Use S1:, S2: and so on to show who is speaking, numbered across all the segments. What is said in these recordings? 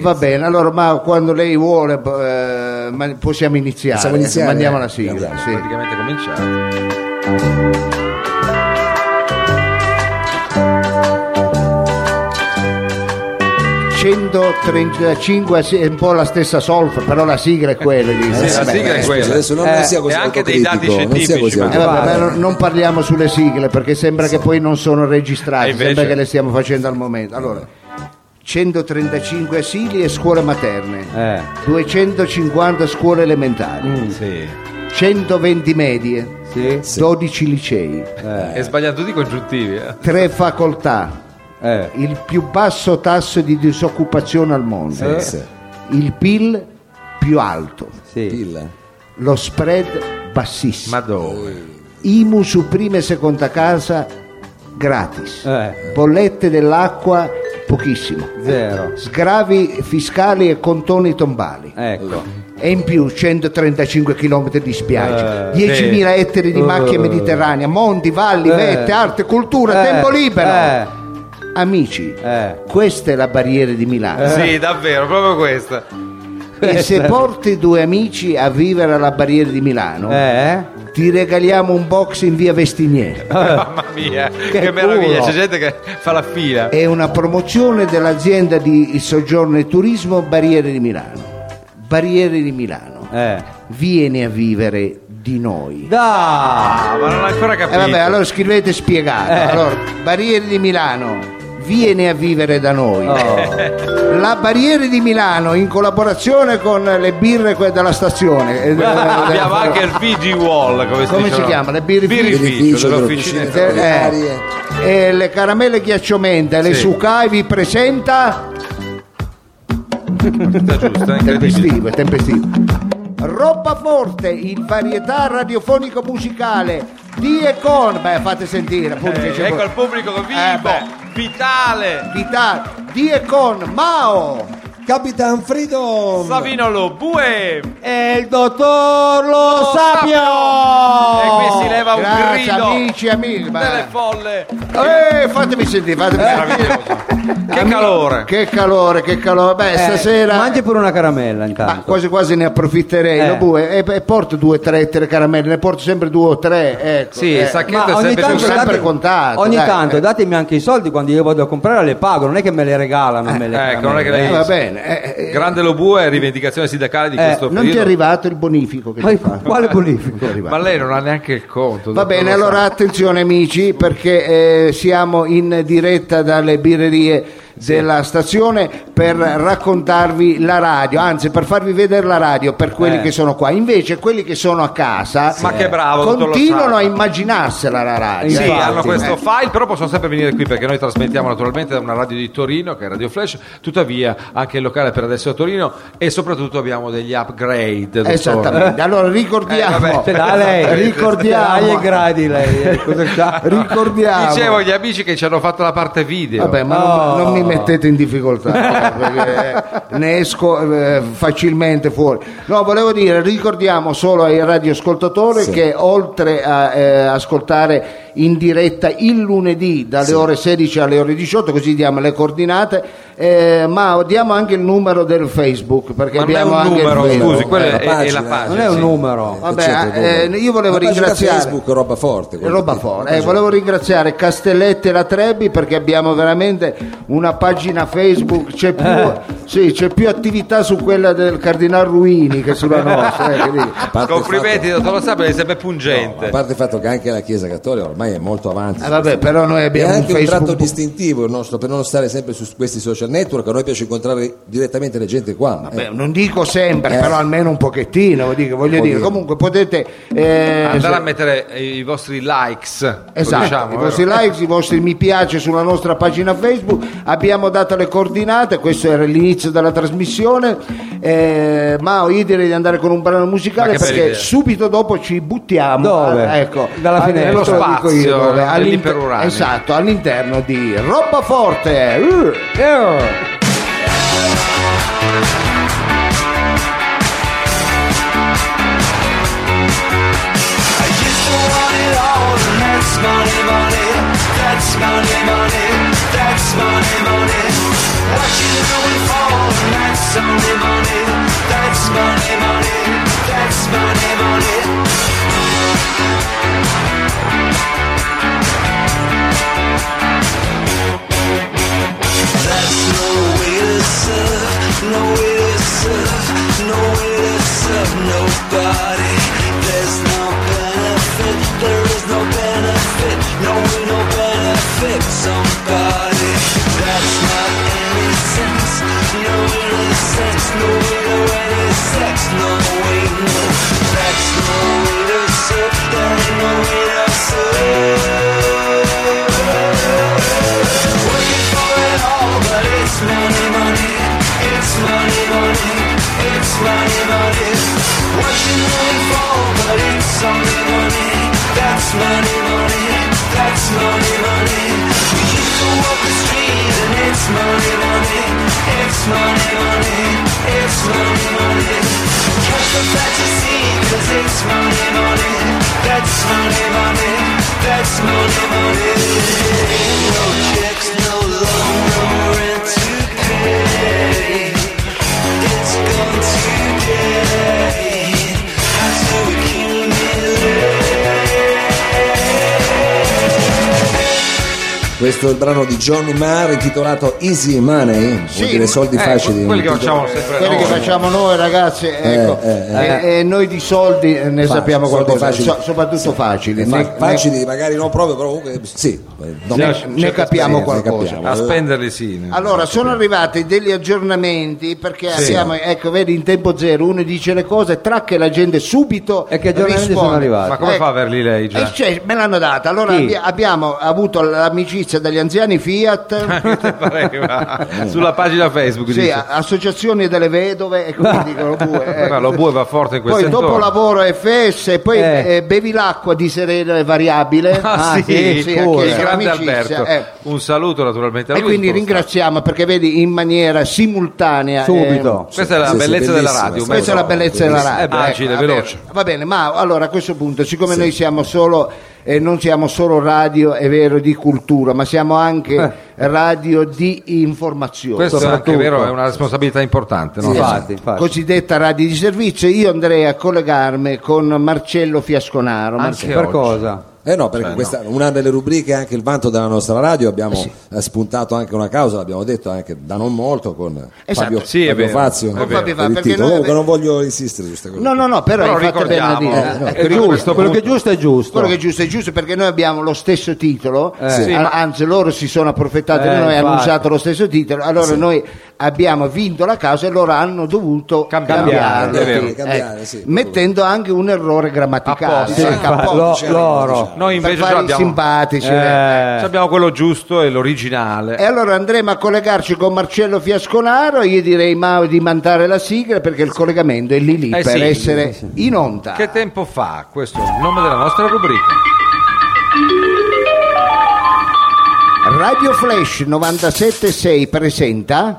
S1: Va bene, allora ma quando lei vuole eh, ma- possiamo iniziare.
S2: Possiamo iniziare?
S1: Mandiamo la sigla.
S2: Andiamo.
S1: sì.
S3: praticamente cominciato.
S1: sì, è un po' la stessa solfa, però la sigla è quella. dico.
S3: Sì, la
S1: Eh,
S2: vabbè,
S3: sigla è
S2: scusa,
S3: quella.
S2: Adesso non,
S3: Eh,
S2: non sia così
S3: e anche dei
S2: autocritico,
S3: dati
S2: non sia
S3: scientifici,
S2: così
S3: ma-
S1: eh, vabbè,
S2: autocritico.
S1: ma non parliamo sulle sigle perché sembra che poi non sono registrate,
S3: E invece-
S1: sembra che le stiamo facendo al momento. Allora, 135 asili e scuole materne,
S3: Eh,
S1: 250 scuole elementari,
S3: sì. Eh,
S1: 120 medie,
S4: Mm. Sì,
S1: 12 licei,
S4: eh,
S3: È sbagliato tutti i congiuntivi. eh.
S1: 3 facoltà,
S4: eh,
S1: il più basso tasso di disoccupazione al mondo,
S2: Eh, sì.
S1: il PIL più alto,
S4: sì.
S2: Pilla.
S1: lo spread bassissimo,
S3: Ma dove?
S1: IMU su prima e seconda casa gratis,
S4: Eh.
S1: bollette dell'acqua pochissimo,
S4: Zero.
S1: sgravi fiscali e contoni tombali.
S4: Ecco.
S1: E in più 135 km di spiaggia,
S4: Eh,
S1: 10.000
S3: sì.
S1: ettari di macchia
S4: Eh.
S1: mediterranea, monti, valli,
S4: Eh.
S1: vette, arte, cultura,
S4: Eh,
S1: tempo libero.
S4: eh.
S1: Amici,
S4: Eh.
S1: questa è la barriera di Milano.
S3: Sì, davvero, proprio questa.
S1: E se porti due amici a vivere alla barriera di Milano,
S4: Eh?
S1: ti regaliamo un box in via Vestiniere.
S3: Mamma mia, che,
S4: culo. Eh.
S3: meraviglia, c'è gente che fa la fila.
S1: È una promozione dell'azienda di soggiorno e turismo Barriere di Milano. Barriere di Milano.
S4: Eh.
S1: Vieni a vivere di noi.
S4: Da!
S3: Ah, ma non l'ho
S4: Eh,
S3: ancora
S1: E
S3: capito.
S1: Eh,
S3: Eh.
S1: vabbè, allora scrivete spiegato. Allora, Barriere di Milano, vieni a vivere da noi.
S4: Oh.
S1: La Barriere di Milano in collaborazione con le birre que- della stazione. eh,
S3: Abbiamo
S1: eh,
S3: anche il VG Wall, come si,
S1: Come
S3: dice,
S1: si
S3: no?
S1: chiama? Le birre-
S3: Birrificio
S2: Birrificio,
S3: dell'officina.
S2: dell'officina.
S1: eh,
S2: Arie.
S1: e le caramelle ghiacciomenta e le
S3: Sì.
S1: sucai vi presenta
S3: giusta, incredibile.
S1: tempestivo, è tempestivo. Roba forte, il varietà radiofonico musicale di e con, beh fate sentire, appunto che
S3: Eh,
S1: c'è
S3: ecco il
S1: poi-
S3: pubblico vivo,
S1: Eh, beh.
S3: vitale.
S1: Vita- di e con Mao,
S2: Capitan Freedom.
S3: Savino Lobue.
S4: E il dottor Lo
S3: E
S4: Sapio!
S3: Eh, qui si leva un
S1: Oh, grazie
S3: grido
S1: amici amici, ma-
S3: delle folle.
S1: Eh, fatemi sentire, fatemi sentire.
S3: Che
S1: Ami-
S3: calore.
S1: Che calore, che calore, beh
S4: Eh,
S1: stasera...
S4: Mangi pure una caramella
S1: Ma
S4: intanto.
S1: quasi quasi ne approfitterei,
S4: Eh.
S1: lo bue, e, e porto due o tre ettari caramelle, ne porto sempre due o tre, ecco.
S3: Sì,
S1: eh.
S3: il sacchetto è sempre
S1: tanto
S3: più
S1: sempre contato,
S4: ogni
S1: dai,
S4: tanto
S1: eh.
S4: datemi anche i soldi quando io vado a comprare le pago, non è che me le regalano. me le
S3: ecco, non è che
S4: caramelle,
S1: Eh,
S3: lei-
S1: va bene. eh, eh,
S3: Grande Lobue, rivendicazione sindacale di
S4: Eh,
S3: questo
S1: non ti è
S3: periodo.
S1: arrivato il bonifico che
S4: Ma
S1: ti fa?
S4: quale bonifico?
S1: Non ti è arrivato.
S3: Ma lei non ha neanche il conto.
S1: Va
S3: dottor
S1: bene,
S3: Lo
S1: allora attenzione amici perché eh, siamo in diretta dalle birrerie della stazione per raccontarvi la radio, anzi per farvi vedere la radio per quelli
S4: Eh.
S1: che sono qua. Invece quelli che sono a casa
S3: Ma che Eh, bravo, dottor Lo
S1: continuano
S3: Sapio.
S1: a immaginarsela la radio.
S3: Sì,
S4: Infatti,
S3: hanno questo
S1: eh.
S3: file, però possono sempre venire qui perché noi trasmettiamo naturalmente da una radio di Torino che è Radio Flash, tuttavia anche il locale per adesso è a Torino e soprattutto abbiamo degli upgrade. dottore.
S1: Esattamente. Allora
S3: Eh, vabbè.
S1: ricordiamo
S4: Ce l'ha cioè, lei.
S1: Ricordiamo.
S4: Dai, i gradi lei. eh, Cosa c'ha?
S1: ricordiamo
S3: Dicevo agli amici che ci hanno fatto la parte video.
S1: Vabbè, ma non,
S4: Oh.
S1: non mi mettete in difficoltà perché ne esco eh, facilmente fuori. No, volevo dire, ricordiamo solo ai radioascoltatori che oltre a eh, ascoltare in diretta il lunedì dalle ore 16 alle ore 18, così diamo le coordinate, eh, ma diamo anche il numero del Facebook perché
S3: Ma non è
S1: abbiamo
S3: un
S1: anche
S3: numero,
S1: il Facebook.
S3: scusi, quella
S2: Eh, la
S3: è- è,
S2: pagina.
S3: la pagina.
S4: Non è un
S3: Ah, sì.
S4: numero.
S1: Vabbè,
S2: Eccetera,
S1: eh,
S2: dopo.
S1: io volevo
S2: La certo, pagina
S1: ringraziare-
S2: Facebook, roba forte. quello
S1: Roba
S2: che-
S1: forte. Eh, volevo ringraziare Castelletti e la Trebbi perché abbiamo veramente una pagina Facebook, c'è più, sì, c'è più attività su quella del Cardinal Ruini che sulla nostra. eh, che dico.
S2: A parte il
S3: Complimenti,
S2: fatto-
S3: dottor Lo Sapio, è
S2: no,
S3: sempre
S2: ma
S3: pungente.
S2: a parte il fatto che anche la Chiesa Cattolica ormai è molto avanti.
S1: Eh, vabbè, però noi
S2: è
S1: abbiamo un
S2: anche un tratto
S1: Facebook.
S2: distintivo il nostro per non stare sempre su questi social network. A noi piace incontrare direttamente le gente qua.
S1: Beh, non dico sempre,
S2: Eh.
S1: però almeno un pochettino, voglio dire, voglio dire.
S2: Pochino.
S1: comunque potete eh,
S3: Andare a
S1: se-
S3: mettere i vostri likes. lo
S1: Esatto,
S3: diciamo,
S1: i
S3: vero?
S1: vostri like, i vostri mi piace sulla nostra pagina Facebook, abbiamo dato le coordinate, questo era l'inizio della trasmissione, eh, ma io direi di andare con un brano musicale
S3: Ma che bella
S1: perché
S3: idea.
S1: subito dopo ci buttiamo
S4: Dove?
S1: ah, ecco,
S4: Dalla
S1: ah,
S4: finestra.
S1: questo lo dico io, dove?
S3: Nello spazio,
S1: All'inter-
S3: nell'iperuranio.
S1: esatto, all'interno di Roba Forte. Uh.
S4: Eh.
S5: I just want it all, and that's money, money. That's money, money. That's money, money. Watch you do and fall, and that's
S6: That's no way to win it. That's no way. No. That's no way to sit. There ain't no way to sit. Working for it all, but it's money, money. It's money, money. It's money, money. Watching money fall, but it's only money. That's money, money. That's money, money. We used to walk the street and it's money, money. It's money, money. It's money, money. Catch the fantasy, cause it's money, money. That's money, money. That's money, money. Ain't no checks, no loan, no rent to pay. It's gone today. Has to accumulate.
S2: Eh, Questo è il brano di Johnny Marr intitolato Easy Money,
S1: Sì,
S2: vuol dire soldi
S3: Eh,
S2: facili.
S3: quelli che
S2: un titolo-
S3: facciamo sempre
S1: Quelli
S3: noi.
S1: che facciamo noi ragazzi, ecco,
S2: eh,
S1: e- e noi di soldi eh, ne
S2: Facili,
S1: sappiamo
S2: soldi
S1: qualcosa,
S2: facili.
S1: so- soprattutto facili,
S2: Eh,
S1: ne-
S2: fa-
S1: ne-
S2: facili, magari non proprio, però comunque sì. eh, no,
S3: Bisogna-
S2: ma-
S3: c'è
S1: ne capiamo
S2: esperienza, ne
S1: qualcosa.
S2: capiamo. Eh,
S3: a spenderli sì ne-
S1: Allora, sono arrivati degli aggiornamenti perché abbiamo, ecco, vedi, in tempo zero uno dice le cose, tracca e la gente subito
S4: E che aggiornamenti
S1: risponde.
S4: sono arrivati?
S3: ma come
S1: Ecco.
S3: fa a averli lei già?
S1: Eh, cioè, me l'hanno data. Allora
S4: Chi?
S1: abbi- abbiamo avuto l'amicizia dagli anziani Fiat,
S3: Te pareva? sulla pagina Facebook
S1: Mm. sì, eh,
S3: dice.
S1: a- associazioni delle vedove e quindi dicono bue.
S3: Eh,
S1: ecco.
S3: ma lo bue va forte in questo
S1: Poi dopo lavoro FS e poi
S4: Eh.
S1: eh, bevi l'acqua di Serena e variabile.
S3: ah,
S4: Ah,
S3: sì,
S4: sì,
S1: sì,
S3: pure.
S1: anche
S3: il grande
S1: l'amicizia,
S3: Alberto
S1: eh.
S3: un saluto naturalmente a
S1: E
S3: lui
S1: quindi
S3: tutto lo
S1: ringraziamo perché vedi in maniera simultanea.
S4: Subito.
S1: eh,
S3: staff. questa è la
S2: Sì, sì,
S3: bellezza della
S2: bellissima,
S3: radio
S2: sì.
S1: Questa è la bellezza della radio.
S3: è agile,
S1: Ecco, va
S3: veloce
S1: bene, Va bene, ma allora a questo punto, siccome noi siamo solo, eh, non siamo solo radio, è vero, di cultura, ma siamo anche radio di informazione.
S3: questo è anche
S4: soprattutto.
S3: vero è una responsabilità importante no?
S4: infatti, infatti.
S1: Cosiddetta radio di servizio, io andrei a collegarmi con Marcello Fiasconaro.
S3: Anche
S4: per
S3: oggi.
S4: cosa?
S2: Eh no, perché questa una delle rubriche è anche il vanto della nostra radio, abbiamo eh, spuntato anche una causa, l'abbiamo detto anche da non molto con
S1: Esatto.
S2: Fabio,
S3: Sì, è
S2: Fabio
S3: vero,
S2: Fazio.
S3: è
S2: per
S1: vero. Ah,
S2: il
S1: Fabio Fazio, perché
S2: titolo.
S1: noi-
S2: Comunque non voglio insistere su queste cose.
S1: No, no, no, però,
S3: Però
S1: hai fatto bene a
S3: ricordiamo,
S1: dire.
S3: eh,
S1: no.
S3: no.
S4: Ecco,
S3: Ecco,
S4: giusto,
S3: questo
S4: quello che
S3: punto-
S4: è giusto è giusto.
S1: Quello che è giusto è giusto perché noi abbiamo lo stesso titolo,
S3: Eh. Sì,
S1: an-
S3: ma-
S1: anzi loro si sono approfittati di
S4: Eh,
S1: noi e hanno
S4: infatti.
S1: usato lo stesso titolo, allora noi abbiamo vinto la causa e loro hanno dovuto
S3: Cambiare,
S1: cambiarlo,
S2: è vero.
S1: sì,
S2: Cambiare,
S1: ecco,
S2: sì, proprio.
S1: mettendo anche un errore grammaticale,
S3: Apposta.
S4: Sì,
S1: ecco,
S4: infatti,
S1: apposta,
S4: lo-
S2: diciamo,
S4: loro.
S2: diciamo.
S3: noi
S1: per
S3: invece ce
S1: fare i
S3: l'abbiamo
S1: simpatici. eh.
S4: Eh,
S3: ce l'abbiamo quello giusto e l'originale
S1: E allora andremo a collegarci con Marcello Fiascolaro, io direi Mao di mandare la sigla perché il collegamento è lì lì
S3: Eh
S1: per
S3: sì.
S1: essere in onda.
S3: che tempo fa? questo è il nome della nostra rubrica
S1: Radio Flash 976 presenta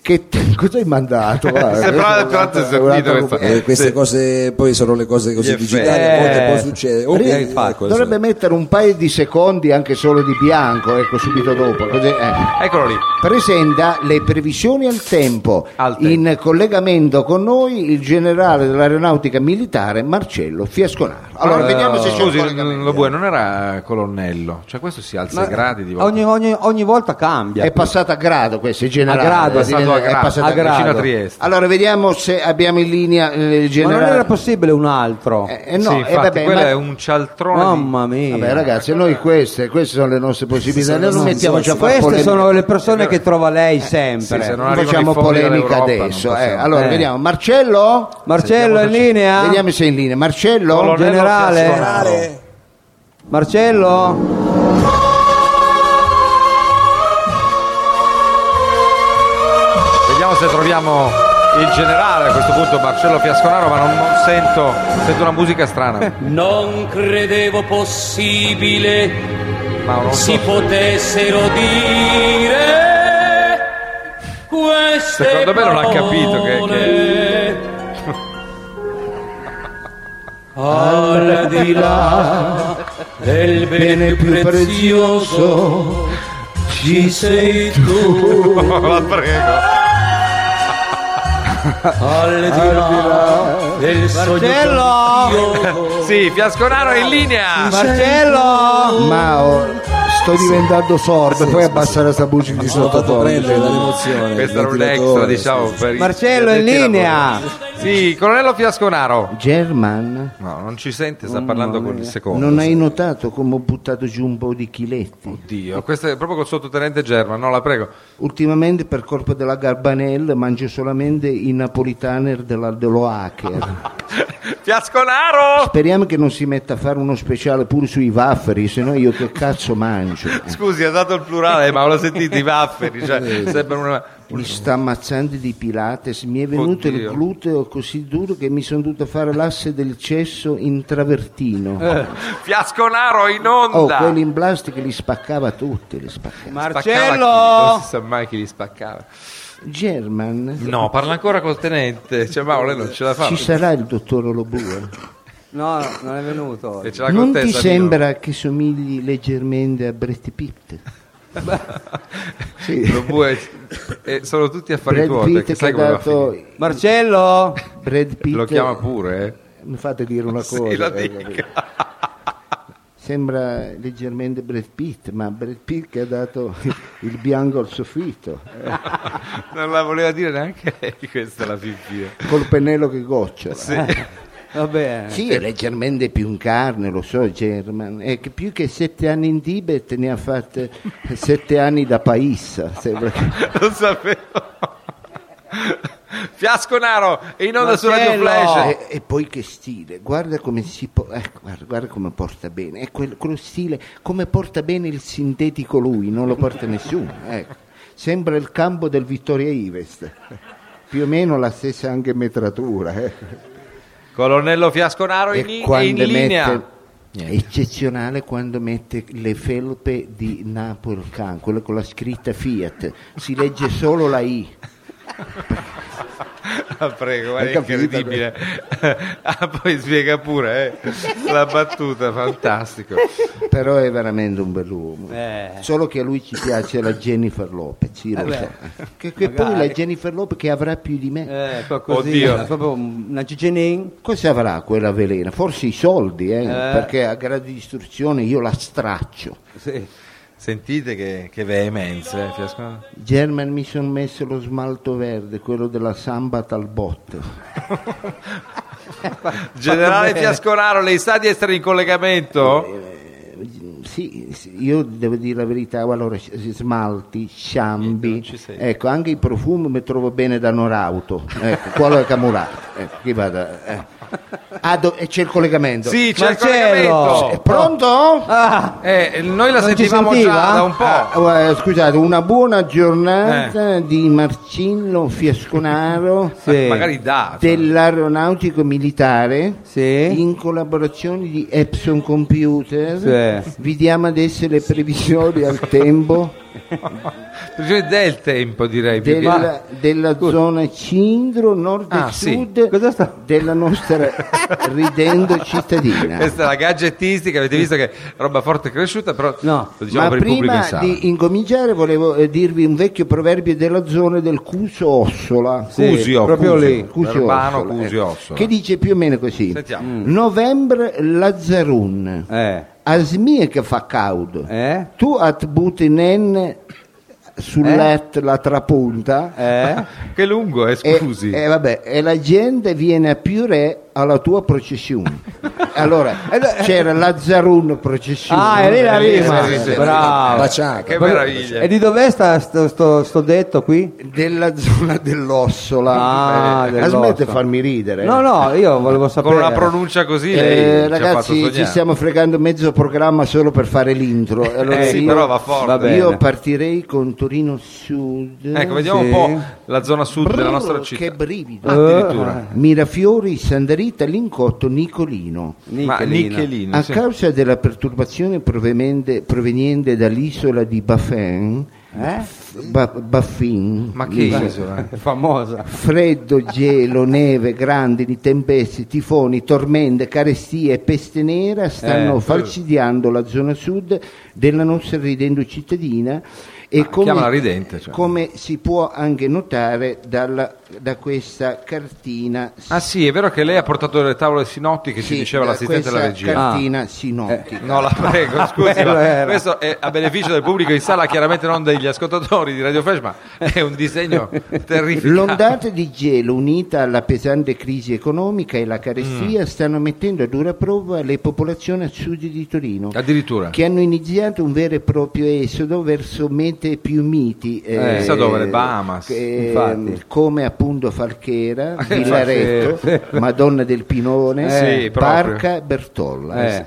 S1: che te- cosa hai mandato? Guarda,
S3: Sembrava
S1: questo-
S3: tanto
S1: guarda,
S3: servito
S1: guarda,
S3: questa-
S1: eh,
S2: Eh, queste
S3: Sì.
S2: cose poi sono le cose così
S3: Gli
S2: digitali,
S4: effetti.
S2: a volte può
S4: Eh,
S2: succedere.
S4: sì,
S2: Quindi,
S4: infatti.
S2: ecco,
S1: Eh, Dovrebbe
S2: insomma.
S1: mettere un paio di secondi anche solo di bianco, ecco subito dopo. così, eh.
S3: eccolo lì
S1: Presenta le previsioni al tempo.
S3: Al tempo.
S1: In collegamento con noi il generale dell'aeronautica militare Marcello Fiasconaro. Allora,
S3: Eh,
S1: vediamo se c'è un
S3: scusi,
S1: collegamento.
S3: lo bue non era colonnello cioè questo si alza
S4: ma-
S3: i gradi di volta
S4: ogni, ogni- ogni volta cambia.
S1: È passato a grado questo, il generale.
S4: grado, è
S1: eh,
S3: passato a
S1: diventa-
S3: grado,
S1: passato
S4: a grado.
S3: vicino a Trieste
S1: Allora, vediamo se abbiamo in linea eh, il
S4: Ma non
S1: generale.
S4: era possibile un altro.
S1: Eh, eh, no,
S3: sì,
S1: eh,
S3: infatti,
S1: vabbè,
S3: quello
S1: ma-
S3: è un cialtrone di...
S4: Mamma mia.
S1: vabbè, ragazzi, noi queste, queste sono le nostre possibilità,
S2: Sì, sì,
S1: noi non
S2: sì,
S1: mettiamoci
S2: sì,
S1: a
S2: sì.
S1: fare
S4: Queste
S1: polemica.
S4: sono le persone che trova
S1: Eh,
S4: lei sempre.
S3: Sì, se no-
S1: Non
S3: arrivano
S1: facciamo
S3: i fondi
S1: polemica
S3: dall'Europa, non
S1: adesso. eh.
S3: possiamo.
S1: Allora,
S4: Eh.
S1: vediamo. Marcello?
S4: Marcello è in linea?
S1: Vediamo se è in linea. Marcello?
S3: Colonnello
S4: generale.
S3: Fiasconaro.
S2: Generale,
S4: Marcello?
S3: Vediamo se troviamo il generale a questo punto, Marcello Fiasconaro, ma non, non sento, sento una musica strana.
S5: Non credevo possibile
S3: Ma non so.
S5: si potessero dire queste
S3: Secondo me non ha
S5: parole.
S3: capito che-
S5: Al di là del bene più prezioso ci sei tu.
S3: La prego.
S5: Al di là del sogno
S4: Marcello?
S5: prezioso
S3: Sì, Fiasconaro è in linea.
S4: Marcello?
S1: Mao, sto diventando sordo, puoi abbassare sta musica di
S2: sono fatto
S1: sottofondo.
S2: prendere dall'emozione.
S3: Questo
S2: il
S3: era un extra,
S2: ventilatore,
S3: diciamo.
S2: sì, sì.
S3: per i-
S4: Marcello è in
S3: gli addetti ai
S4: linea.
S3: lavori. Sì, colonnello Fiasconaro.
S1: German,
S3: No, non ci sente, sta parlando con il secondo.
S1: non hai notato come ho buttato giù un po' di chiletti?
S3: Dio, questo è proprio col sottotenente German, no, la prego.
S1: Ultimamente per colpa della Garbanel mangio solamente i napolitaner della- dello hacker.
S3: Fiasconaro!
S1: Speriamo che non si metta a fare uno speciale pure sui wafferi, se no io che cazzo mangio?
S3: Scusi, ha dato il plurale, ma lo sentite i wafferi, cioè, sembra una...
S1: Mi sta ammazzando di pilates, mi è venuto il
S3: Oddio.
S1: gluteo così duro che mi sono dovuto fare l'asse del cesso in
S3: Eh,
S1: travertino.
S3: Fiasconaro in
S1: Oh,
S3: onda!
S1: quelli in plastica li spaccava tutti, li spaccava.
S3: Spaccava chi?
S4: Marcello!
S3: Non si sa mai chi li spaccava.
S1: German,
S3: No, parla ancora col tenente. Cioè, Mauro, lei non ce la fa.
S1: ci sarà il dottor Olobue?
S4: No, no, non è venuto.
S3: E ce l'ha
S1: Non
S3: con te,
S1: ti
S3: Sabino.
S1: sembra che somigli leggermente a Brett Pitt? Sì.
S3: Lo vuoi- eh, sono tutti affari
S1: Brad
S3: tuoi, perché
S1: Pitt che ha
S3: sai come va a finire.
S1: dato...
S4: Marcello!
S1: Brad Pitt...
S3: Lo chiama pure, eh?
S1: Mi fate dire una
S3: Sì,
S1: cosa.
S3: la
S1: eh,
S3: dica.
S1: capito? Sembra leggermente Brad Pitt, ma Brad Pitt che ha dato il bianco al soffitto,
S3: Non la voleva dire neanche lei questa la fin fine.
S1: col pennello che gocciola. Sì.
S4: Va bene.
S1: è leggermente più in carne, lo so, German. È che più che sette anni in Tibet ne ha fatte sette anni da Paissa. Sembra che...
S3: Lo sapevo. Fiasconaro è in onda su Radio
S4: Marcello!
S3: Flash.
S1: Eh, E, e poi che stile, guarda come si po- ecco, guarda, guarda come porta bene, è quel- quello stile, come porta bene il sintetico lui, non lo porta nessuno. ecco. Sembra il campo del Vittoria Ivest, più o meno la stessa anche metratura. eh.
S3: Colonnello Fiasconaro in,
S1: E
S3: in- è in linea.
S1: è eccezionale quando mette le felpe di Napoli Can, quelle con la scritta Fiat, si legge solo la I.
S3: Ah, prego, guarda,
S1: Hai
S3: è
S1: capito?
S3: incredibile. Ah, poi spiega pure eh. la battuta, fantastico.
S1: Però è veramente un bell'uomo.
S4: Eh.
S1: Solo che a lui ci piace la Jennifer Lopez, io lo
S4: Vabbè.
S1: so. Che, che poi
S4: Magari.
S1: la Jennifer Lopez che avrà più di me.
S4: Eh, qua così,
S3: Oddio.
S4: è proprio una cicenin.
S1: Cosa avrà quella velena? Forse i soldi, eh, perché a grado di istruzione io la straccio.
S4: Sì.
S3: Sentite che, che veemenza, eh, Fiasconaro.
S1: German mi sono messo lo smalto verde, quello della Samba Talbot.
S3: Generale
S4: bene.
S3: Fiasconaro, lei sa di essere in collegamento?
S1: Sì, sì, io devo dire la verità, allora s- smalti,
S3: non
S1: sciambi,
S3: ci sei.
S1: ecco, anche i profumi mi trovo bene da Norauto, ecco, quello è Camurato, ecco, chi vada, eh. Ah, do- e c'è il collegamento.
S3: Sì, c'è il
S4: Marcello!
S1: È
S3: collegamento.
S1: pronto?
S4: Ah,
S3: Eh, noi la
S4: Non ci
S3: sentivamo
S4: sentiva?
S3: già da un po'.
S1: Ah, eh, scusate, una buona giornata di Marcello Fiasconaro
S4: sì.
S3: Magari da.
S1: dell'aeronautico militare
S4: Sì.
S1: in collaborazione di Epson Computer.
S4: Sì.
S1: Vi diamo adesso le previsioni al tempo
S3: Previsione Cioè, del tempo, direi. più che-
S1: della, della zona Cindro, nord
S3: Ah,
S1: e
S3: sì.
S1: sud
S4: Cosa sta-
S1: della nostra ridendo cittadina.
S3: Questa è la gadgettistica, avete visto che roba forte e cresciuta, però
S4: No,
S3: lo diciamo
S1: Ma
S3: per il pubblico in
S1: prima
S3: sala.
S1: di incominciare volevo eh, dirvi un vecchio proverbio della zona del Cuso Ossola.
S4: Sì,
S3: Cusio,
S4: proprio
S3: Cusio.
S4: lì.
S1: Cusio
S3: Verbano,
S1: Ossola,
S3: Cusio
S1: ecco,
S3: Ossola.
S1: Che dice più o meno così. Mm.
S3: Sentiamo.
S1: Novembre Lazzarun.
S4: Eh,
S1: Asmie che fa caldo.
S4: eh,
S1: Tu at butti nen sul
S4: Eh?
S1: letto la trapunta.
S4: eh.
S3: Che lungo, eh,
S1: E,
S3: scusi.
S1: e vabbè, e la gente viene a più re alla tua processione. allora, c'era Lazzarun processione. eh.
S4: Ah, e lì la rima.
S3: Sì, sì, sì.
S4: Bravo.
S2: Baciato.
S3: che meraviglia.
S4: E di dov'è sta sto, sto- sto detto qui?
S1: della zona dell'ossola.
S4: Ah,
S1: Eh,
S4: dell'Ossola.
S1: Smetti di farmi ridere.
S4: No, no, io volevo sapere.
S3: Con una pronuncia così,
S1: Eh,
S3: lei ci ha fatto
S1: ragazzi,
S3: sognare.
S1: ci stiamo fregando mezzo programma solo per fare l'intro. Allora
S3: Eh, sì,
S1: io,
S3: però va forte.
S4: va bene.
S1: io partirei con Torino Sud.
S3: Ecco, vediamo
S4: Sì.
S3: un po' la zona sud della
S1: Brrr,
S3: nostra città.
S1: Che
S4: Eh,
S1: Ah, brivido.
S3: Addirittura.
S1: Mirafiori, Sandarita, Lincotto, Nicolino.
S3: Ma
S4: Nichelina.
S3: Nichelino,
S1: A
S3: sì.
S1: causa della perturbazione proveniente, proveniente dall'isola di Baffin,
S4: Eh?
S1: Ba- Baffin,
S3: Ma che
S1: l'isola-
S3: isola?
S4: È famosa.
S1: Freddo, gelo, neve, grandini, tempeste, tifoni, tormente, carestie e peste
S3: Eh.
S1: nera stanno falcidiando la zona sud della nostra ridendo cittadina E
S3: Ah, chiamala ridente, cioè.
S1: come si può anche notare dalla- da questa cartina
S3: Ah sì, è vero che lei ha portato delle tavole sinottiche, ci
S1: sì,
S3: diceva
S1: da
S3: l'assistente della
S1: questa Ah,
S3: regia. Ah. Eh,
S1: cartina sinottica.
S3: No, la prego, scusi,
S4: Bello
S3: ma
S4: era.
S3: questo è a beneficio del pubblico in sala, chiaramente non degli ascoltatori di Radio Flash, ma è un disegno terrificante.
S1: L'ondata di gelo unita alla pesante crisi economica e la
S3: Mm.
S1: carestia stanno mettendo a dura prova le popolazioni a sud di Torino.
S3: Ah, Addirittura.
S1: che hanno iniziato un vero e proprio esodo verso mete più miti eh,
S3: chissà dove, le Bahamas,
S1: eh,
S4: infatti.
S1: come appunto Falchera,
S3: Ah,
S1: Villaretto, Madonna del Pinone,
S3: Eh, sì, proprio.
S1: Parca Bertolla.
S4: Eh.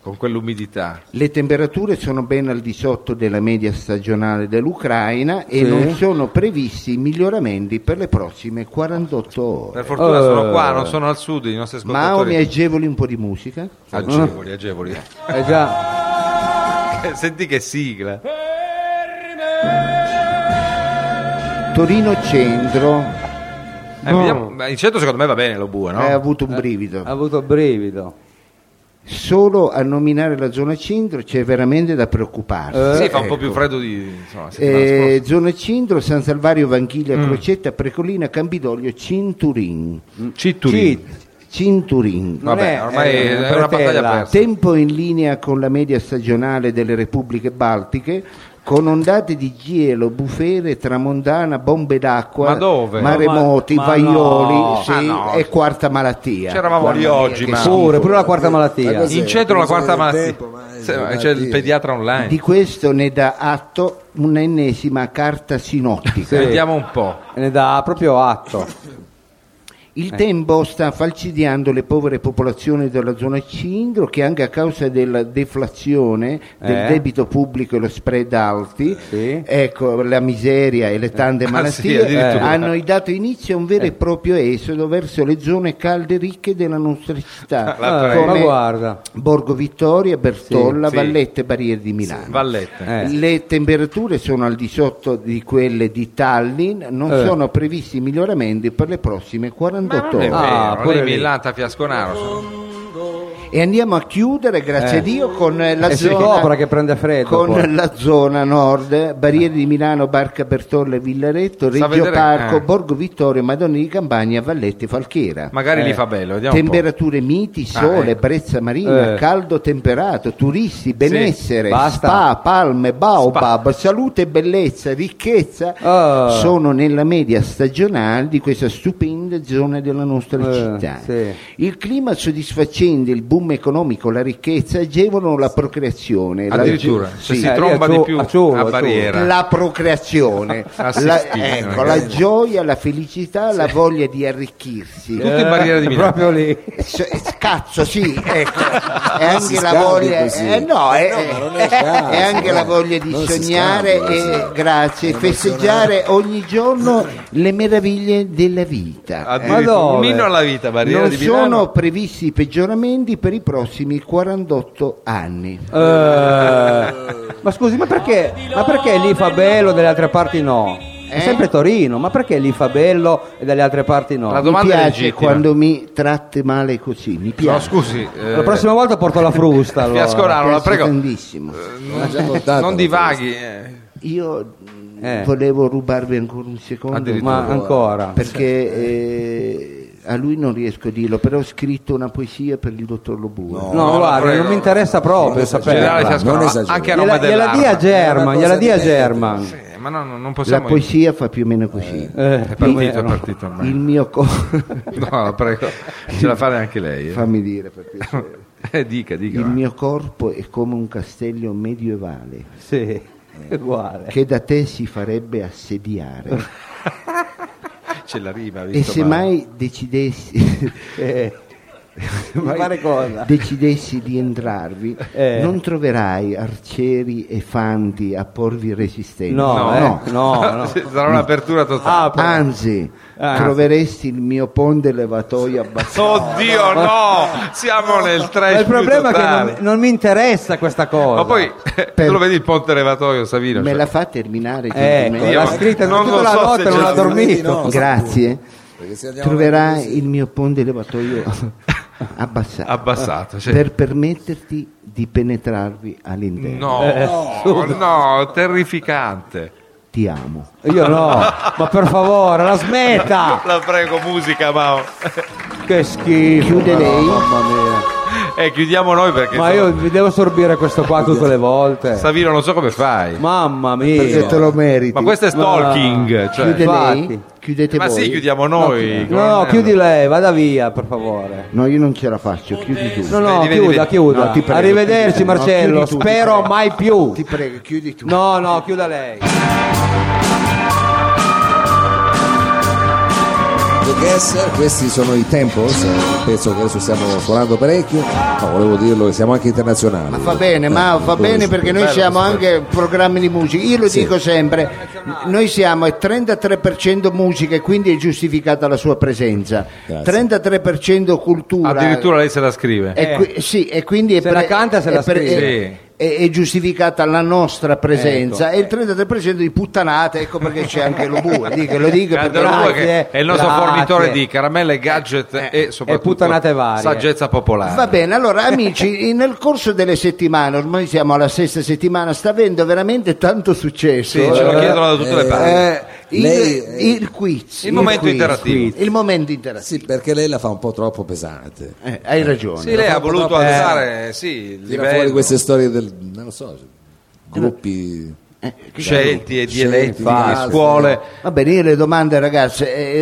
S3: Con quell'umidità.
S1: Le temperature sono ben al di sotto della media stagionale dell'Ucraina e non sono previsti miglioramenti per le prossime 48 ore.
S3: Per fortuna sono
S4: Eh.
S3: qua, non sono al sud, i nostri
S1: Mao mi
S3: ascoltatori.
S1: agevoli un po' di musica?
S3: Agevoli, agevoli.
S4: Eh già,
S3: Senti che sigla. Eh,
S1: Torino Centro
S3: Eh, vediamo- ma in centro secondo me va bene lo bue, no?
S4: Eh,
S3: Eh,
S1: ha avuto un brivido.
S4: ha avuto brivido.
S1: Solo a nominare la zona centro c'è veramente da preoccuparsi.
S4: Eh,
S3: sì, fa un po'
S1: ecco.
S3: più freddo di insomma, settimana Mm.
S1: Eh, zona centro, San Salvario, Vanchiglia, Crocetta, Precolina, Campidoglio, Cinturin.
S3: scorsa. Citturi.
S4: Sì,
S1: Cinturin.
S4: non
S3: Vabbè,
S4: è,
S3: ormai
S4: eh,
S3: è una
S4: pretella.
S3: battaglia persa.
S1: Tempo in linea con la media stagionale delle repubbliche baltiche, con ondate di gelo, bufere, tramontana, bombe d'acqua,
S3: Ma dove?
S1: maremoti,
S4: Ma- ma
S1: vaioli
S4: no.
S1: sì,
S3: Ma no.
S1: e quarta malattia.
S3: C'eravamo lì
S1: Guarda mia,
S3: oggi,
S1: che
S3: ma-
S1: schifo.
S4: Pure, pure la quarta
S2: Ma
S4: malattia.
S2: cos'è?
S3: In centro la quarta
S2: Bisogna del
S3: mattina.
S2: tempo, ma è
S3: Sì, ma C'è il
S2: malattia.
S3: pediatra online.
S1: Di questo ne dà atto un'ennesima carta sinottica.
S4: Sì.
S3: Vediamo un po'.
S4: Ne dà proprio atto.
S3: Eh.
S1: Il tempo sta falcidiando le povere popolazioni della zona cindro che anche a causa della deflazione del
S4: Eh.
S1: debito pubblico e lo spread alti,
S4: Sì.
S1: ecco, la miseria e le tante
S3: Ah,
S1: malattie
S3: sì, addirittura. Eh.
S1: hanno dato inizio a un vero e proprio esodo verso le zone calde e ricche della nostra città,
S3: La
S4: Ah,
S3: prego.
S4: ma guarda,
S1: Borgo Vittoria, Bertolla,
S3: Sì, sì.
S1: Valletta e Barriere di Milano.
S3: Vallette.
S4: Eh.
S1: Le temperature sono al di sotto di quelle di Tallinn, non
S4: Eh.
S1: sono previsti miglioramenti per le prossime
S3: Ma
S1: 48
S3: non è
S1: ore.
S3: vero,
S4: Ah, pure
S3: lei
S4: lì.
S3: Millanta Fiasconaro. sono-
S1: E andiamo a chiudere, grazie
S4: Eh.
S1: a Dio, con eh, la
S4: E si
S1: zona
S4: copra che prende freddo,
S1: Con
S4: poi.
S1: la zona nord, Barriere di Milano, Barca Bertolla e Villaretto, Reggio
S3: vedere-
S1: Parco,
S3: eh.
S1: Borgo Vittorio, Madonna di Campagna, Valletti e Falchiera.
S3: Magari
S4: Eh.
S3: lì fa bello, vediamo un po'.
S1: Temperature miti, sole,
S3: ecco.
S1: brezza marina,
S4: Eh.
S1: caldo temperato, turisti, benessere,
S4: basta.
S1: spa, palme, baobab, salute, bellezza, ricchezza
S4: Ah.
S1: sono nella media stagionale di questa stupenda zona della nostra
S4: Eh,
S1: città.
S4: sì.
S1: Il clima soddisfacente, il boom economico, la ricchezza agevolano la procreazione. la-
S3: Addirittura, se
S1: sì.
S3: si
S4: Eh, lì
S3: tromba
S4: a Ciu-
S3: di più
S4: a Ciulo,
S3: a
S4: a Ciulo.
S3: barriera.
S1: La procreazione, la,
S3: Assistito,
S1: ecco,
S3: magari.
S1: la gioia, la felicità, la voglia di arricchirsi.
S3: Tutto in barriera di Milano.
S4: Eh, proprio lì.
S1: S- eh, Cazzo, sì, ecco. È
S2: si
S1: anche la
S2: scambi
S1: voglia,
S2: così.
S1: eh, no, è,
S2: No, ma non
S1: è
S2: è scambi,
S1: anche la
S2: eh.
S1: voglia di
S2: Non si
S1: sognare
S2: scambi,
S1: e
S2: sì.
S1: grazie, festeggiare ogni giorno le meraviglie della vita.
S3: Addirittura.
S4: Ma dove?
S3: Meno alla vita, Ah, barriera
S1: Non
S3: di Milano.
S1: sono previsti peggioramenti per i prossimi 48 anni.
S4: Eh, ma scusi, ma perché, ma perché lì fa bello e dalle altre parti no?
S1: Eh?
S4: È sempre Torino, ma perché lì fa bello e dalle altre parti no?
S3: La
S4: La,
S3: do-
S1: Mi
S3: domanda è
S1: piace
S3: legittima.
S1: quando mi tratti male così, mi
S3: No,
S1: piace.
S3: scusi. eh,
S4: prossima volta porto la frusta. allora.
S3: Fiascoraro. Allora, la prego. Eh,
S1: tantissimo.
S2: L'ha già portata,
S3: non
S2: la
S3: divaghi. eh.
S1: Io mh,
S4: Eh.
S1: volevo rubarvi ancora un secondo.
S3: Addirittura.
S4: Ma ancora.
S1: perché eh, a lui non riesco a dirlo, però ho scritto una poesia per il dottor Lobue.
S4: No,
S3: No, la
S4: guarda,
S3: prego.
S4: non mi interessa proprio
S3: Generale
S4: saperla.
S2: Fiasco-
S3: Fiasconaro,
S2: non esageri.
S3: anche a nome
S4: Gliela, gliela
S3: dell'arte.
S4: dia a
S2: È una
S4: German,
S2: cosa
S4: gliela dia a
S2: divertente.
S4: German.
S3: Sì, ma no, no, non
S1: La
S3: possiamo...
S1: poesia fa più o meno così.
S4: Eh,
S3: È partito, è partito ormai.
S1: Il mio co-
S3: No, la prego. Ce la fa neanche lei. eh.
S1: fammi dire per piacere.
S3: Eh, dica, dica.
S1: Il
S3: va.
S1: mio corpo è come un castello medievale
S4: Sì, è uguale.
S1: che da te si farebbe assediare
S3: Ce la rima,
S1: e
S3: visto
S1: se
S3: male.
S1: mai decidessi
S4: Eh, ma fare cosa?
S1: decidessi di entrarvi,
S4: Eh.
S1: non troverai arcieri e fanti a porvi resistenza.
S4: No, eh, no, no.
S3: Sarà un'apertura totale.
S4: Ah, però-
S1: Anzi,
S4: Ah.
S1: troveresti il mio ponte levatoio abbassato.
S3: Oddio, no! Siamo nel trash
S4: ma il
S3: più
S4: problema è che non,
S3: totale.
S4: non mi interessa questa cosa.
S3: Ma poi, tu lo vedi il ponte elevatoio, Savino?
S1: Me
S3: cioè.
S1: la fa terminare,
S4: Ecco,
S1: gentilmente?
S3: Io-
S4: l'ha scritta
S3: non
S4: tutta
S3: lo
S4: la
S3: so
S4: notte,
S3: se
S4: non
S3: ce
S4: ha
S3: la-
S4: dormito.
S2: No,
S1: Grazie.
S2: Perché se andiamo avanti
S1: Troverai
S2: così-
S1: il mio ponte levatoio abbassato,
S3: Abbassato, sì.
S1: Ah, per permetterti di penetrarvi all'interno.
S3: cioè, No, no, no, terrificante.
S1: Ti amo.
S4: Io no, ma per favore, la smetta!
S3: La prego, musica, Mao.
S4: Che schifo!
S1: Chiude lei.
S4: Mamma mia.
S3: E Eh, chiudiamo noi perché
S4: Ma
S3: insomma,
S4: io mi devo sorbire questo qua tutte le volte.
S3: Savino non so come fai.
S4: Mamma
S1: Perché te
S4: mia!
S1: lo meriti.
S3: Ma questo è stalking. Cioè.
S1: Chiude
S4: Infatti.
S1: lei? Chiudete
S3: Ma
S1: voi?
S3: sì, chiudiamo noi.
S4: No, no,
S3: con-
S4: chiudi lei, vada via, per favore.
S1: No, io non ce la faccio, chiudi tu.
S4: No, no,
S3: Vedi, vedi,
S4: chiuda,
S3: vedi.
S4: chiuda.
S1: No, ti prego,
S4: Arrivederci
S1: ti prego. No,
S4: Marcello,
S1: chiudi tu, ti
S4: spero
S1: prego.
S4: mai più.
S1: Ti prego, chiudi tu.
S4: No, no, chiuda lei.
S2: The Guess, questi sono i Temples, eh, penso che adesso stiamo suonando parecchio, no, volevo dirlo che siamo anche internazionali. Eh,
S1: Ma fa bene, ma fa bene perché noi siamo anche programmi di musica. Io lo dico sempre, noi siamo il 33% musica e quindi è giustificata la sua presenza.
S2: Grazie.
S1: 33% cultura.
S3: Addirittura lei se la scrive.
S4: Eh,
S1: E, qui- sì, e quindi è
S4: Se la canta, se
S1: è
S4: la scrive.
S1: è- è- è giustificata la nostra
S4: Ecco.
S1: presenza e il 33% di puttanate, ecco perché c'è anche lo bue. Dico, lo dico perché
S3: Candelo Bue
S4: grazie,
S3: Cioè, che è il nostro
S4: grazie.
S3: fornitore di caramelle, gadget e soprattutto
S4: e puttanate varie.
S3: saggezza popolare.
S1: Va bene, allora amici, nel corso delle settimane, ormai siamo alla sesta settimana, sta avendo veramente tanto successo.
S3: Sì, ce lo
S1: Eh,
S3: chiedono da tutte le parti.
S1: eh, il,
S2: Lei-
S1: il quiz,
S3: il momento
S1: quiz,
S3: interattivo.
S1: il quiz. Il momento interattivo.
S2: Sì, perché lei la fa un po' troppo pesante.
S1: Eh, hai ragione.
S3: Sì, lei ha voluto
S4: eh,
S3: alzare sì, il
S2: Tira fuori
S3: livello
S2: queste storie del, non lo so, gruppi...
S1: Eh,
S2: cioè,
S3: scelti e di
S2: Scelti,
S3: eletti, di
S2: falsi.
S3: scuole.
S1: Va bene, io le domande ragazze, eh,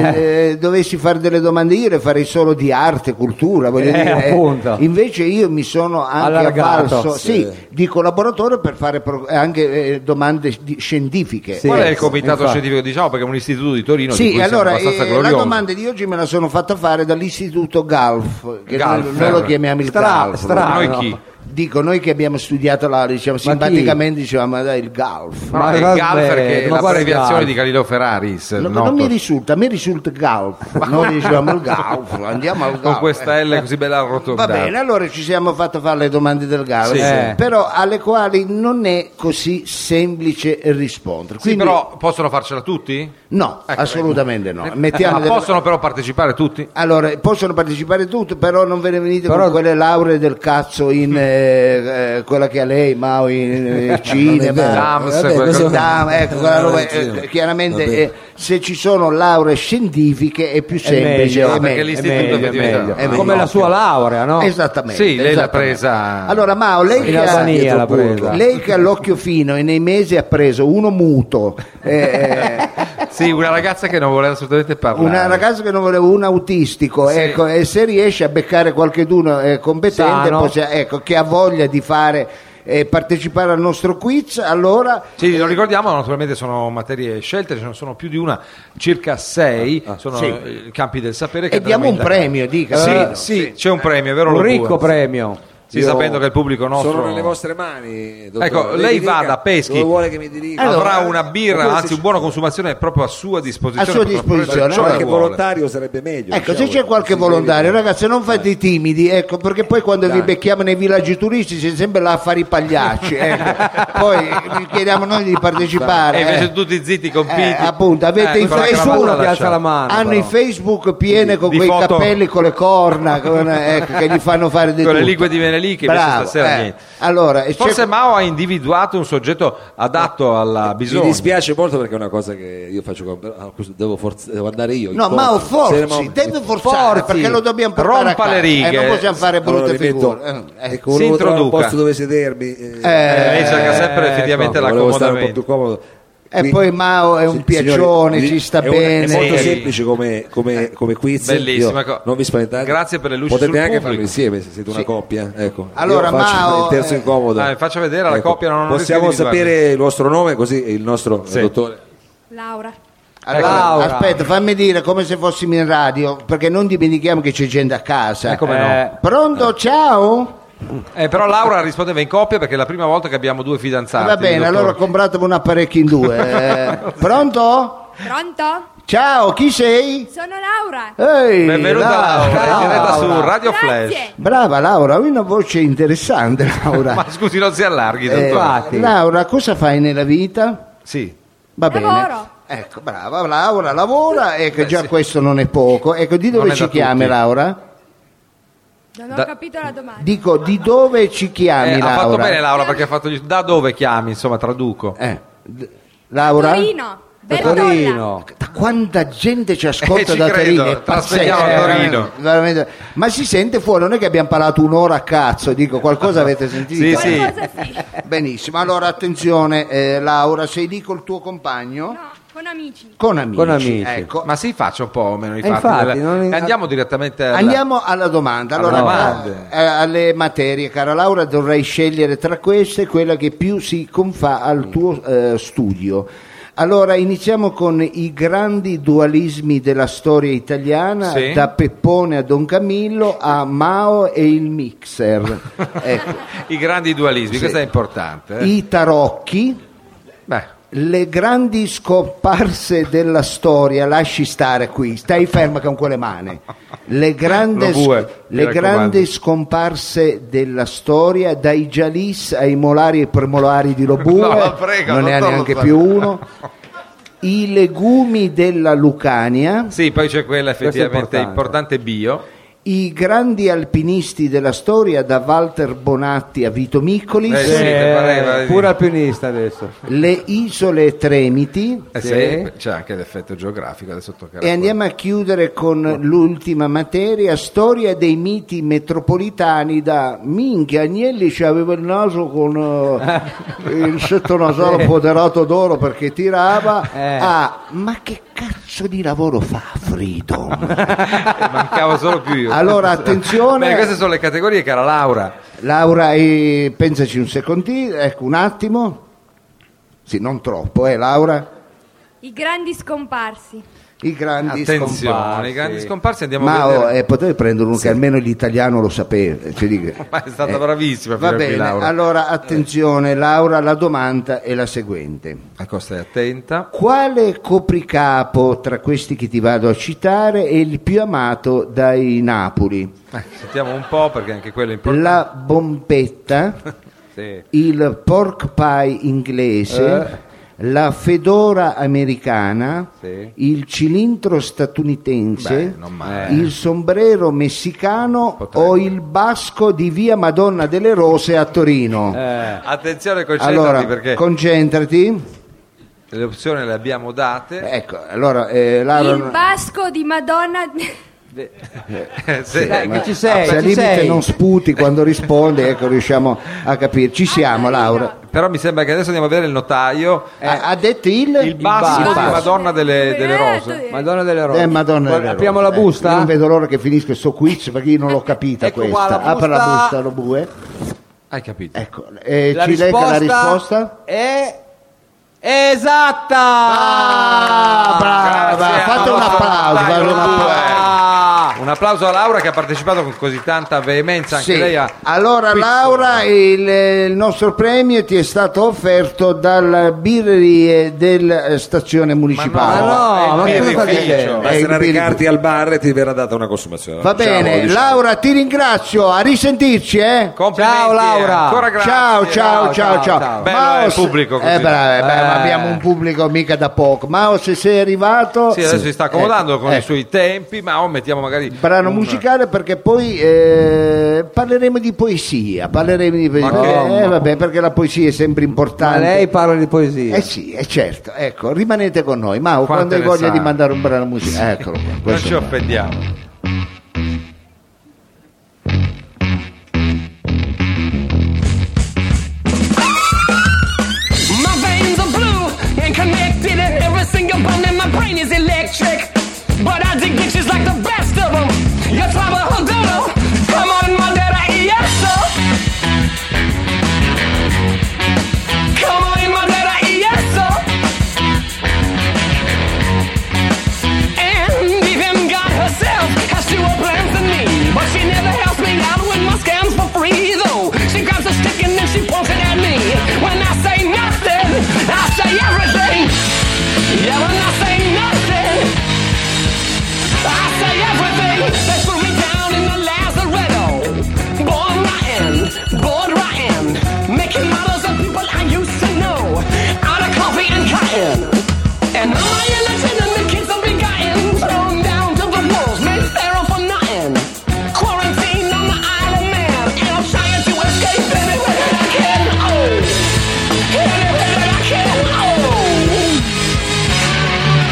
S1: eh, dovessi fare delle domande io le farei solo di arte, cultura, voglio
S4: Eh,
S1: dire. eh.
S4: appunto.
S1: Invece io mi sono anche
S4: Allargato.
S1: avvalso
S2: Sì.
S1: sì, di collaboratore per fare pro- anche eh, domande di- scientifiche.
S4: Sì.
S3: Qual è il
S4: Sì,
S3: comitato
S4: infatti.
S3: scientifico? Diciamo perché è un istituto di Torino di
S1: Sì,
S3: cui
S1: allora
S3: siamo abbastanza
S1: eh, la
S3: gloriosi.
S1: domanda di oggi me la sono fatta fare dall'istituto Galf, che
S3: Galf,
S1: noi, noi lo
S3: eh.
S1: chiamiamo il
S4: Stra-
S1: Galf.
S4: stra-
S3: Noi
S4: no.
S3: chi?
S1: Dico, noi che abbiamo studiato là, diciamo,
S4: Ma chi?
S1: simpaticamente diciamo, ma dai, il Galf.
S3: No,
S4: Ma
S3: è
S4: vabbè,
S3: Galfer che è
S4: ma quale
S3: l'abbreviazione
S4: Galf?
S3: di Galileo Ferraris.
S1: No,
S3: noto.
S1: non mi risulta, a me risulta Galf, noi diciamo il Galf, andiamo al Galf.
S3: Con questa L così bella
S1: Va
S3: arrotondata.
S1: bene, allora ci siamo fatte fare le domande del Galf,
S3: Sì.
S1: eh, però alle quali non è così semplice rispondere.
S3: Sì,
S1: Quindi,
S3: però possono farcela tutti?
S1: no,
S3: Ecco,
S1: assolutamente no. Mettiamo
S3: Ma
S1: le-
S3: possono però partecipare tutti?
S1: Allora, possono partecipare tutti, però non ve ne venite
S4: Però-
S1: con quelle lauree del cazzo in eh, eh, quella che ha lei, Mao, in eh, cinema.
S3: vero. Dams, quel-
S2: questo- Ah,
S1: Dam, ecco, quella roba, eh,
S2: Sì.
S1: eh, chiaramente
S2: Vabbè.
S1: eh, se ci sono lauree scientifiche è più semplice.
S4: meglio,
S1: è
S3: perché
S1: meglio.
S3: l'istituto
S4: è meglio, è
S3: effettivamente-
S4: meglio.
S1: è meglio. Esatto.
S4: Come la sua laurea, no?
S1: Esattamente.
S3: Sì, lei l'ha
S1: esattamente.
S3: presa-
S1: Allora, Mao, lei che
S4: In
S1: ha-
S4: Albania l'ha
S2: Pietroburgo.
S4: presa.
S1: lei che ha l'occhio fino e nei mesi ha preso uno muto, eh,
S3: Sì, una ragazza che non voleva assolutamente parlare.
S1: Una ragazza che non voleva un autistico,
S3: Sì.
S1: ecco, e se riesce a beccare qualcheduno eh, competente,
S4: Sano.
S1: possi- ecco, che ha voglia di fare eh, partecipare al nostro quiz, allora
S3: Sì, lo ricordiamo, naturalmente sono materie scelte, ce ne sono più di una, circa sei, sono eh, campi del sapere. Che
S1: Ah, e diamo un
S3: andremo a
S1: premio, dica. Eh, ecco,
S3: indagare.
S1: almeno.
S3: Sì, sì, c'è un premio, è vero?
S4: Un
S3: lo
S4: ricco
S3: bue?
S4: premio.
S3: Sì, sapendo che il pubblico nostro...
S2: Sono nelle vostre mani. dottore.
S3: Ecco, lei
S2: dica
S3: vada, peschi.
S2: Dove vuole che mi diriga?
S3: Avrà una birra, anzi un buono consumazione è proprio a sua disposizione.
S1: A sua
S3: potrà
S1: disposizione,
S3: prendere ciò
S1: allora.
S2: Qualche
S3: che vuole.
S2: volontario sarebbe meglio.
S1: Ecco, se
S2: diciamo,
S1: c'è qualche
S2: si
S1: volontario,
S2: vede.
S1: ragazzi, non fate i timidi, ecco, perché poi quando vi becchiamo nei villaggi turistici siete sempre là a fare i pagliacci, ecco. poi vi chiediamo noi di partecipare.
S3: E invece
S1: eh.
S3: tutti zitti compiti.
S1: Eh, appunto, avete in
S3: con la
S1: Facebook-
S3: cravatta
S1: Nessuno
S4: Nessuno che
S3: lasciata.
S4: alza la mano.
S1: Hanno
S4: però.
S1: i Facebook pieni con
S3: Di
S1: quei
S3: foto.
S1: capelli con le corna con- ecco, che gli fanno fare di
S3: Con le
S1: tutto.
S3: lingue di Menelik, invece
S1: Bravo,
S3: stasera
S1: eh.
S3: niente.
S1: Allora, e c'è-
S3: Forse Mao ha individuato un soggetto adatto alla
S2: Mi
S3: bisogno.
S2: dispiace molto perché è una cosa che io faccio con... ah, questo Devo, forz- devo andare io.
S1: No,
S2: forzo.
S1: Mao
S2: Se-
S1: forzi,
S2: ma-
S1: deve forzare
S4: Forzi.
S1: perché lo dobbiamo portare
S3: Rompa
S1: a casa.
S3: le righe.
S1: Eh, non possiamo fare brutte
S2: Allora, mi metto-
S1: figure. Eh,
S2: Ecco,
S3: Si
S2: volevo trovare un
S3: introduca.
S2: posto dove sedermi. eh,
S1: Eh,
S3: Eh, lei cerca sempre
S4: ecco,
S3: effettivamente
S2: volevo stare un po' più
S3: l'accomodamento.
S2: comodo.
S1: E
S2: Mi-
S1: poi Mao è un
S2: Sì,
S1: piaccione,
S2: signori,
S1: ci sta
S2: è un-
S1: bene.
S2: È molto
S3: Sì. Eh,
S2: semplice come, come, come quiz.
S3: Bellissima
S2: Io-
S3: cosa.
S2: Non vi spaventate.
S3: Grazie per le luci
S2: Potete
S3: sul
S2: anche
S3: pubblico.
S2: farlo insieme se siete una
S1: Sì.
S2: coppia. Ecco.
S1: Allora,
S2: Io faccio
S1: Mao,
S2: il terzo
S1: eh,
S2: incomodo. Ecco,
S3: Dai, faccia vedere la coppia, non- non
S2: Possiamo
S3: rischio di
S2: sapere il vostro nome così il nostro
S3: Sì.
S2: dottore.
S1: Eh,
S7: Laura.
S1: Allora,
S4: Laura.
S1: aspetta, fammi dire come se fossimo in radio, perché non dimentichiamo che c'è gente a casa.
S3: Eh, come
S4: Eh,
S1: Pronto, ciao?
S3: Eh, però Laura rispondeva in coppia perché è la prima volta che abbiamo due fidanzati.
S1: Eh, Va bene,
S3: dottor.
S1: allora compratemi un apparecchio in due. Eh, Pronto?
S7: Pronto?
S1: Ciao, chi sei?
S7: Sono Laura.
S1: Ehi,
S3: Benvenuta
S1: Laura.
S3: Laura, in diretta su Radio
S7: Grazie.
S3: Flash.
S1: Brava Laura, hai una voce interessante Laura.
S3: Ma scusi, non si allarghi,
S1: Eh,
S3: dottore.
S1: Laura, cosa fai nella vita?
S3: Sì.
S1: Va bene.
S7: Lavoro.
S1: Ecco, brava Laura, lavora, ecco già questo non è poco. Ecco, di dove
S3: Eh, è
S1: ci
S3: da
S1: chiami
S3: tutti.
S1: Laura?
S7: Non ho
S3: Da-
S7: capito la domanda.
S1: Dico, di dove ci chiami,
S3: Eh, ha
S1: Laura?
S3: fatto bene Laura perché ha fatto gli- da dove chiami, insomma, traduco.
S1: Eh, d- Laura?
S7: Torino,
S4: Da
S7: Bertolla.
S4: Torino.
S1: Da quanta gente ci ascolta
S3: Eh, ci
S1: da
S3: credo,
S1: Torino? È
S3: trasferiamo
S1: pazzesco, eh,
S3: a Torino.
S1: veramente, veramente. Ma si sente fuori, non è che abbiamo parlato un'ora a cazzo, dico, qualcosa avete sentito?
S3: Sì, sì.
S7: Qualcosa sì.
S1: Benissimo, allora attenzione, eh, Laura, sei lì col tuo compagno?
S7: No, con amici.
S1: Con amici.
S4: Con amici.
S1: Ecco.
S3: Ma si faccia un po' meno i
S4: Eh,
S3: fatti.
S4: infatti,
S3: della-
S4: non-
S3: e Andiamo direttamente alla-
S1: Andiamo alla domanda. Allora,
S3: domanda.
S1: eh, alle materie, cara Laura, dovrei scegliere tra queste quella che più si confà al tuo eh, studio. Allora, iniziamo con i grandi dualismi della storia italiana,
S3: Sì.
S1: da Peppone a Don Camillo a Mao e il mixer, Ecco.
S3: i grandi dualismi. Questo è importante. eh.
S1: i tarocchi,
S3: Beh,
S1: le grandi scomparse della storia, lasci stare qui, stai ferma con quelle mani. Le, grandi,
S3: Lo bue,
S1: sc-
S3: mi
S1: le
S3: raccomando.
S1: grandi scomparse della storia, dai Jalis ai molari e premolari di Lobue,
S3: No, la prego,
S1: non ne ha
S3: dottor,
S1: neanche
S3: lo
S1: più
S3: so.
S1: uno. I legumi della Lucania,
S3: sì, poi c'è quella
S4: Questo è
S3: effettivamente importante.
S4: importante.
S3: bio.
S1: i grandi alpinisti della storia, da Walter Bonatti a Vito Micolis,
S3: Eh, sì. che pareva di-
S4: pure alpinista adesso.
S1: le isole Tremiti.
S3: Eh
S4: Sì.
S3: sì, c'è anche l'effetto geografico. Adesso toccherà
S1: E andiamo a chiudere con l'ultima materia, storia dei miti metropolitani da minchia Agnelli ci aveva il naso con eh, il sottonasolo poderato d'oro perché tirava
S4: Eh.
S1: a ma che cazzo di lavoro fa Freedom?
S3: Eh, mancavo solo più io.
S1: Allora, attenzione.
S3: Bene, queste sono le categorie, cara Laura.
S1: Laura, eh, pensaci un secondino, ecco un attimo. Sì, non troppo, eh Laura?
S7: I grandi scomparsi.
S1: I grandi
S3: Attenzione,
S1: scomparsi.
S3: i grandi scomparsi andiamo
S1: Ma
S3: a
S1: oh,
S3: vedere.
S1: eh, potevi prendere uno che almeno l'italiano lo sapeva. cioè, dico-
S3: Ma è stata bravissima
S1: Va
S3: fino a qui,
S1: bene,
S3: Laura. Eh.
S1: allora attenzione Laura, la domanda è la seguente.
S3: Ecco, stai attenta.
S1: Quale copricapo tra questi che ti vado a citare è il più amato dai Napoli?
S3: Eh, sentiamo un po' perché anche quello è importante.
S1: La bombetta,
S3: Sì.
S1: il pork pie inglese, la fedora americana,
S3: Eh. Sì.
S1: il cilindro statunitense,
S3: Beh, non male.
S1: il sombrero messicano
S3: Potrebbe.
S1: o il basco di via Madonna delle Rose a Torino?
S4: Eh,
S3: Attenzione, concentrati
S1: Allora,
S3: perché
S1: concentrati.
S3: le opzioni le abbiamo date.
S1: Ecco, allora, eh, Laura,
S7: Il basco di Madonna.
S3: Eh, sì.
S4: Dai, che ci
S1: se
S4: sei,
S1: al
S4: ci
S1: limite
S4: sei.
S1: non sputi quando rispondi, ecco, riusciamo a capire. Ci siamo, Laura.
S3: Però mi sembra che adesso andiamo a vedere il notaio.
S1: Ha
S4: ah,
S1: ha detto Eh, il,
S3: Il basso
S1: il
S3: di
S1: basso.
S3: Madonna delle,
S7: Eh,
S3: delle Rose.
S7: tu-
S4: Madonna delle Rose.
S1: Eh, Madonna,
S4: Guarda,
S1: delle rose.
S4: Apriamo la
S1: Eh,
S4: busta?
S1: io non vedo l'ora che finisca sto quiz perché io non l'ho capita
S4: Ecco qua
S1: questa.
S4: la
S1: Apra la
S4: busta.
S1: busta, lo bue.
S3: Hai capito?
S1: Ecco, eh, ci lega la risposta.
S4: è esatta.
S1: Ah, brava,
S3: Grazie,
S1: fate un
S3: Laura.
S1: applauso,
S3: Dai,
S1: fate un
S3: Laura.
S1: applauso.
S4: Ah.
S3: Un applauso a Laura che ha partecipato con così tanta veemenza anche
S1: Sì.
S3: lei a
S1: Allora
S3: Quiz.
S1: Laura, il, il nostro premio ti è stato offerto dalla birrerie del eh, stazione municipale.
S4: Ma no, ma che cosa
S3: birrificio.
S4: dite?
S1: Eh, il
S2: Basterà
S1: Billy-
S2: recarti al bar e ti verrà data una consumazione.
S1: Va
S2: Diciamo,
S1: bene,
S2: diciamo.
S1: Laura, ti ringrazio, a risentirci, eh.
S3: Complimenti,
S4: Ciao, Laura.
S3: eh, Ancora grazie.
S1: Ciao, ciao, ciao,
S4: ciao,
S1: ciao.
S4: ciao.
S3: Bello,
S1: Mao,
S3: eh, il
S1: se-
S3: pubblico così.
S1: Eh, bravo, eh, beh, ma
S4: Eh.
S1: abbiamo un pubblico mica da poco. Mao, se sei arrivato...
S3: Sì, adesso si sta accomodando
S1: Ecco,
S3: con i
S1: ecco.
S3: suoi tempi, ma oh, mettiamo magari
S1: Brano
S3: un-
S1: musicale perché poi eh, parleremo di poesia, parleremo di poesia.
S3: Ma che-
S1: Eh, vabbè, perché la poesia è sempre
S4: Ma
S1: importante.
S4: lei parla di poesia.
S1: Eh sì, è certo, ecco, rimanete con noi. Mao,
S3: Quanto
S1: quando hai
S3: ne
S1: voglia
S3: sa.
S1: di mandare un brano musicale, eccolo qua.
S3: Non
S1: questo
S3: ci
S1: è.
S3: offendiamo.
S8: My veins are blue and connected, and every single bone in my brain is electric. But I dig ditches like the best of them. Your trabajadoras, come on, E madera y eso. Come on, E madera y eso. And even God herself has fewer plans than me. But she never helps me out with my scams for free, though. She grabs a stick and then she points it at me. When I say nothing, I say everything. Yeah, when I say nothing, I say everything. They put me down in the Oh, Oh.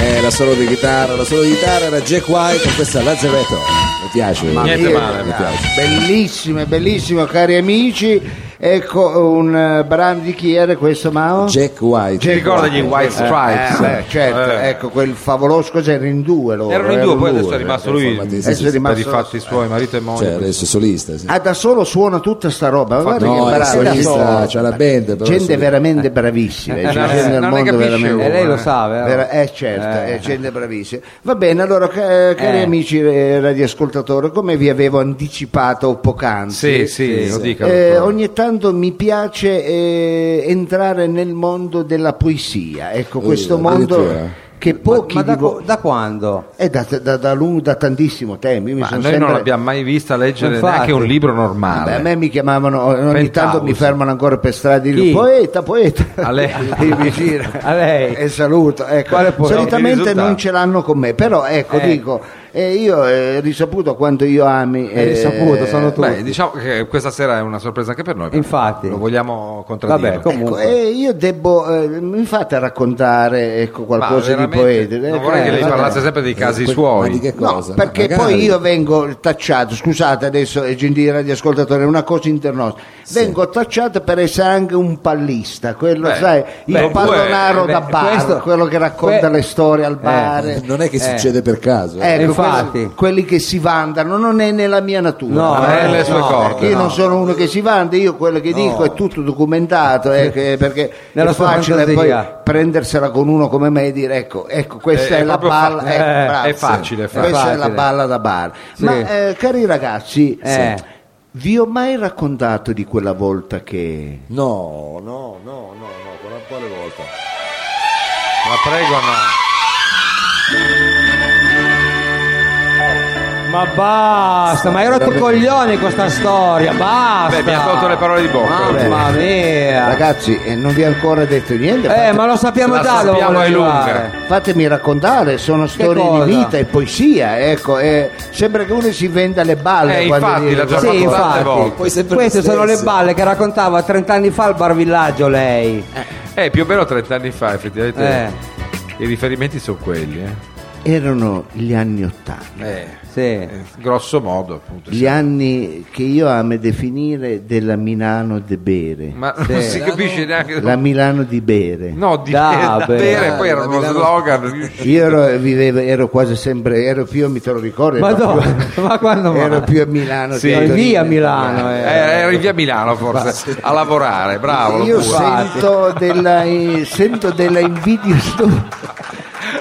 S2: Eh, solo di chitarra, la solo di chitarra era Jack White e questa è Lazzaretto. Mi piace,
S3: Niente
S2: mi piace,
S3: male,
S2: mi piace.
S1: Bellissimo, bellissimo, cari amici. Ecco un eh, brano di chi era questo, Mao?
S2: Jack White.
S3: Ti ricorda gli White Stripes?
S1: Eh, beh, certo,
S3: Eh.
S1: ecco quel favoloso cos'era in due loro.
S3: Erano in due, poi adesso
S1: due.
S3: è rimasto lui
S2: Informati, sì, sì,
S3: per
S1: eh, sì.
S3: i fatti suoi, marito e moglie.
S2: Cioè, adesso è solista. Sì.
S1: Ah, da solo suona tutta sta roba. ma Guarda
S2: no,
S1: che
S2: è
S1: bravo,
S2: solista,
S1: da solo.
S2: c'ha la band, però è
S1: gente
S2: solista.
S1: veramente bravissima.
S3: Eh,
S1: c'è
S3: no,
S1: gente
S3: eh,
S1: nel
S3: non ne
S1: mondo
S3: capisce
S1: veramente.
S3: uno,
S4: E lei lo
S3: eh.
S4: sa, vero?
S1: Vera- eh, certo,
S4: Eh.
S1: è gente bravissima. Va bene, allora ca- eh, cari
S4: Eh.
S1: amici eh, radioascoltatori, come vi avevo anticipato poc'anzi,
S3: Sì, sì, lo dica.
S1: eh,
S3: dottore.
S1: ogni tanto mi piace eh, entrare nel mondo della poesia, ecco questo mondo
S2: Eh, addirittura.
S1: che pochi
S4: Ma da,
S1: di voi-
S4: co- da quando?
S1: è da, da, da lungo- da tantissimo tempo. Io mi
S3: Ma
S1: sono
S3: noi
S1: sempre-
S3: non l'abbiamo mai vista leggere
S4: Infatti.
S3: neanche un libro normale.
S1: Beh, a me mi chiamavano, ogni tanto mi fermano ancora per strada e
S4: Chi?
S1: dicono poeta, poeta.
S3: A lei.
S1: Io mi giro
S4: A lei?
S1: e saluto. ecco.
S4: Quale poeta?
S3: Che
S1: Solitamente
S3: risultato?
S1: non ce l'hanno con me, però ecco,
S4: Eh.
S1: dico, eh, io eh, risaputo quanto io ami. eh,
S4: Hai risaputo, sono tu.
S3: Beh, diciamo che questa sera è una sorpresa anche per noi. perché
S4: Infatti.
S3: Lo vogliamo contraddire.
S4: Vabbè, com-
S1: Ecco,
S4: comunque.
S1: eh, io devo, eh, mi fate raccontare ecco, qualcosa di
S3: veramente,
S1: poetico.
S3: Non
S1: Ecco,
S3: vorrei che
S1: eh,
S3: lei
S1: vabbè.
S3: parlasse sempre dei casi
S2: Eh, Que-
S3: suoi.
S2: Ma di che
S1: No,
S2: cosa?
S1: perché
S2: Magari.
S1: poi io vengo tacciato, scusate adesso eh, gentili radioascoltatori, è una cosa internosta, vengo tacciato per essere anche un pallista, quello
S3: Beh,
S1: sai, il
S3: beh,
S1: pallonaro
S4: beh,
S1: da
S4: beh,
S1: bar,
S4: questo-
S1: quello che racconta
S4: que-
S1: le storie al bar.
S2: Non è che succede per caso. eh.
S1: Ecco,
S4: Infatti.
S1: quelli, quelli che si vantano non è nella mia natura. eh.
S4: No,
S3: Non è nelle sue corde,
S1: Io
S3: no.
S1: non sono uno che si vanta, io quello che dico è tutto documentato, eh, che- perché
S4: Nella
S1: è
S4: sua
S1: facile
S4: fantasia.
S1: poi prendersela con uno come me e dire ecco, ecco questa
S3: Eh,
S1: è,
S3: è
S1: la
S3: proprio
S1: balla.
S3: fa-
S1: ecco,
S4: eh,
S1: bravo,
S3: è facile,
S1: sì.
S3: è
S1: Questa è la
S4: facile.
S1: balla da bar.
S4: Sì.
S1: Ma eh, cari ragazzi,
S4: Eh.
S1: vi ho mai raccontato di quella volta che...
S2: No, no, no, no, no, quale, quale volta?
S3: Ma prego, no.
S4: Ma basta, ma hai rotto i coglioni con questa storia, basta.
S3: Beh,
S4: Ah.
S3: mi ha tolto le parole eh. di bocca.
S4: Mamma mia.
S1: Ragazzi, eh, non vi ho ancora detto niente.
S4: ah. eh,
S1: fate-
S4: ma lo sappiamo
S3: La
S4: già dove
S3: sappiamo
S4: vuole
S3: è lunga.
S4: arrivare.
S1: Fatemi raccontare, sono storie
S4: cosa?
S1: di vita e poesia, ecco, eh, sembra che uno si venda le balle.
S3: Eh,
S1: quando
S3: infatti,
S1: dice
S3: l'ha già
S1: queste
S4: Sì,
S3: tante
S1: cose.
S4: infatti.
S3: volte.
S2: Poi sempre le
S4: Queste sono le
S2: stesse.
S4: balle che raccontava 30 anni fa al bar villaggio lei.
S3: Eh, più o meno 30 anni fa, effettivamente.
S4: Eh.
S3: I riferimenti sono quelli, eh.
S1: Erano gli anni Ottanta,
S3: Eh,
S4: Sì.
S3: eh, grosso modo, appunto.
S1: gli anni che io amo definire della Milano de bere,
S3: Ma non si capisce neanche.
S1: la Milano di bere.
S3: No, di
S4: Da
S3: da
S4: bere.
S3: bere, poi era
S2: Da
S3: uno
S2: Milano-
S3: slogan. riuscito.
S1: Io ero, vivevo, ero quasi sempre, ero più, mi te lo ricordi?
S4: Ma
S1: ero
S4: dove?
S1: più-
S4: Ma quando mai?
S1: Ero più a Milano
S3: Sì.
S1: che a
S4: Vai
S1: Torino.
S4: via Milano.
S3: Eh,
S4: eh.
S3: era in via Milano forse a lavorare, bravo.
S1: Io
S3: lo pure.
S1: sento della, eh, sento della invidia stu-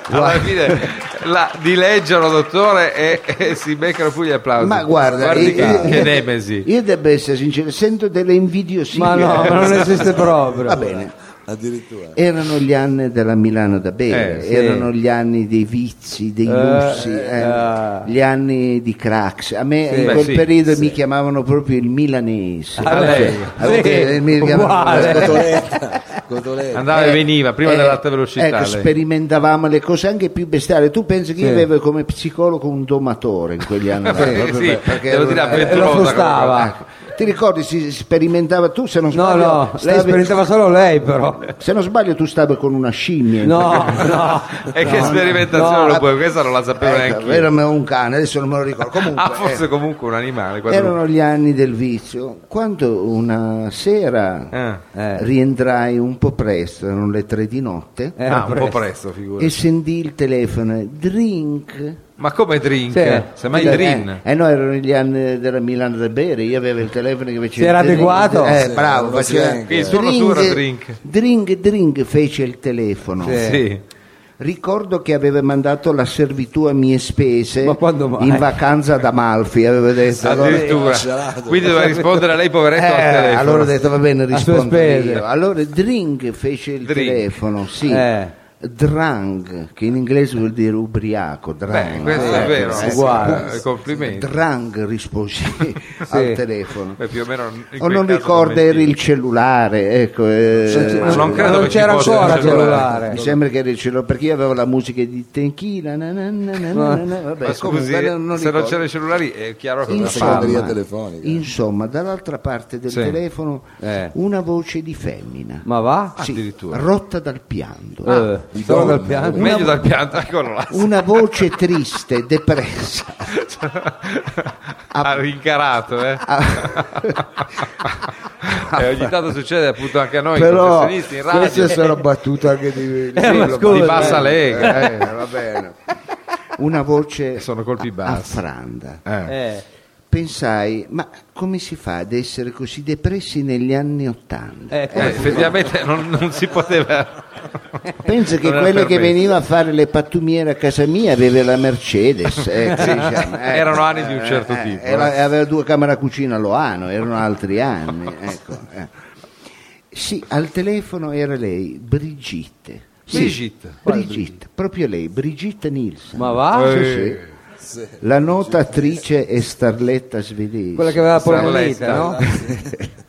S3: Alla fine la dileggiano, dottore, e, e si beccano pure gli applausi.
S1: Ma guarda,
S3: Guardi
S1: io-
S3: che,
S1: io-
S3: che nemesi.
S1: Io devo essere sincero, sento delle invidiosie.
S4: Ma no, ma non esiste proprio.
S1: Va bene.
S2: Addirittura.
S1: Erano gli anni della Milano da bere,
S3: Eh,
S4: sì.
S1: erano gli anni dei vizi, dei lussi, eh,
S4: eh.
S1: gli anni di cracks. A me
S4: Sì. Ah,
S1: in
S3: Beh,
S1: quel
S3: sì,
S1: periodo mi chiamavano proprio il milanese.
S3: A lei.
S1: A me-
S4: Sì,
S1: mi chiamavano-
S4: uguale.
S2: Cotoletta, Cotoletta.
S3: Andava e
S1: Eh,
S3: veniva prima
S1: eh,
S3: dell'alta velocità.
S1: ecco,
S3: lei.
S1: sperimentavamo le cose anche più bestiali. Tu pensi che io
S4: Sì.
S1: avevo come psicologo un domatore in quegli anni? là,
S3: Sì,
S1: proprio
S3: sì,
S1: per- eh, perché Eh,
S3: te lo
S1: ero
S3: dirà
S1: una-
S4: E
S3: Petrosa
S4: lo
S3: come
S4: frustava.
S1: Ecco. Ti ricordi, si sperimentava tu se non
S4: No,
S1: sbaglio?
S4: no, lei
S1: stavi-
S4: sperimentava solo lei però.
S1: Se non sbaglio tu stavi con una scimmia.
S4: No, no.
S3: E che sperimentazione
S4: no,
S3: lo puoi? Questa non la sapevo
S1: Ecco,
S3: neanche.
S1: era un cane, adesso non me lo ricordo. Comunque,
S3: ah, forse
S1: eh,
S3: comunque un animale. quadrupede.
S1: erano gli anni del vizio. Quando una sera
S3: Ah.
S4: Eh.
S1: rientrai un po' presto, erano le tre di notte,
S4: Eh,
S3: Ah, un po'
S4: presto.
S3: presto, figura.
S1: e sentii il telefono, drink.
S3: Ma come drink?
S4: Sì.
S3: Semmai
S1: Eh,
S3: Drin.
S1: Eh, no, erano gli anni della Milano da bere, io avevo il telefono che faceva...
S4: Si era adeguato?
S1: Eh,
S2: Sì,
S1: bravo,
S2: lo
S1: faceva...
S2: slang. Quindi
S3: solo tu era drink.
S1: Drink, drink, fece il telefono.
S4: Sì. Eh.
S3: Sì.
S1: Ricordo che aveva mandato la servitù a mie spese
S4: Ma quando mai?
S1: in vacanza ad Amalfi, aveva detto. Allora,
S3: Addirittura.
S2: gelato.
S3: Quindi doveva rispondere a lei, poveretto, Ah, Ecco, al
S1: Eh,
S3: telefono.
S1: allora ho detto va bene,
S4: A sue
S1: rispondo
S4: spese.
S1: io. Allora Drink fece il
S3: Drink.
S1: telefono, sì.
S4: Eh.
S1: Drang, che in inglese vuol dire ubriaco, drang.
S3: Beh, questo è
S1: Eh,
S3: vero.
S1: eh,
S4: uguale.
S3: Eh, Complimenti.
S1: Drang risposi al telefono.
S3: Beh, più o meno in
S1: O
S3: quel
S1: non
S3: caso
S1: ricordo, era
S3: mentì.
S1: il cellulare, ecco. eh,
S2: Senti,
S3: Ma non credo
S4: non
S3: che ci
S4: c'era
S3: fosse
S4: ancora
S3: il cellulare.
S4: cellulare.
S1: Mi sembra che era il cellulare, perché io avevo la musica di Tenchina. na na na na na na, vabbè,
S3: Ma scusi,
S1: comunque,
S3: se non
S1: ricordo.
S3: c'erano i cellulari è chiaro che
S2: Insomma. segreteria telefonica.
S1: insomma, dall'altra parte del
S3: Sì.
S1: telefono
S4: Eh.
S1: una voce di femmina
S4: Ma va?
S1: Sì,
S3: Addirittura.
S1: rotta dal pianto
S4: Eh.
S2: I
S4: Solo
S2: Gong.
S4: dal piano.
S3: Meglio dal ecco, pianta, eccolo là.
S1: Una voce triste, depressa.
S3: Ha rincarato, eh. Eh, ogni tanto succede appunto anche a noi,
S1: Però
S3: professionisti in radio.
S1: queste sono battute anche di,
S4: Eh, ma
S1: di-
S4: scusa.
S3: di bassa lega.
S1: Eh, va bene. Una voce
S3: Sono colpi
S1: a-
S3: bassi.
S1: affranda.
S3: Eh.
S4: Eh,
S1: Pensai, ma come si fa ad essere così depressi negli anni Ottanta?
S4: eh,
S3: Eh, effettivamente non, non si poteva.
S1: Pensa che
S3: Non era
S1: quello che
S3: permesso.
S1: veniva a fare le pattumiere a casa mia aveva la Mercedes. eh, diciamo, eh,
S3: Erano anni di un
S1: eh,
S3: certo
S1: eh,
S3: tipo,
S1: era-
S3: eh.
S1: aveva due camere a cucina a Loano, erano altri anni. ecco, eh. Sì, al telefono era lei, Brigitte. Sì,
S3: Brigitte.
S1: Brigitte, proprio lei, Brigitte Nielsen.
S4: Ma va? Eh.
S1: Sì, sì. La nota attrice e starletta svedese.
S4: Quella che aveva la
S3: Starletta.
S4: polmonite, no?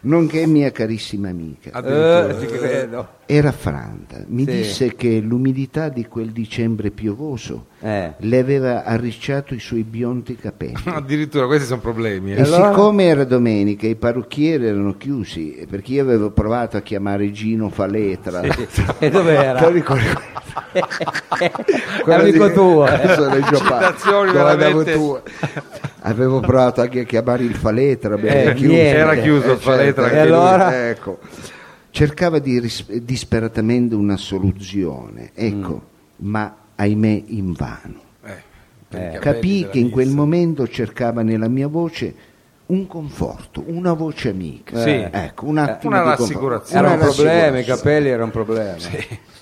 S1: Nonché mia carissima amica.
S4: Eh, ti credo.
S1: Era franta, mi
S4: Sì.
S1: disse che l'umidità di quel dicembre piovoso
S4: Eh.
S1: le aveva arricciato i suoi biondi capelli.
S3: Eh, Addirittura questi sono problemi.
S1: E
S3: eh.
S1: siccome era domenica i parrucchieri erano chiusi, perché io avevo provato a chiamare Gino Faletra,
S4: E dov'era?
S1: Te lo ricordi? Quello
S4: amico
S1: di-
S4: tuo, eh.
S1: Sono in Giappone,
S3: Citazioni
S1: dove andavo
S3: veramente-
S1: tu. Avevo provato anche a chiamare il Faletra, abbiamo
S4: Eh,
S1: chiuso.
S4: niente.
S3: Era chiuso il
S1: certo,
S3: Faletra
S1: eh,
S3: anche
S4: E
S3: lui.
S4: allora?
S1: ecco. Cercava di ris- disperatamente una soluzione, ecco,
S4: Mm.
S1: ma ahimè invano.
S3: Eh,
S1: Capii che in quel momento cercava nella mia voce un conforto, una voce amica.
S3: Sì.
S1: Ecco, un attimo
S3: Una
S1: di conforto.
S3: rassicurazione.
S4: Eh, Era
S1: Una
S4: un problema, i
S1: rassicurazione.
S4: capelli era un problema.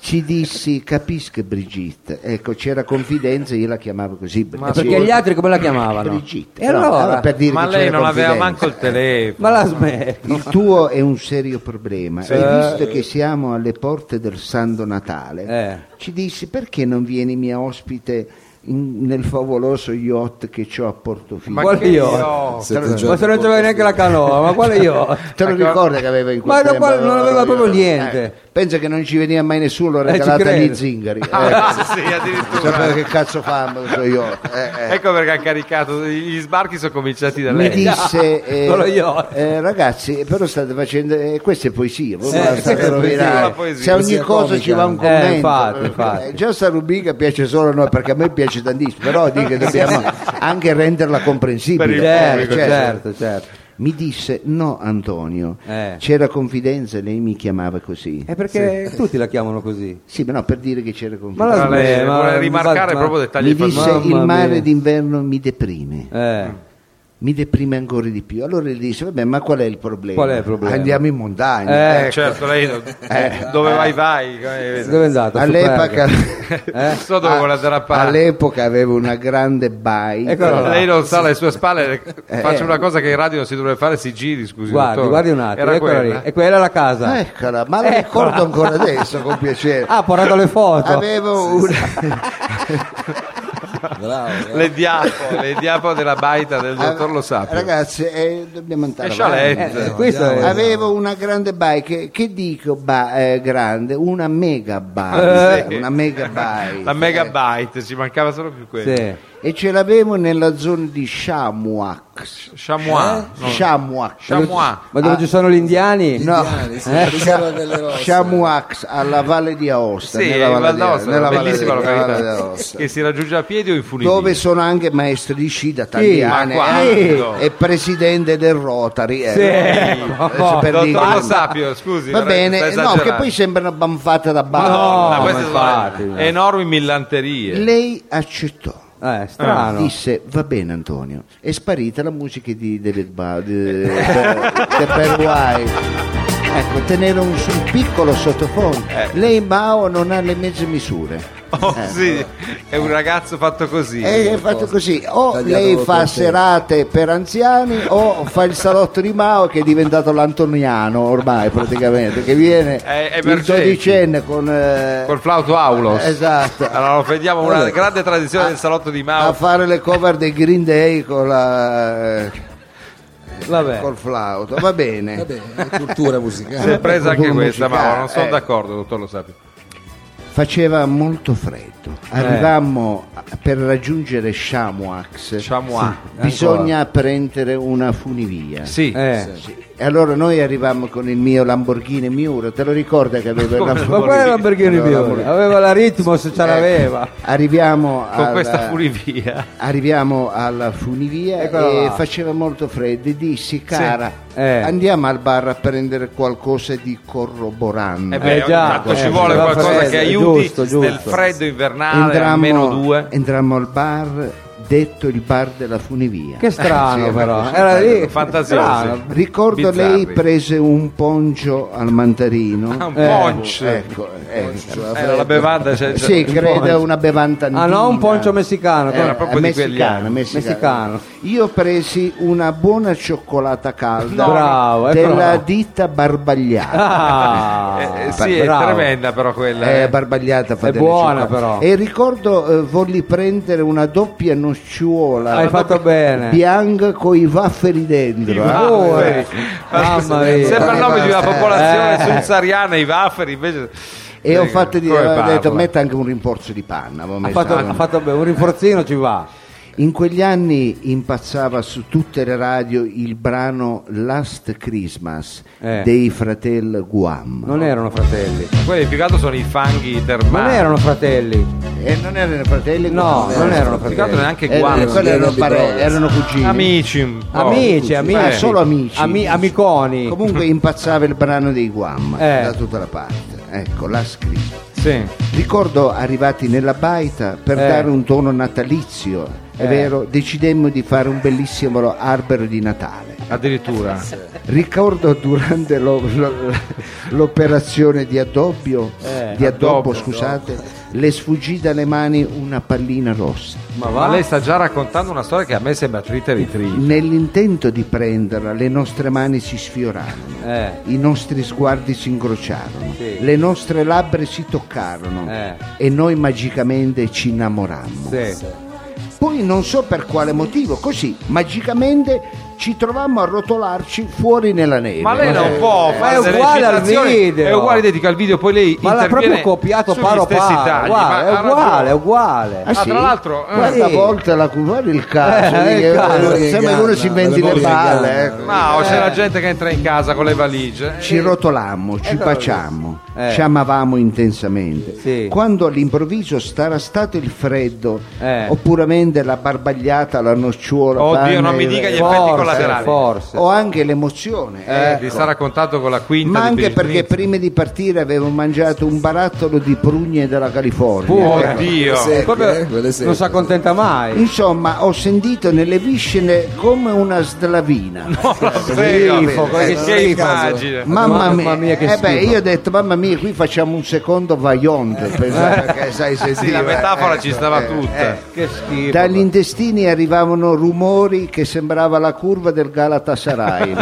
S1: Ci dissi, capisco Brigitte, ecco c'era confidenza, io la chiamavo così
S4: Ma
S1: Brigitte.
S4: perché gli altri come la chiamavano?
S1: Brigitte.
S4: E
S1: No,
S4: allora?
S1: era per dire
S3: Ma
S1: che
S3: lei
S1: c'era
S3: non aveva
S1: confidenza.
S3: manco il telefono.
S1: Eh.
S4: Ma la smetti.
S1: Il tuo è un serio problema e visto che siamo alle porte del Santo Natale,
S4: Eh.
S1: ci dissi perché non vieni mia ospite in- nel favoloso yacht che ho a Portofino?
S3: Ma
S4: Quale
S3: che
S4: io?
S3: io?
S2: Sette giorni
S4: Ma se non c'aveva neanche la canoa, ma quale io?
S1: Te lo ricordi che aveva in quel
S4: Ecco. Ma da
S1: tempo- eh,
S4: quale- non aveva proprio niente.
S1: pensa che non ci veniva mai nessuno, l'ho
S4: Eh, ci
S1: regalata
S4: credo.
S1: agli zingari.
S3: Ah,
S1: Eh,
S3: sì, addirittura.
S1: sapeva che cazzo fa questo yacht. eh, eh.
S3: Ecco perché ha caricato. Gli sbarchi sono cominciati da
S1: mi
S3: lei.
S1: disse eh,
S4: Solo io.
S1: eh, ragazzi però state facendo eh, questa è poesia voi
S4: Sì,
S1: me la state
S4: questa è poesia.
S1: rovinando.
S3: Una poesia.
S1: se a ogni
S2: Poesia
S1: cosa
S2: comica.
S1: ci va un
S2: Eh,
S1: commento
S4: infatti,
S1: eh,
S4: infatti.
S1: eh, già sta rubrica piace solo a noi perché a me piace tantissimo però dico che dobbiamo anche renderla comprensibile
S3: Per
S1: Eh,
S3: il
S4: Certo, certo, certo.
S1: mi disse no Antonio
S4: Eh.
S1: c'era confidenza lei mi chiamava così
S4: È perché tutti la chiamano così.
S1: sì ma no per dire che c'era
S4: Ma la
S1: confidenza
S3: Tra lei,
S4: smetti. ma-
S3: vuole rimarcare
S4: ma-
S3: proprio dettagli
S1: mi disse
S4: Mamma
S1: il mare
S4: mia.
S1: d'inverno mi deprime
S4: Eh.
S1: mi deprime ancora di più. Allora gli dice: Vabbè, ma qual è il problema?
S4: Qual è il problema?
S1: Andiamo in montagna.
S4: Eh,
S3: Eh, certo, lei dove vai vai?
S4: Dove è andata?
S1: All'epoca,
S4: eh?
S3: Non so dove vuole andare a parlare.
S1: all'epoca avevo una grande bike.
S4: Ecco, allora,
S3: Lei non sa le sue spalle,
S1: Eh.
S3: faccio una cosa che in radio non si dovrebbe fare, si giri, scusi.
S4: Guardi,
S3: dottore.
S4: guardi un attimo,
S3: Era
S4: eccola lì. ecco.
S3: quella. Eh.
S4: E quella è la casa.
S1: Eccola, ma la
S4: Eccola.
S1: ricordo ancora adesso con piacere.
S4: Ecco. Ah, ha portato le foto.
S1: Avevo una,
S2: Bravo, eh.
S3: Le diapo, le diapo della baita del dottor Lo Sapio.
S1: Ah, Ragazzi, eh, dobbiamo andare
S3: E
S1: avanti.
S3: Chalet.
S4: Eh, questo è...
S3: esatto.
S1: Avevo una grande bike, che dico ba- eh, grande? Una mega
S3: Eh,
S1: bike,
S3: sì.
S1: una mega bike.
S3: La megabyte, ci mancava solo più quello.
S4: Sì.
S1: E ce l'avevo nella zona di Shamuak.
S3: Chamois.
S1: Eh?
S3: Ah, no.
S1: Shamuak.
S3: Chamois.
S4: Ma dove ci sono gli indiani?
S1: No.
S2: Indiani, sì, l'isola delle rose.
S1: Shamuax alla Valle di Aosta,
S3: Sì,
S1: nella
S3: in
S1: Valle
S3: Val
S1: di
S3: d'Aosta,
S1: nella
S3: una
S1: Valle
S3: bellissima
S1: di- nella Valle
S3: località
S1: d'Aosta,
S3: che si raggiunge a piedi o in funivia.
S1: Dove sono anche maestri di sci da tanti
S4: Sì,
S1: anni
S3: ma
S1: eh,
S3: quando?
S1: e, presidente del Rotary. eh,
S4: Sì,
S1: no?
S4: ecco.
S1: per dire-
S3: Dottor Lo Sapio, scusi.
S1: Va
S3: la- sta
S1: bene, no,
S3: esagerando. Ah,
S1: che poi sembrano banfate da
S4: Ma
S1: bambino.
S4: no,
S3: Ma
S4: ma
S3: queste sono
S4: infatti, no.
S3: enormi millanterie.
S1: Lei accettò.
S4: Eh,
S3: Ah,
S4: strano.
S1: Disse va bene Antonio è sparita la musica di David Bowie di, di, di Per White. ecco tenere un, un piccolo sottofondo
S3: Eh.
S1: lei Mao non ha le mezze misure
S3: Oh, sì, è un ragazzo fatto così.
S1: E Eh, è fatto così, o
S2: Tagliato
S1: lei
S2: col
S1: fa
S2: tempo.
S1: serate per anziani o fa il salotto di Mao che è diventato l'antoniano ormai praticamente, che viene
S3: È- è
S1: il
S3: emergente.
S1: dodicenne con... eh,
S3: Col flauto aulos.
S1: Esatto.
S3: Allora offendiamo una grande tradizione del salotto di
S1: a
S3: Mao.
S1: fare le cover dei Green Day con la, eh,
S4: Vabbè.
S1: col flauto, va bene.
S2: Vabbè, è cultura
S3: Si è
S2: musicale.
S3: presa anche
S1: Qualcuno
S3: questa,
S1: musicale,
S3: Mao. Non sono
S1: eh.
S3: d'accordo, dottor Lo Sapio.
S1: Faceva molto freddo. Arrivammo per raggiungere Shamuax.
S3: Chamois.
S1: Bisogna prendere una funivia.
S3: Sì.
S4: Eh.
S1: E allora noi arrivammo con il mio Lamborghini Miura, te lo ricorda che aveva il
S4: Ma qual
S1: Lamborghini?
S4: è la Lamborghini
S1: Aveva
S4: Biore? Aveva la Ritmos,
S3: Eh.
S4: ce l'aveva.
S1: Arriviamo
S3: Con
S1: alla-
S3: questa funivia.
S1: Arriviamo alla funivia
S4: Eccola
S1: e
S4: là.
S1: faceva molto freddo. e Dissi, cara,
S4: Eh.
S1: andiamo al bar a prendere qualcosa di corroborante.
S3: Eh beh,
S4: Eh già,
S3: ogni tanto
S4: eh,
S3: ci vuole
S4: va
S3: qualcosa
S4: freddo,
S3: che aiuti
S4: giusto, giusto.
S3: nel freddo invernale a meno due.
S1: entrammo al bar, detto il bar della funivia.
S4: Che strano
S1: Sì,
S4: però.
S1: ma-
S4: Era lì.
S3: Fantasiosi.
S4: strano.
S1: Ah, Ricordo lei
S3: Bizzarri.
S1: prese un poncio al mandarino.
S3: Ah, un
S4: Eh,
S3: punch.
S1: Ecco, eh, aveva
S3: Era la
S1: freddo.
S3: bevanda, cioè, cioè,
S1: Sì, credo
S4: poncio.
S1: una bevanda
S4: Ah no, un poncio messicano.
S1: era
S3: Era
S4: come-
S1: proprio
S3: proprio di quelli,
S1: messicano,
S3: eh.
S1: messicano.
S4: Messicano.
S1: Io presi una buona cioccolata calda
S4: No. Bravo, ecco. è
S1: della
S4: bravo.
S1: ditta Barbagliata.
S4: Ah,
S3: Eh, eh, sì,
S4: bravo.
S3: è tremenda però quella.
S1: Eh,
S3: eh.
S1: Barbagliata fa
S4: È
S1: delle
S4: buona,
S1: cioccolate.
S4: però.
S1: E ricordo eh, volli prendere una doppia nocciola
S4: Hai fatto bene.
S1: bianca con i wafferi dentro. eh.
S3: wafferi.
S4: Oh, eh.
S3: Ma scusa,
S4: Mamma mia.
S3: Sembra il nome di una
S1: Eh.
S3: popolazione subsariana, i wafferi invece... Eh,
S1: E ho fatto
S3: di
S1: dire, ho detto, metta anche un rinforzo di panna. avevo
S4: Ha
S1: messo
S4: fatto,
S1: anche-
S4: ha fatto bene, un rinforzino ci va.
S1: In quegli anni impazzava su tutte le radio il brano Last Christmas
S4: Eh.
S1: dei fratelli Guam.
S4: Non erano fratelli.
S3: Quelli più che altro sono i fanghi
S4: Non
S3: termali.
S4: erano fratelli.
S1: Eh, non erano fratelli
S4: No,
S1: Guam,
S4: non erano
S3: Più che altro
S4: fratelli.
S3: neanche
S1: eh,
S3: guanti.
S1: quelli erano,
S2: Big
S1: pare-
S2: Brothers.
S1: erano cugini.
S3: Amici. un po'.
S4: Amici,
S3: Eh,
S4: amici.
S1: Ah, solo amici.
S4: Ami- amiconi.
S1: Comunque impazzava il brano dei Guam
S4: Eh.
S1: da tutta la parte. Ecco, Last Christmas.
S3: Sì.
S1: Ricordo arrivati nella baita per
S4: Eh.
S1: dare un tono natalizio, è
S4: Eh.
S1: vero, decidemmo di fare un bellissimo albero di Natale.
S3: Addirittura.
S1: Ricordo durante lo- lo- l'operazione di addobbio,
S4: Eh,
S1: di addobbo,
S3: addobbo,
S1: scusate, le sfuggì dalle mani una pallina rossa.
S4: Ma
S3: Ma
S4: va.
S3: lei sta già raccontando una storia che a me sembra trita e ritrita.
S1: Nell'intento di prenderla le nostre mani si sfiorarono,
S4: Eh.
S1: i nostri sguardi si incrociarono,
S4: Sì.
S1: le nostre labbra si toccarono
S4: Eh.
S1: e noi magicamente ci innamorammo.
S4: Sì.
S1: Poi non so per quale motivo, così magicamente ci trovammo a rotolarci fuori nella neve.
S3: Ma lei non
S1: Eh.
S3: può
S4: Ma
S3: fare
S4: è
S3: delle
S4: uguale al
S3: citazioni,
S4: video.
S3: È uguale identico al video, poi lei
S4: Ma l'ha
S3: interviene
S4: proprio copiato
S3: sugli
S4: paro
S3: stessi
S4: paro.
S3: tagli,
S4: Guarda,
S3: ma
S4: è
S3: ha
S4: uguale, è
S3: ragione.
S4: uguale.
S3: Ah, tra l'altro, eh.
S1: guarda a
S4: Sì.
S1: volte la guarda il caso,
S4: Eh,
S1: vedi
S4: il
S1: che,
S4: caso.
S1: eh, sembra che uno si inventi
S2: La
S1: le
S2: memoria inganna.
S1: palle. ecco.
S3: Ma o c'è la gente che entra in casa con le valigie.
S1: Ci rotolammo, ci
S4: Eccolo
S1: baciammo,
S4: lì. Eh.
S1: ci amavamo intensamente.
S4: Sì.
S1: Quando all'improvviso sarà stato il freddo,
S4: Eh.
S1: oppuramente la barbagliata, la nocciola,
S3: Oddio,
S1: pane,
S3: non mi dica gli effetti
S4: Forse,
S3: collaterali.
S4: forse.
S1: o anche l'emozione.
S3: Eh,
S1: ecco.
S3: Ti sta raccontato con la quinta
S1: Ma
S3: di
S1: anche
S3: Bill
S1: perché
S3: Clinton.
S1: prima di partire avevo mangiato un barattolo di prugne della California.
S3: Oh, Dio.
S2: Sì.
S4: Proprio
S2: Eh, quelle sì.
S4: non si accontenta
S1: Mm.
S4: mai.
S1: Insomma, ho sentito nelle viscere come una slavina.
S3: Prego.
S4: Schifo,
S3: Eh,
S4: quello che
S3: che
S4: schifo.
S3: immagine.
S1: Mamma,
S4: Mamma
S1: mia,
S4: mia, che
S1: eh beh,
S4: schifo.
S1: io ho detto, mamma mia, qui facciamo un secondo vaillant. pensavo, perché, sai,
S3: Sì,
S1: sentiva,
S3: la metafora
S1: eh,
S3: ci stava
S1: eh,
S3: tutta.
S1: eh.
S4: Che schifo.
S1: Dagli intestini arrivavano rumori che sembrava la curva del Galatasaray.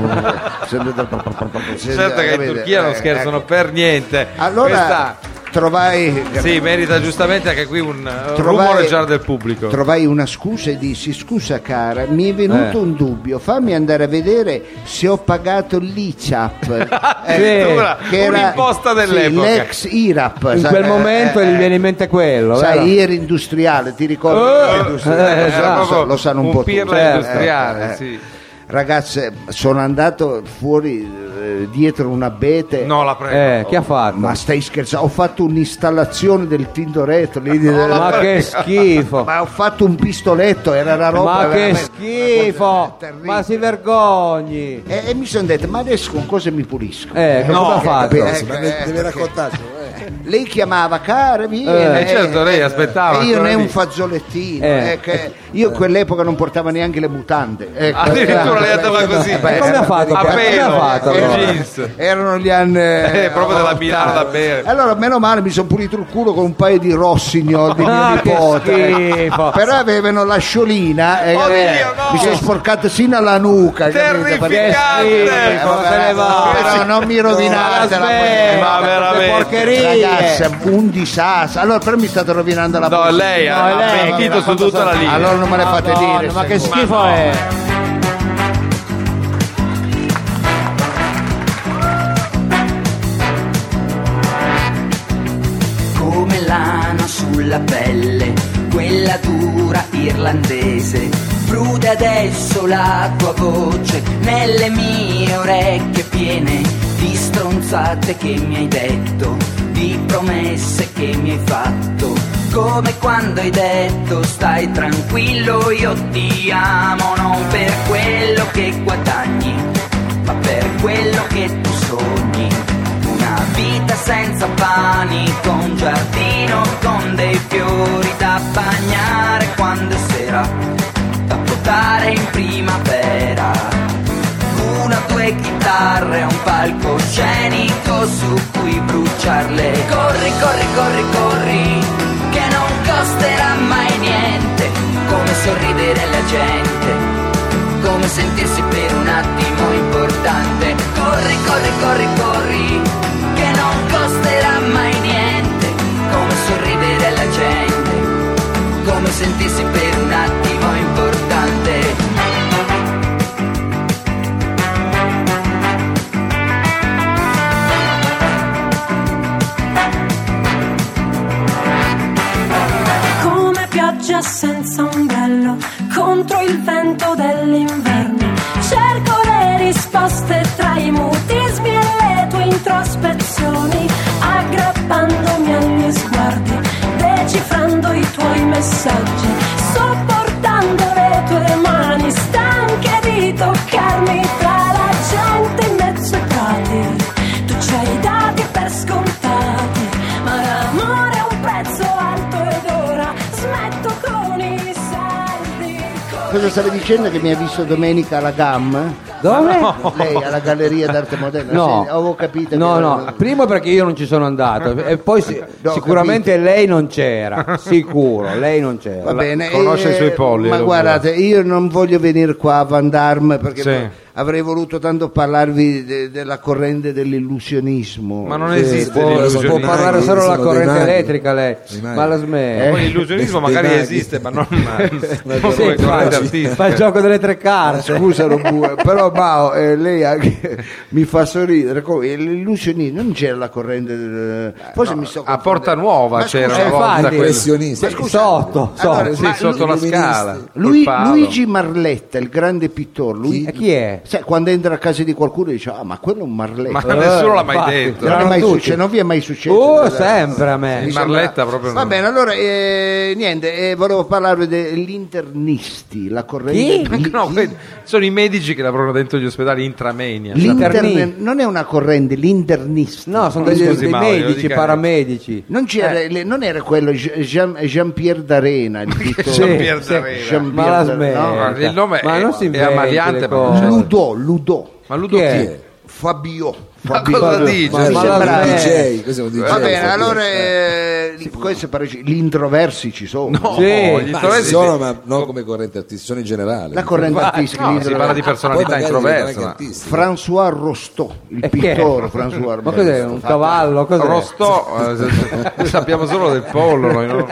S3: certo che in Turchia non scherzano per niente.
S1: Allora
S3: Questa-
S1: trovai,
S3: sì, merita giustamente anche qui un eh,
S1: Trovai-
S3: rumoreggiare del pubblico.
S1: trovai una scusa e dissi scusa cara, mi è venuto
S4: Eh.
S1: un dubbio, fammi andare a vedere se ho pagato l'ICAP.
S3: Addirittura
S1: che era
S3: un'imposta
S1: sì,
S3: dell'epoca.
S1: l'ex IRAP.
S4: In
S1: sai,
S4: quel
S1: eh,
S4: momento
S1: eh,
S4: gli viene in mente quello. vero?
S1: Sai, era industriale, ti ricordi?
S3: Eh,
S1: Era industriale,
S4: eh,
S1: lo sa-
S4: era
S1: lo, sa-
S3: proprio
S1: lo sanno un,
S3: un
S1: po'
S3: pirla
S1: tutti.
S3: industriale, sì.
S1: Ragazze, sono andato fuori eh, dietro un abete.
S3: No, la prego.
S4: Eh, chi ha fatto?
S1: Ma stai scherzando? Ho fatto un'installazione del Tintoretto lì di-
S4: Ma che schifo.
S1: ma ho fatto un pistoletto, era la roba.
S4: Ma che
S1: veramente- una
S4: schifo.
S1: cosa terribile.
S4: Ma si vergogni.
S1: E, e mi sono detto, ma adesso con cosa mi pulisco?
S4: Eh, che
S1: No,
S4: cosa ha fatto?
S1: capito?
S2: Adesso, ma
S1: Ecco,
S2: deve-
S1: ecco.
S2: deve raccontarcelo, eh.
S1: Lei chiamava, cara, vieni.
S3: Eh, certo, lei aspettava
S1: E io
S3: ancora
S1: ne
S3: lì.
S1: un fazzolettino.
S4: Eh.
S1: eh, che io in quell'epoca non portavo neanche le mutande. ecco.
S3: Ah, Addirittura lei andava così.
S1: Eh, beh,
S4: E come ha fatto?
S3: A
S4: Come
S3: pelo,
S4: ha fatto?
S3: con
S4: allora?
S3: jeans.
S1: Erano gli anni.
S3: Eh, proprio della Milano da bere.
S1: Allora, meno male, mi sono pulito il culo con un paio di rossignol di mio
S4: Ah, che
S1: nipote.
S4: schifo.
S1: Però avevano la sciolina e
S3: Oddio,
S1: eh,
S3: Oh, no.
S1: mi sono sporcato sino alla nuca. capito? Perché-
S3: Terrificante!
S1: Eh,
S4: Cosa
S1: vabbè,
S4: se ne va?
S1: però non mi rovinate la
S4: Aspetta,
S3: Ma
S4: queste
S3: veramente.
S4: Porcherie.
S1: Ragazzi, un disastro. Allora, però mi state rovinando la
S3: No,
S1: puntata.
S3: lei ha
S4: No,
S3: ha
S4: lei-
S3: mentito su tutta la linea.
S1: Allora non me le fate
S4: Madonna,
S1: dire.
S4: ma
S1: ste
S4: che
S1: cose.
S4: schifo è?
S5: come l'ano
S6: sulla pelle, quella dura irlandese. Fruda adesso la tua voce nelle mie orecchie piene di stronzate che mi hai detto, di promesse che mi hai fatto. Come quando hai detto stai tranquillo, io ti amo non per quello che guadagni, ma per quello che tu sogni. Una vita senza panico, un giardino con dei fiori da bagnare quando è sera, da portare in primavera. Una, due chitarre, un palcoscenico su cui bruciarle. Corri, corri, corri, corri, che non costerà mai niente. Come sorridere alla gente, come sentirsi per un attimo importante. Corri, corri, corri, corri, che non costerà mai niente. Come sorridere alla gente, come sentirsi per un attimo importante.
S9: come pioggia senza ombrello contro il vento dell'inverno. Cerco le risposte tra i mutismi e le tue introspezioni, aggrappandomi agli sguardi, decifrando i tuoi messaggi, sopportando le tue mani stanche di toccarmi tra la gente in mezzo ai prati. Tu ci hai dati per scontati, ma l'amore è un prezzo alto ed ora smetto con i saldi.
S1: Cosa stavi dicendo che mi ha visto domenica alla GAM?
S4: Dove?
S1: Lei alla Galleria d'Arte Moderna?
S4: No.
S1: Sì, avevo capito.
S4: No,
S1: che-
S4: no, prima perché io non ci sono andato e poi si-
S1: No,
S4: sicuramente lei non c'era, sicuro, lei non c'era.
S1: Va bene,
S3: conosce
S1: eh,
S3: i suoi polli,
S1: Ma
S3: allora.
S1: guardate, io non voglio venire qua a vandarmi perché
S3: Sì.
S1: poi avrei voluto tanto parlarvi de- della corrente dell'illusionismo.
S3: Ma non
S1: Sì.
S3: esiste
S2: può-
S3: l'illusionismo.
S4: Può parlare
S2: maghi,
S4: solo la
S2: sono dei
S4: corrente
S2: maghi.
S4: elettrica lei,
S2: Dei maghi.
S4: ma la smetta.
S1: Eh,
S3: Poi l'illusionismo
S2: Dei
S3: magari
S2: maghi.
S3: esiste, ma non, non
S2: Sì,
S3: come corrente
S4: Sì,
S3: artistica.
S4: Fa il gioco delle tre carte.
S1: Scusa Robu, però Mao, eh, lei anche mi fa sorridere. Come, eh, l'illusionismo non c'era la corrente. del- Forse mi sto
S3: A
S1: confondendo.
S3: Porta Nuova
S1: Ma
S3: c'era
S1: scusa,
S3: una volta
S4: infatti,
S3: quello.
S2: Impressionista.
S4: Sotto, sotto.
S1: Allora,
S3: Sì,
S1: ma
S3: sotto la
S2: lui-
S3: scala.
S1: Lui-
S3: col palo.
S1: Luigi Marletta, il grande pittore, lui,
S4: E chi è?
S1: sai, quando entra a casa di qualcuno dice: Ah, ma quello è un
S3: Ma
S1: Marletta.
S3: nessuno l'ha mai
S4: infatti.
S3: detto.
S1: Non, è
S4: erano
S1: mai
S4: tutti.
S1: successo, non vi è mai successo.
S4: Oh,
S1: Guarda.
S4: sempre a me.
S3: Il Marletta proprio
S1: Va
S3: no.
S1: bene, allora eh, niente, eh, volevo parlarvi dell'internisti, la corrente.
S3: Ma
S1: li-
S3: no, quelli- sono i medici che lavorano dentro gli ospedali intramenia. cioè,
S1: l'interne-
S4: Interni.
S1: non è una corrente, l'internisti. Eh,
S4: No, sono degli, Eh.
S3: Scusi,
S4: dei
S3: Mauro,
S4: medici,
S3: dica-
S4: paramedici.
S1: Non, c'era- le- non era quello Jean, Pierre D'Arena, il pittore.
S4: Sì,
S3: Pierre
S4: sì.
S3: D'Arena.
S4: Ma la smetta.
S3: No, il nome
S4: ma
S3: è-
S4: non si
S3: è
S4: inventi le
S3: ammaliante, ma non
S4: cose.
S3: c'è-
S1: Ludò, Ludò,
S3: Ma Ludo
S4: Chi
S3: chi
S4: è?
S2: cioè,
S3: è?
S1: Fabio.
S3: Eh, Ma
S1: Fabio.
S3: cosa dici?
S2: Ma
S4: Ma
S2: sembra
S4: la-
S2: un DJ, questo è un DJ.
S1: Va bene,
S2: Fabio.
S1: allora eh, questo pare- gli introversi ci sono.
S3: No,
S4: Sì.
S3: gli
S2: Ma
S3: introversi-
S2: ci sono, ma non come corrente artistica, sono in generale.
S1: La corrente artistica.
S3: No,
S1: gli
S3: si parla di
S1: introversi.
S4: Ah,
S2: Poi
S3: personalità
S2: magari
S3: introversa.
S2: diventano
S3: ma-
S2: anche artisti.
S1: François Rostò, il
S2: Eh,
S4: E chi è?
S1: pittore François
S4: Ma
S1: Rostò.
S4: cos'è? Un cavallo? Cos'è?
S3: Rostò, eh, s- s- sappiamo solo del pollo, noi no?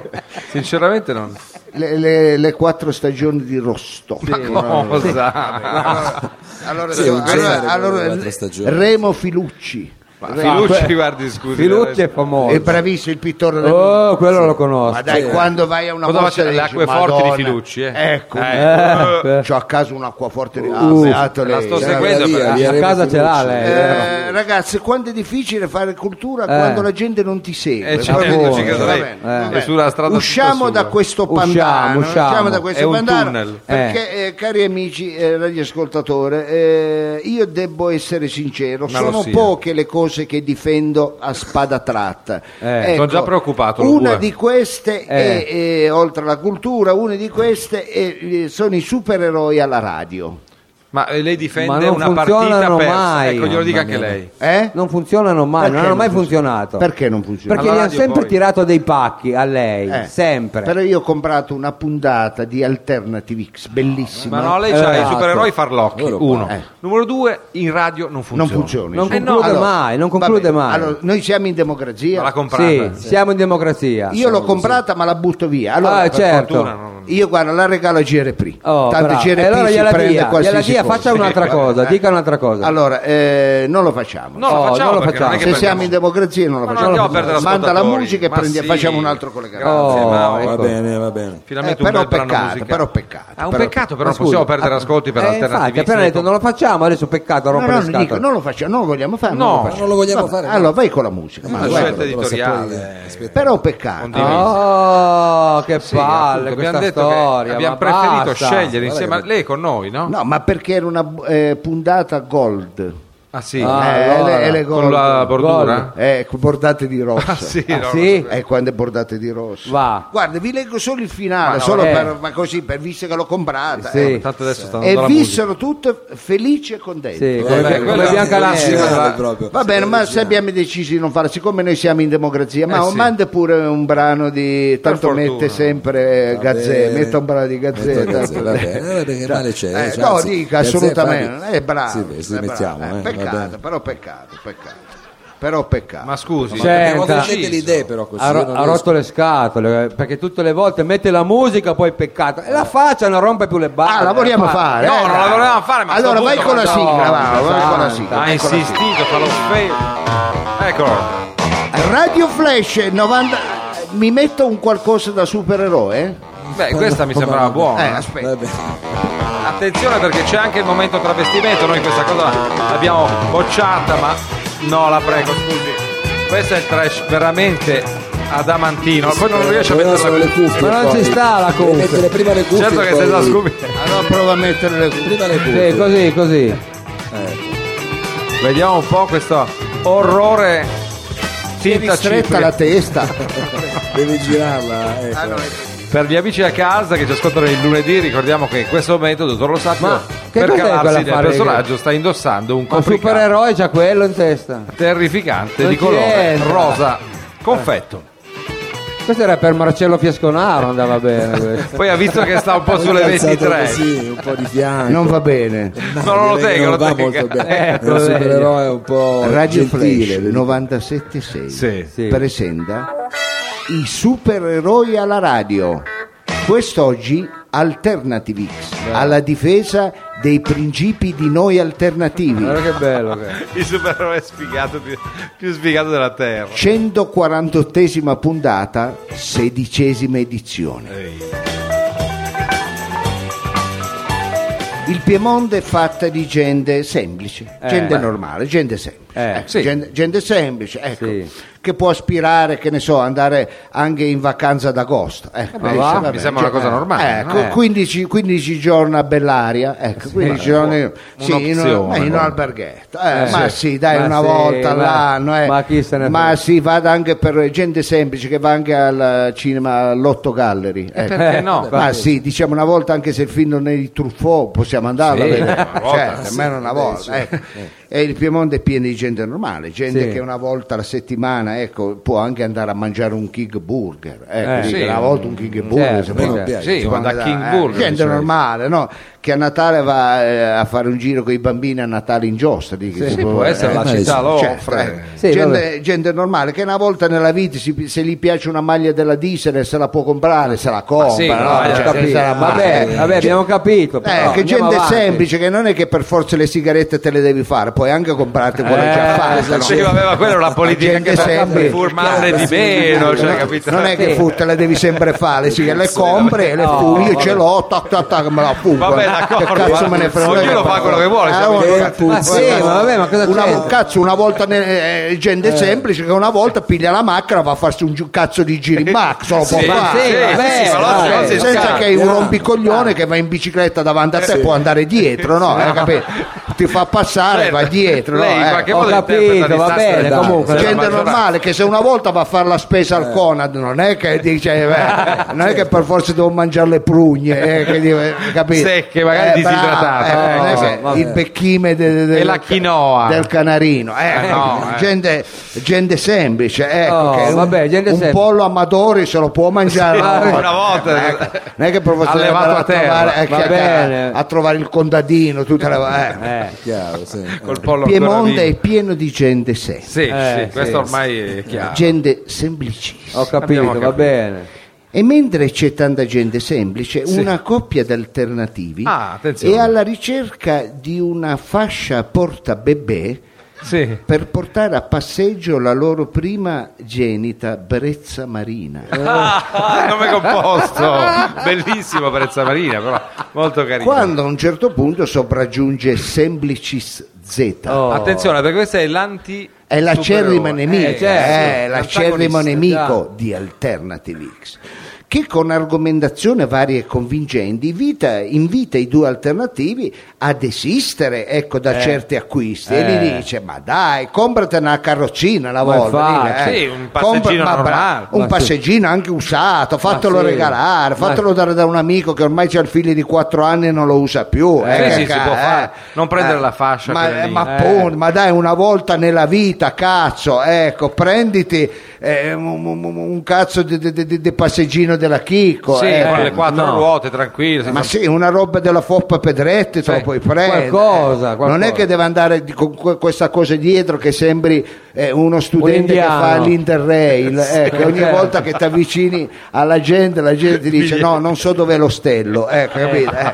S3: sinceramente non.
S1: Le, le- le quattro stagioni di Rostò.
S3: Cosa?
S1: Allora,
S2: Sì, è un genere,
S1: allora-
S2: quello
S1: allora,
S2: delle quattro stagioni.
S1: Remo Filucci.
S3: Ma Filucci, guardi, scusi.
S4: Filucci è
S1: eh,
S3: adesso.
S1: È
S4: famoso.
S1: bravissimo il pittore del
S4: Oh, quello lo
S1: Ma
S4: conosco.
S1: dai, quando vai a una
S3: Cosa
S1: mostra
S3: faceva? Le
S1: dici,
S3: acqueforti di
S1: "Madonna,
S3: Filucci, eh?"
S1: Ecco.
S4: Eh,
S1: C'ho a casa un acquaforte di ah,
S4: Uh,
S1: beato
S3: la
S1: lei.
S3: sto
S1: Eh,
S3: seguendo
S2: via,
S3: per-
S2: via.
S4: a casa ce l'ha lei. vero?
S1: eh, ragazzi, quanto è difficile fare cultura
S4: Eh.
S1: quando la gente non ti segue.
S3: Eh,
S1: Va bene,
S3: certo, ci credo
S1: va
S3: lei.
S1: bene, va
S3: Eh.
S1: bene.
S3: È sulla strada tutta
S1: usciamo
S3: sua.
S1: da questo
S4: Usciamo,
S1: pandano,
S4: usciamo.
S1: da questo
S3: È un
S1: pandano,
S3: tunnel.
S1: Perché, eh, cari amici eh, radioascoltatore, eh, io devo essere sincero,
S3: Ma lo
S1: sono
S3: sia.
S1: poche le cose che difendo a spada tratta. Ecco,
S4: Eh,
S3: sono già preoccupato, lo
S1: Una
S3: due.
S1: di queste è, eh, oltre alla cultura, una di queste è- eh, sono i supereroi alla radio.
S3: Ma eh, lei
S4: Ma
S3: difende
S4: non
S3: una partita
S4: funzionano
S3: persa.
S4: mai.
S3: ecco, glielo dica
S4: Mamma
S3: anche
S4: mia.
S3: lei.
S1: Eh?
S4: Non funzionano mai,
S1: Perché
S4: non hanno mai
S1: funziona?
S4: funzionato.
S1: Perché non funziona?
S4: Perché
S3: Alla
S4: gli hanno
S3: radio
S4: sempre
S3: poi.
S4: tirato dei pacchi a lei,
S1: Eh,
S4: sempre.
S1: Però io ho comprato una puntata di Alternative X, bellissima.
S3: Ma no, lei
S4: Eh,
S3: c'ha i
S4: esatto.
S3: supereroi farlocchi.
S2: Loro
S3: Uno.
S1: Eh.
S3: Numero due, in radio non
S1: non
S3: funziona.
S1: funziona.
S4: Non
S1: insomma.
S4: conclude mai, non
S1: va
S4: conclude
S1: bene.
S4: mai.
S1: Allora, noi siamo in democrazia.
S3: Ma l'ha comprata.
S4: Sì, siamo in democrazia.
S1: io l'ho comprata, ma la butto via. Allora,
S4: Ah,
S1: per
S4: certo.
S1: fortuna, no. io guarda, la regalo a GRP.
S4: Oh,
S1: Tanto
S4: bravo.
S1: GRP
S4: E allora
S1: si
S4: gliela
S1: prende
S4: dia, gliela
S1: qualsiasi eh.
S4: dia Via, faccia un'altra
S3: eh.
S4: cosa, dica un'altra cosa.
S1: Allora, eh, non lo facciamo.
S4: No, lo facciamo, perché non è che
S1: Se
S4: perdiamo-
S1: siamo in democrazia non lo
S3: Ma non
S1: facciamo.
S3: andiamo a perdere
S1: Manda la
S3: ascoltatori,
S1: musica e
S3: ma
S1: prendi-
S3: sì.
S1: facciamo un altro collegato.
S4: Oh,
S3: Grazie,
S2: va
S3: Mauro.
S2: bene, va bene.
S3: Finalmente
S1: Eh,
S3: un
S1: però
S3: bel brano
S1: peccato,
S3: musicale.
S1: però peccato,
S3: Ah, un
S1: però-
S3: peccato,
S1: ma
S3: però non
S1: scusa,
S3: possiamo perdere
S1: ah,
S3: ascolti per
S1: eh,
S4: Infatti,
S3: alternativi.
S4: appena ha detto non lo facciamo, adesso peccato
S1: No,
S4: rompere
S1: no,
S4: le
S1: non,
S4: scatole.
S1: dico, non lo facciamo, non lo vogliamo fare.
S3: No,
S1: non lo,
S2: non lo vogliamo fare, no.
S1: Allora vai con la musica.
S2: Ma
S1: vai,
S3: scelta
S1: vai.
S3: editoriale.
S1: Però peccato.
S4: Oh, che palle
S3: Appunto, eh,
S4: questa
S3: abbiamo detto
S4: storia.
S3: che abbiamo
S4: ma
S3: preferito
S4: basta.
S3: scegliere insieme a lei con noi, no?
S1: No, ma perché era una eh, puntata gold.
S3: Ah sì,
S4: Ah,
S1: Eh,
S4: allora.
S1: le- le
S3: con la
S1: gold.
S3: bordura?
S1: Eh, bordate di rosso.
S3: Ah sì,
S4: Ah,
S3: no,
S4: sì?
S1: Eh, quando è bordate di rosso.
S4: Va.
S1: Guarda, vi leggo solo il finale,
S3: Ma no,
S1: solo
S4: eh.
S1: per, ma così, per, visto che l'ho comprata.
S4: Sì.
S1: eh.
S3: no, Tanto adesso stanno
S1: E
S3: andando la musica.
S1: vissero tutte felici e contenti.
S4: Sì,
S2: Eh, beh,
S4: come, come
S2: quello è
S4: Bianca
S2: originale
S4: Lassi.
S2: proprio.
S1: Va bene, ma se abbiamo deciso di non farlo, siccome noi siamo in democrazia, ma
S3: Eh sì.
S1: manda pure un brano di. Tanto
S3: fortuna.
S1: mette sempre
S2: Va
S1: Gazzè,
S2: bene.
S1: metta un brano di Gazzè.
S2: Metto
S1: tanto-
S2: Gazzè, va bene, eh, perché male c'è,
S1: Eh,
S2: eh, cioè,
S1: no,
S2: anzi,
S1: dica
S2: Gazzè,
S1: assolutamente.
S2: infatti,
S1: È bravo.
S2: sì, beh, sì,
S1: è bravo,
S2: mettiamo,
S1: eh,
S2: eh, va
S1: peccato,
S2: bene.
S1: però peccato, peccato. Però peccato.
S3: Ma scusi,
S4: Senta.
S3: abbiamo
S4: Perché
S3: deciso.
S2: le idee però così.
S4: Ha,
S2: io
S4: ro-
S2: non
S4: ha
S2: riesco.
S4: rotto le scatole eh, perché tutte le volte mette la musica, poi peccato. E la faccia non rompe più le balle.
S1: Ah, la vogliamo fare?
S3: No,
S1: eh,
S3: non la
S1: dai.
S3: volevamo fare, ma a
S1: Allora
S3: sto
S1: vai
S3: punto
S1: con la
S3: facciamo-
S1: sigla, va, vai con la
S4: Santa.
S1: sigla.
S3: Ha
S1: vai con la sigla.
S3: insistito, fa lo Ecco, spell. Eccolo.
S1: Radio Flash 90. Mi metto un qualcosa da supereroe?
S3: Beh, questa mi sembrava
S1: Eh,
S3: buona.
S1: aspetta.
S2: Va bene.
S3: Attenzione perché c'è anche il momento travestimento, noi questa cosa l'abbiamo bocciata, ma no, la prego, scusi. Questo è il trash veramente adamantino, poi non riesce a
S2: Dovevano
S3: mettere
S2: essere
S3: la
S2: le cuffie,
S4: Ma non
S2: poi.
S4: ci sta la
S2: Devi
S4: cuffia.
S2: mettere prima le cuffie.
S3: Certo
S2: e
S3: che
S2: poi-
S3: senza Scooby.
S1: Allora prova a mettere le
S2: Prima le cuffie.
S4: eh. Sì, così, così.
S3: Vediamo un po' questo orrore
S1: Tieni
S3: tinta
S1: stretta
S3: cipria.
S1: la testa.
S2: Devi girarla. ecco.
S3: Per gli amici a casa che ci ascoltano il lunedì, ricordiamo che in questo momento, dottor Lo Sapio,
S4: Ma che
S3: per
S4: cos'è
S3: calarsi
S4: quella
S3: nel
S4: fare-
S3: personaggio sta indossando un
S4: Ma il
S3: copricapo
S4: supereroe c'ha quello in testa.
S3: terrificante
S4: Non
S3: di
S4: ci
S3: colore
S4: entra.
S3: rosa confetto.
S4: Questo era per Marcello Fiasconaro, andava bene questo.
S3: Poi ha visto che sta un po' sulle
S2: Alzato
S3: 23.
S2: Così, un po' di fianco.
S1: Non va bene.
S3: No, non lo
S2: direi che
S3: tengo,
S2: non
S3: lo
S2: va
S3: tengo.
S2: molto
S4: Eh,
S2: bene. È un
S4: cos'è?
S2: supereroe un po'
S1: Radio
S2: gentile.
S1: Flash 976
S3: Sì.
S4: Sì.
S1: presenta i supereroi alla radio. Quest'oggi Alternative X alla difesa dei principi di noi alternativi.
S4: Guarda che bello che è.
S3: Il supereroe sfigato più, più sfigato della terra.
S1: 148esima puntata, sedicesima edizione. Il Piemonte è fatta di gente semplice,
S4: Eh.
S1: gente normale, gente semplice.
S4: Eh,
S1: Ecco,
S3: sì.
S1: gente, gente semplice, ecco,
S4: Sì.
S1: che può aspirare, che ne so, andare anche in vacanza d'agosto. Ecco,
S4: Eh, Ma
S1: dice,
S4: va,
S1: vabbè,
S3: mi sembra una cosa normale,
S1: Ecco,
S3: no? Eh.
S1: 15, 15 giorni a Bellaria, ecco, 15 giorni sì, in, un,
S3: un'opzione,
S1: eh, in un
S3: no?
S1: alberghetto. eh,
S4: Eh,
S1: ma
S4: sì.
S1: sì, dai,
S4: Ma
S1: una
S4: sì,
S1: volta
S4: ma-
S1: all'anno. eh.
S4: ma chi se ne
S1: Ma
S4: frega.
S1: sì, vada anche per gente semplice che va anche al cinema all'Otto Gallery. ecco.
S3: perché no?
S1: Ma sì, diciamo una volta anche se il film non è di Truffaut possiamo andarlo
S3: Sì,
S1: a vedere.
S3: una volta,
S1: Certo,
S3: sì,
S1: almeno una
S2: beh,
S1: volta.
S2: sì.
S1: ecco. E il Piemonte è pieno di gente normale, gente
S4: Sì.
S1: che una volta alla settimana ecco, può anche andare a mangiare un King Burger. Ecco,
S4: Eh,
S1: dice,
S3: sì.
S1: una volta un King Burger.
S4: Certo,
S1: si
S4: a me
S1: può-
S4: non
S2: piace.
S1: si
S3: Sì,
S1: può
S3: ma da
S1: andare,
S3: King
S1: eh,
S3: Burger,
S1: Gente
S3: dicevi.
S1: normale, no? Che a Natale va eh, a fare un giro con i bambini a Natale in giostra. dico, si
S3: Sì, può essere
S1: eh,
S3: la
S2: ma
S3: città
S2: sì,
S3: lo
S1: Certo,
S3: offre.
S1: eh.
S4: Sì,
S1: gente,
S4: vabbè.
S1: gente normale che una volta nella vita si- se gli piace una maglia della Diesel se la può comprare, se la compra,
S3: sì,
S1: no?
S3: no,
S1: Cioè,
S3: eh,
S1: se
S4: Capito.
S1: la manda.
S4: Vabbè, vabbè, abbiamo capito.
S1: Eh,
S4: però
S1: che
S4: andiamo
S1: gente
S4: avanti.
S1: semplice che non è che per forza le sigarette te le devi fare, puoi anche comprarti quella
S4: Eh,
S1: già fatta. no?
S3: Sì, vabbè, ma quella è una politica
S1: gente
S3: che
S1: sempre-
S3: sempre furmarle di meno, cioè, capito?
S1: Non è che
S4: Sì.
S1: fu, te le devi sempre fare, sì, le compri e le
S4: No,
S1: fu, io
S4: vabbè.
S1: ce l'ho, tac tac tac, me la fumo.
S3: Vabbè, d'accordo,
S1: Che cazzo me ne frega?
S3: ognuno
S1: non è che
S3: fa
S1: parlo.
S3: quello che vuole, cioè,
S1: Ah,
S3: siamo in
S1: una-
S2: democrazia.
S4: Ma sì, ma vabbè, ma cosa
S1: una,
S4: c'è?
S1: cazzo, una volta ne- eh, gente semplice che una volta piglia la macchina va a farsi un gi- cazzo di giri in macchina, se lo può
S3: Sì,
S1: fare.
S3: sì,
S4: vabbè,
S3: sì, ma
S4: vabbè.
S3: l'altro- l'altro si
S1: senza
S3: scappa.
S1: che un rompicoglione che va in bicicletta davanti a te può andare dietro, no? Eh, capito? Ti fa passare, va dietro, no?
S3: Certo. Lei in
S1: Eh.
S3: qualche
S4: Ho
S3: modo
S4: capito,
S3: interpreta
S4: va
S3: disastro
S4: bene,
S3: della-
S4: comunque,
S3: della
S1: gente
S3: maggioranza.
S1: normale che se una volta va a fare la spesa
S3: Eh.
S1: al Conad non è che dice eh, beh, non è che per forza devo mangiare le prugne eh, che dice, capito?
S3: Secche, magari
S1: bravo,
S3: disidratate,
S1: eh, non è
S3: ecco,
S1: che
S4: vabbè.
S1: il becchime de- de- de-
S3: E la quinoa.
S1: del canarino eh,
S3: Eh, no, eh.
S1: Gente, gente semplice ecco,
S4: Oh,
S1: che un,
S4: vabbè, gente
S1: un
S4: semplice.
S1: pollo amatore se lo può mangiare
S3: Sì,
S1: no?
S3: una volta.
S1: Ecco, non è che per forza deve
S3: Allevato
S1: andare
S3: a terra.
S1: trovare, eh,
S4: Va
S1: che-
S4: bene.
S1: a trovare il contadino tutte le eh.
S4: Eh,
S2: Chiaro, sì.
S3: Col pollo ancora
S1: Piemonte è
S3: vivo.
S1: pieno di gente semplice
S3: Sì,
S4: Eh,
S3: sì, questo
S4: sì.
S3: ormai è chiaro.
S1: gente semplicissima
S4: ho capito,
S3: Abbiamo
S4: va
S3: capito.
S4: bene.
S1: E mentre c'è tanta gente semplice, una coppia di alternativi
S3: Ah, attenzione.
S1: è alla ricerca di una fascia porta bebè
S3: Sì.
S1: per portare a passeggio la loro prima genita brezza marina.
S3: Ah, nome composto, bellissimo per Marina, però molto carino.
S1: Quando a un certo punto sopraggiunge Semplicis Z.
S3: Oh. Attenzione, perché questo è l'anti.
S1: È l'acerrimo nemico,
S3: Eh, certo,
S1: eh, l'acerrimo
S3: l'antagonista,
S1: nemico di Alternative X, che con argomentazione varia e convincenti invita, invita i due alternativi a desistere ecco, da
S3: Eh.
S1: certi acquisti
S3: Eh.
S1: e gli dice ma dai comprate una carrozzina la
S3: Ma
S1: volta,
S3: infatti.
S1: dì, eh.
S3: Sì, un passeggino
S1: ma bra-
S3: normale.
S1: un
S3: Ma sì.
S1: passeggino anche usato, fatelo
S3: sì.
S1: regalare,
S3: Ma-
S1: fatelo dare da un amico che ormai c'ha il figlio di 4 anni e non lo usa più.
S3: Eh,
S1: eh,
S3: sì,
S1: che
S3: si
S1: ca-
S3: può
S1: eh.
S3: fare. Non prendere
S1: Eh,
S3: la fascia. quella
S1: Ma,
S3: lì.
S1: ma
S3: Eh.
S1: appunto, ma dai, una volta nella vita, cazzo, ecco, prenditi eh, un, un- un- un cazzo di, di- di- di passeggino della Chico.
S3: Sì,
S1: ecco.
S3: con le quattro
S1: No.
S3: ruote, tranquillo.
S1: Ma
S3: senza-
S1: sì, una roba della Foppa Pedretti te lo puoi prendere.
S4: Qualcosa,
S1: Eh, Non
S4: qualcosa.
S1: è che deve andare di- con que- questa cosa dietro che sembri eh, uno studente che
S4: indiano.
S1: fa l'Interrail.
S4: Sì,
S1: ecco, ogni
S4: certo.
S1: volta che ti avvicini alla gente, la gente ti dice no, non so dove è l'ostello. Ecco, capito? Eh,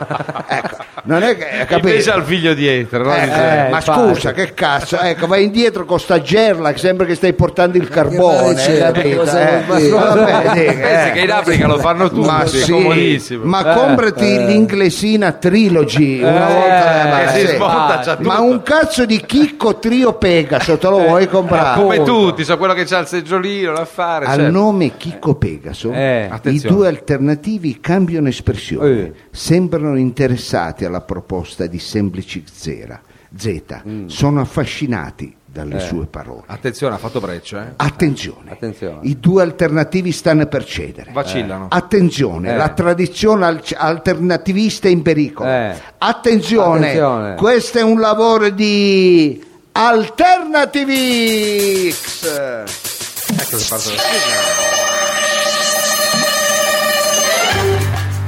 S1: ecco. Non è che, capito?
S3: Invece al figlio dietro. no?
S1: Eh,
S3: Dice-
S1: ma scusa, che cazzo, ecco, vai indietro con sta gerla che sembra che stai portando il
S2: Ma
S1: carbone.
S2: che
S1: eh,
S2: male c'è?
S1: capito?
S2: Cosa
S1: Eh,
S2: vuol dire?
S1: ma vabbè, dica,
S3: Pensi
S1: eh.
S3: che in Africa lo fanno tutti,
S1: Ma
S3: è
S1: sì,
S3: comodissimo.
S1: ma comprati l'inglesina Trilogy una
S3: Eh,
S1: volta eh, ma
S3: che si
S1: sì.
S3: smonta, c'ha
S1: Ma
S3: tutto. Eh,
S1: un cazzo di chicco trio Pegaso te lo vuoi comprare?
S3: come tutti, so quello che c'ha il seggiolino, l'affare.
S1: Al
S3: certo.
S1: nome Chicco Pegaso,
S3: Eh,
S1: i
S3: attenzione.
S1: due alternativi cambiano espressione. Sembrano interessati alla proposta di Semplici Zera. Z. Sono affascinati dalle sue parole.
S3: Attenzione, ha fatto breccia. eh.
S1: Attenzione,
S4: Attenzione.
S1: i due alternativi stanno per cedere.
S3: Vacillano.
S1: Attenzione,
S4: Eh.
S1: la tradizione al- alternativista è in pericolo.
S4: Eh.
S1: Attenzione,
S4: Attenzione.
S1: questo è un lavoro di Alternativi X.
S3: Ecco che parte la sigla.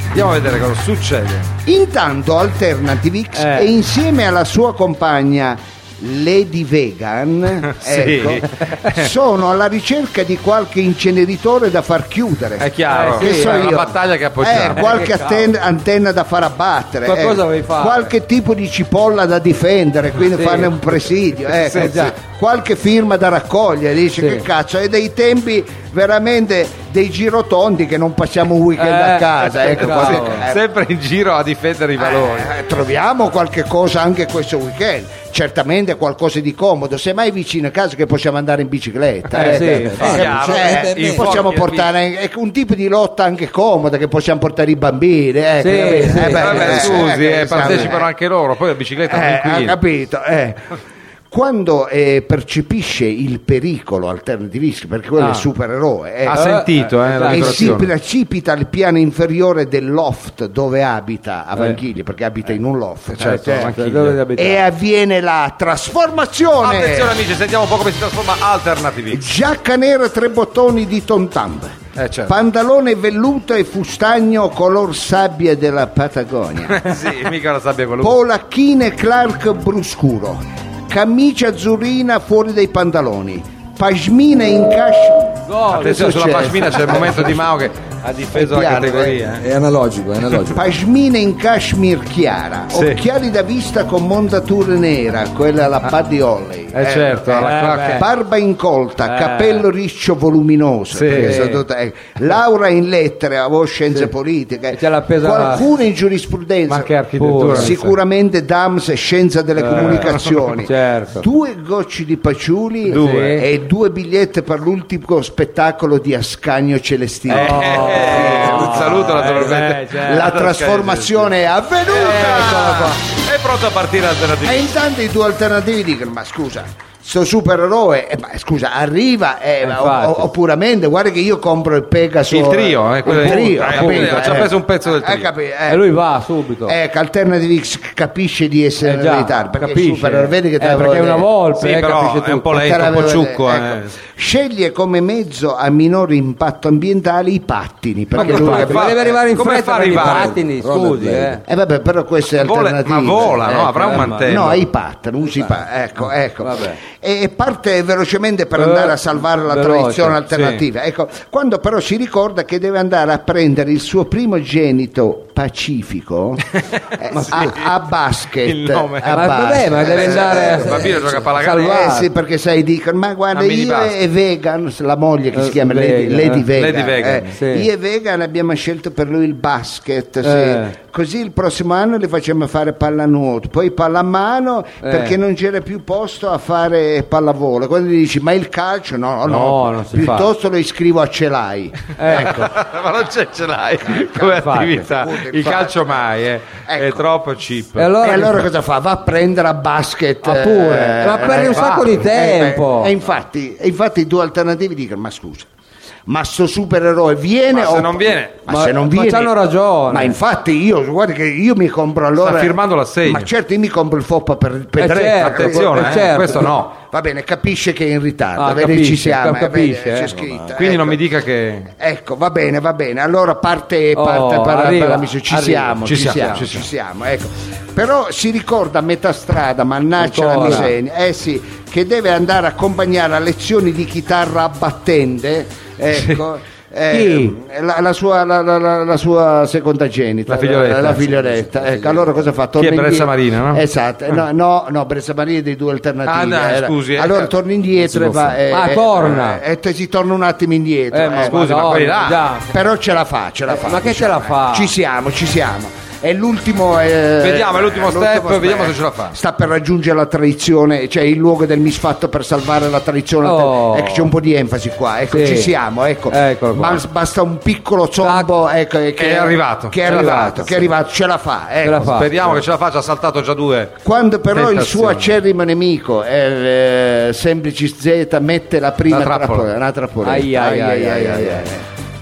S3: Andiamo a vedere cosa succede.
S1: Intanto Alternative X
S4: Eh.
S1: è insieme alla sua compagna Lady Vegan
S3: Sì.
S1: ecco, sono alla ricerca di qualche inceneritore da far chiudere.
S3: È chiaro,
S1: Che so
S3: Eh, è una
S1: io.
S3: battaglia che appoggiamo.
S1: Eh, qualche
S4: Eh, che
S1: atten- antenna da far abbattere.
S4: Qualcosa
S1: ecco.
S4: dovevi fare.
S1: Qualche tipo di cipolla da difendere, quindi
S4: Sì.
S1: farne un presidio. ecco.
S4: Sì, già.
S1: Qualche firma da raccogliere, dice
S4: Sì.
S1: che cazzo, è dei tempi veramente dei girotondi che non passiamo un weekend
S4: Eh,
S1: a casa. Ecco,
S4: bravo.
S1: qualche- eh,
S3: Sempre in giro a difendere i valori.
S1: eh, troviamo qualche cosa anche questo weekend, certamente qualcosa di comodo, semmai vicino a casa che possiamo andare in bicicletta,
S4: Eh, sì,
S1: eh,
S4: infatti.
S1: eh,
S3: Chiaro,
S1: cioè,
S2: eh,
S1: eh, possiamo
S3: in fondi,
S1: portare eh, un tipo di lotta anche comoda che possiamo portare i bambini, ecco,
S4: Sì,
S1: capito?
S4: sì.
S1: beh,
S3: Vabbè,
S1: eh,
S3: scusi,
S1: eh,
S3: eh,
S1: esatto,
S3: partecipano
S1: eh.
S3: anche loro, poi la bicicletta non
S1: Eh, ha
S3: inquina.
S1: capito, eh. Quando eh, percepisce il pericolo alternativisti, perché quello è il supereroe, eh,
S3: Ha sentito eh, la
S1: e si
S3: vibrazione.
S1: precipita al piano inferiore del loft dove abita
S3: Eh.
S1: a Vanchigli, perché abita in un loft, cioè,
S4: Certo,
S1: cioè,
S4: Vanchigli. Dove abitava?
S1: e avviene la trasformazione.
S3: Attenzione amici, sentiamo un po' come si trasforma Alternativi.
S1: Giacca nera tre bottoni di Tontamb.
S3: Eh, certo.
S1: Pantalone velluto e fustagno color sabbia della Patagonia.
S3: sì, mica la sabbia quello.
S1: Polacchine Clark bruscuro. Camicia azzurrina fuori dai pantaloni. Pasmina in cascio.
S3: Attenzione,
S1: che
S3: sulla
S1: succede?
S3: pasmina c'è il momento di Mao che ha difeso la
S1: È chiaro,
S3: categoria. eh.
S2: È analogico, è analogico.
S1: Pashmina in cashmere chiara,
S3: Sì.
S1: occhiali da vista con montatura nera, quella alla Buddy Holly.
S3: Ah. Eh, certo, alla cracca.
S1: Barba incolta, capello riccio voluminoso,
S3: Sì.
S1: perché sono tutte- eh, Laura in lettere, avevo scienze politiche,
S4: E te l'ha appesa
S1: qualcuno in giurisprudenza,
S3: Ma che architettura, Eh.
S1: sicuramente Dams e scienza delle comunicazioni,
S4: certo.
S1: due gocci di paciuli
S3: Due.
S1: e due biglietti per l'ultimo spettacolo di Ascanio Celestino.
S3: Eh, un saluto naturalmente.
S4: Oh. eh, certo.
S1: La trasformazione è
S3: Eccola
S1: avvenuta!
S3: Eh, qua. È pronto a partire
S4: Eh.
S3: Alternativi.
S1: E intanto i due alternativi dicono: Ma scusa, sto supereroe, eh, ma scusa, arriva eh, ma
S4: infatti.
S1: o- o- oppure mente, guarda che io compro il Pegaso.
S3: Il trio, eh,
S1: il
S3: quello è-
S1: trio,
S3: eh,
S1: capito?
S3: quello, ci ha
S1: Eh.
S3: preso un pezzo del
S1: Eh,
S3: trio.
S1: capi- eh.
S4: E lui va subito.
S1: Ecco, Alternative X capisce di essere
S4: Eh già,
S1: in ritardo perché
S4: capisce.
S1: il supereroe, vedi che te
S4: Eh,
S1: l'avevo
S4: perché è una
S1: detto.
S4: volpe,
S3: Sì,
S4: eh,
S3: però
S4: capisce
S3: è un
S4: tutto.
S3: po' lento, un po'
S1: Te l'avevo
S3: ciucco.
S1: detto,
S3: eh.
S1: ecco. Sceglie come mezzo a minore impatto ambientale i pattini. Perché
S3: che
S1: lui
S3: pattini?
S1: capisce-
S4: Ma
S3: fa-
S4: deve arrivare in
S3: come
S4: fretta
S3: fa
S4: per i
S3: arrivare?
S4: pattini,
S2: Roller
S4: scusi,
S2: blade.
S4: eh.
S1: Eh vabbè, però queste
S3: Vola-
S1: alternative.
S3: ma vola, no?
S1: Ecco,
S3: Avrà un
S1: eh,
S3: mantello. Esatto.
S1: No, i pat, non usi i pat. Ecco, ecco.
S4: Vabbè.
S1: e parte velocemente per andare a salvare la
S3: Eh, veloce,
S1: tradizione
S3: sì.
S1: alternativa. Ecco, quando però si ricorda che deve andare a prendere il suo primogenito pacifico eh, a, a basket.
S3: Il nome.
S1: a
S4: Ma vabbè, ma deve andare-
S3: Il bambino gioca a
S1: Eh,
S3: pallacanestro.
S1: sì, perché sai dicono, ma guarda,
S3: A mini
S1: io
S3: basket.
S1: e Vegan, la moglie che
S4: Eh,
S1: si chiama Lady,
S4: Vegan,
S1: Lady
S4: eh.
S1: Vegan,
S3: Lady Vegan,
S1: eh,
S4: sì.
S1: io e Vegan abbiamo scelto per lui il basket, sì.
S4: Eh.
S1: così il prossimo anno li facciamo fare pallanuoto, poi pallamano
S4: Eh.
S1: perché non c'era più posto a fare pallavolo. Quando gli dici ma il calcio no, no,
S4: No, non si fa.
S1: piuttosto lo iscrivo a Celai.
S4: Eh,
S1: ecco.
S3: ma non ce, ce l'hai come
S4: Infatti.
S3: attività il calcio mai eh. è
S1: Ecco.
S3: troppo cheap
S4: E allora-
S1: e allora cosa fa? Va a prendere a basket.
S4: Ah, pure. Ma perdi un
S1: fa.
S4: sacco di
S1: Eh,
S4: tempo.
S1: beh, E infatti, e infatti i due alternativi dicono: ma scusa. Ma sto supereroe viene
S3: Ma
S1: o
S3: se non viene?
S1: ma,
S4: Ma-
S1: se non
S4: ma
S1: viene
S4: c'hanno ragione.
S1: Ma infatti io guarda che io mi compro allora
S3: firmando l'assegno.
S1: Ma certo io mi compro il foppa per Pedretta.
S4: certo,
S3: attenzione
S4: eh,
S3: eh,
S4: certo.
S3: questo no
S1: Va bene, capisce che è in ritardo,
S4: Ah,
S1: vedi,
S4: capisce,
S1: ci siamo,
S4: cap-
S1: eh, vedi,
S4: capisce, eh.
S1: c'è scritto.
S3: quindi non mi
S1: ecco.
S3: dica che
S1: Ecco, va bene, va bene. Allora parte,
S4: Oh,
S1: parte per-
S4: arriva,
S1: per amici. Ci
S4: arriva.
S1: siamo,
S3: Ci
S1: ci,
S3: siamo,
S1: siamo,
S3: ci
S1: ci siamo. ecco. Però si ricorda a metà strada, mannaggia la
S4: Ancora.
S1: miseria, eh sì, che deve andare a accompagnare a lezioni di chitarra abbattente, ecco. eh, la, la sua, la, la- la- la sua seconda genita
S3: La figlioletta.
S1: la, figlioletta. Ecco, allora cosa fa?
S3: Chi è Brezza Marina, no?
S1: esatto eh, no, no, no Brezza Marina è dei due alternativi
S3: Ah, no,
S1: Era-
S3: scusi, eh.
S1: allora torna indietro e va eh,
S4: Ah,
S1: eh,
S4: torna.
S1: eh, te- si torna un attimo indietro
S4: Eh, ma
S1: eh.
S3: scusi, ma
S4: Madonna,
S3: quelli là-
S4: già.
S1: Però ce la fa, ce la fa. diciamo, eh.
S4: ma che ce la fa?
S1: Ci siamo, ci siamo. È l'ultimo. eh,
S3: Vediamo, è l'ultimo step, vediamo se ce la fa.
S1: Sta per raggiungere la traizione, cioè il luogo del misfatto per salvare la traizione.
S4: Oh.
S1: Ecco, c'è un po' di enfasi qua. Ecco,
S4: Sì.
S1: ci siamo, ecco.
S4: Eccolo qua.
S1: Ma basta un piccolo zombo ecco, eh, che,
S3: Che è arrivato.
S1: Che è
S3: È
S1: arrivato,
S3: arrivato,
S1: che è arrivato, ce la fa. Ecco.
S4: Ce la fa.
S3: speriamo che ce la faccia ha saltato già due
S1: Quando però il suo
S3: Tentazione.
S1: acerrimo nemico, eh, eh, Semplici Z, mette la prima
S3: La trappola.
S1: trappola, una trappoletta.
S4: Ai, ai, ai, ai, ai,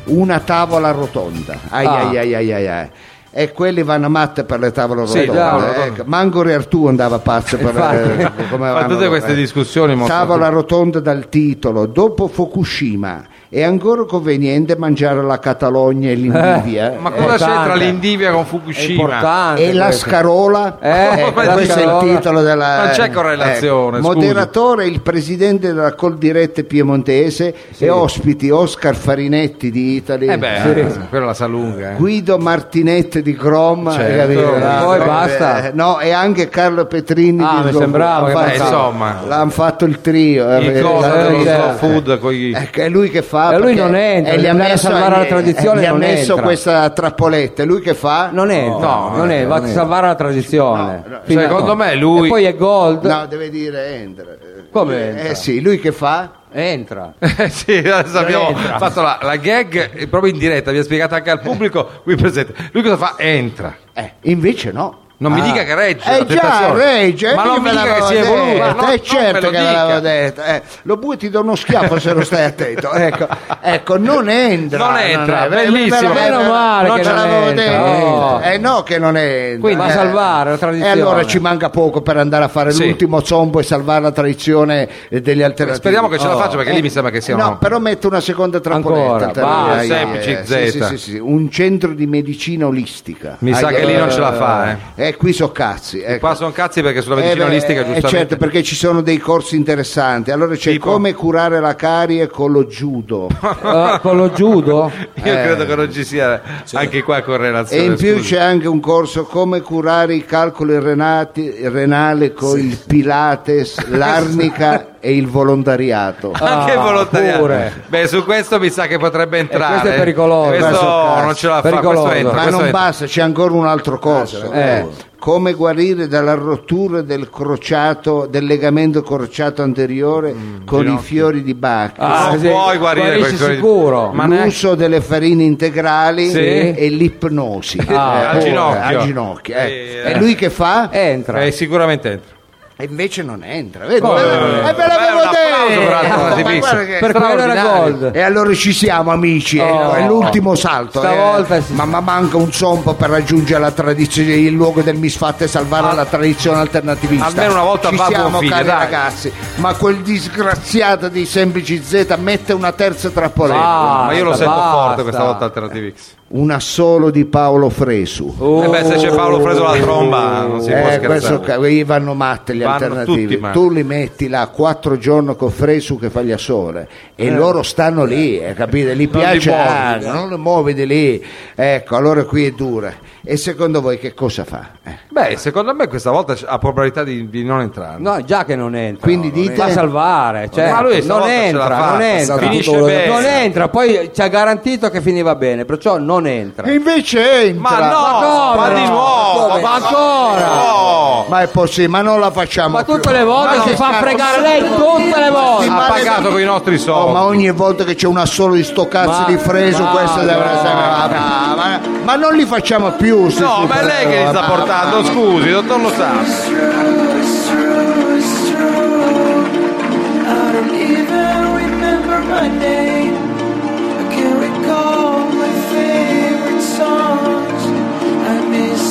S1: Una tavola rotonda. Ai,
S4: Ah.
S1: ai, ai, ai, ai, ai. E quelli vanno matte per le tavole
S3: Sì,
S1: rotonde.
S3: tavole rotonde.
S1: ecco. Mangori Artù andava pazzo per
S4: Infatti.
S1: eh, come
S3: fa
S1: avevamo-
S3: tutte queste
S1: eh.
S3: discussioni molto-
S1: Tavola rotonda dal titolo, dopo Fukushima è ancora conveniente mangiare la Catalogna e l'India.
S3: ma cosa
S4: Importante.
S3: c'entra l'Indivia con
S4: È
S3: Fukushima
S4: importante.
S1: E la
S4: questo.
S1: scarola,
S4: Eh,
S1: Ecco,
S3: la
S1: questo è
S4: scarola.
S1: il titolo della.
S3: Non c'è
S1: eh,
S3: correlazione,
S1: ecco.
S3: scusi.
S1: Moderatore, il presidente della Coldirette Piemontese e ospiti Oscar Farinetti di Italy,
S3: eh beh quella la sa lunga eh.
S1: Guido Martinetti di Chrome,
S3: Certo.
S4: E poi basta.
S1: eh, no, e anche Carlo Petrini
S4: Ah,
S1: di
S4: mi
S1: Slow-
S4: sembrava che-
S1: l'han
S4: beh,
S3: insomma.
S1: l'hanno fatto il trio. eh,
S3: il
S1: perché-
S3: coso
S1: eh,
S3: dello
S1: eh,
S3: slow food con gli-
S1: Ecco, è lui che fa.
S4: E Eh, lui
S1: perché-
S4: non entra,
S1: e gli ha
S4: andare a
S1: messo-
S4: salvare la
S1: eh,
S4: tradizione
S1: Gli ha
S4: non
S1: messo
S4: entra.
S1: questa trappoletta. E lui che fa?
S4: Non entra,
S3: No,
S4: non è, va a
S2: non entra.
S4: salvare la tradizione.
S1: No, no,
S4: Fino a-
S3: secondo me lui-
S4: E poi è gold.
S1: No, deve dire entra.
S4: Come
S1: Eh,
S4: entra?
S1: Eh sì, lui che fa?
S4: Entra.
S3: Eh sì, adesso abbiamo
S4: entra.
S3: fatto la, la gag eh, proprio in diretta, vi ha spiegato anche al pubblico qui presente. Lui cosa fa? Entra.
S1: Eh, invece no.
S3: Non mi dica che regge. la
S1: Eh già,
S3: tentazione.
S1: regge, eh,
S3: Ma
S1: io
S3: non mi
S1: ve
S3: dica che
S1: l'avevo
S3: si è
S1: detto,
S3: voluto. no,
S1: eh,
S3: non me
S1: certo
S3: lo
S1: che l'avevo
S3: dica.
S1: detto. eh. lo bue ti do uno schiaffo se non stai attento. Ecco, ecco, non entra.
S3: Non entra,
S1: è- ve-
S3: bellissimo.
S1: ve- ve-
S4: Meno male
S1: Non
S4: che
S1: ce
S4: non
S1: l'avevo
S4: entra,
S1: detto.
S4: oh.
S1: Eh no che non entra.
S4: Quindi, ma
S1: eh.
S4: salvare la tradizione.
S1: E allora ci manca poco per andare a fare
S3: Sì.
S1: l'ultimo zombo e salvare la tradizione eh, degli alternativi. Eh,
S3: Speriamo che ce la faccia perché lì mi sembra che siano.
S1: No, però metto una seconda trappoletta.
S4: Ancora,
S1: te-
S4: va,
S1: eh, eh,
S3: semplici,
S1: eh,
S3: Z.
S1: sì, sì, sì, sì, Un centro di medicina olistica.
S3: Mi sa
S1: Ai-
S3: che lì non ce la fa, eh.
S1: Eh, qui so cazzi. ecco.
S3: Qua sono cazzi perché sulla
S1: Eh,
S3: medicina
S1: beh,
S3: olistica
S1: eh,
S3: giustamente.
S1: certo, perché ci sono dei corsi interessanti. Allora c'è
S3: Tipo?
S1: come curare la carie con lo judo.
S4: Eh, con lo judo?
S3: Io credo che non ci sia anche
S1: certo.
S3: qua
S1: Eh. E
S3: correlazione.
S1: in più
S3: scusi.
S1: c'è anche un corso come curare i calcoli renati, renali con il pilates, l'arnica e il volontariato.
S3: Anche il
S4: Ah,
S3: volontariato.
S4: pure.
S3: Beh, su questo mi sa che
S1: Eh,
S3: potrebbe entrare.
S4: questo è pericoloso.
S3: Questo
S1: Questo
S3: non ce la fa.
S4: pericoloso.
S3: Questo entra.
S1: Ma
S3: questo Ah,
S1: non
S3: entra.
S1: basta, c'è ancora un altro corso.
S4: Eh.
S1: Come guarire dalla rottura del crociato, del legamento crociato anteriore
S3: Mm,
S1: con i fiori di Bacchus.
S4: Ah,
S3: non
S4: sì,
S3: puoi guarire
S4: guarisci
S3: quel-
S4: sicuro.
S3: Ma neanche-
S1: l'uso delle farine integrali
S3: Sì.
S1: e l'ipnosi
S4: Ah,
S1: Eh,
S3: al
S1: oh,
S3: ginocchio.
S1: al ginocchio, eh.
S3: Eh,
S1: e lui che fa?
S4: Entra.
S3: Eh, sicuramente entra.
S1: e invece non entra vedi?
S4: Come?
S1: Ve la- eh, ve
S3: Beh, un applauso
S1: l'avevo
S3: per Antonio
S1: detto Eh,
S3: Di
S1: Ma
S3: Vinci.
S1: guarda che-
S4: per quello era gold.
S1: e allora ci siamo amici, eh,
S4: Oh.
S1: è l'ultimo salto. eh.
S4: Stavolta si-
S1: Ma, ma manca un sompo per raggiungere la tradizione, il luogo del misfatto e salvare la tradizione alternativista.
S3: Ah. almeno una volta
S1: ci
S3: va a buon
S1: siamo
S3: fine,
S1: cari
S3: dai.
S1: ragazzi, ma quel disgraziato di Semplici Z mette una terza trappoletta.
S4: Ah,
S3: Ma io lo
S4: basta,
S3: sento forte
S4: basta.
S3: questa volta Alternative X.
S1: Un assolo di Paolo Fresu.
S3: Oh. Eh beh, se c'è Paolo preso la tromba, non si può
S1: Uh. Eh,
S3: scherzare.
S1: questo ca- quelli vanno matte gli
S3: vanno tutti,
S1: alternativi
S3: ma-
S1: tu li metti là quattro giorni con Fresu che fa gli assole e
S3: Eh.
S1: loro stanno lì eh, capite gli
S3: Non li
S1: piace
S3: muovi,
S1: ah,
S3: eh.
S1: non li muovi di lì ecco allora qui è dura e secondo voi che cosa fa? Eh.
S3: Beh, secondo me questa volta c- ha probabilità di, di non entrare.
S4: No, già che non entra.
S1: Quindi dite-
S4: Fa salvare, cioè,
S3: Ma lui
S4: non
S3: stavolta ce la
S4: entra,
S3: fa,
S4: non entra.
S3: finisce
S4: Non
S3: bene.
S4: Non entra, poi ci ha garantito che finiva bene, perciò non entra.
S1: E invece entra
S3: Ma no,
S4: Ma come
S3: ma
S4: no?
S3: di nuovo,
S4: Come? Ma ancora?
S3: No.
S1: ma è possibile ma non la facciamo
S4: Ma tutte
S1: più.
S4: le volte
S1: Ma
S4: si
S1: no,
S4: fa
S1: cazzo.
S4: fregare lei tutte le volte.
S3: Ha pagato con i nostri
S1: Oh, ma
S3: soldi.
S1: ogni volta che c'è un assolo di sto cazzo
S4: Ma-
S1: di Fresu
S4: ma
S1: questa deve
S4: no.
S1: essere ma, ma- ma- ma non li facciamo più sti-
S3: No,
S1: sti-
S3: ma è lei che li sta
S1: ma-
S3: portando, scusi, dottor Lo sa.
S1: Ah,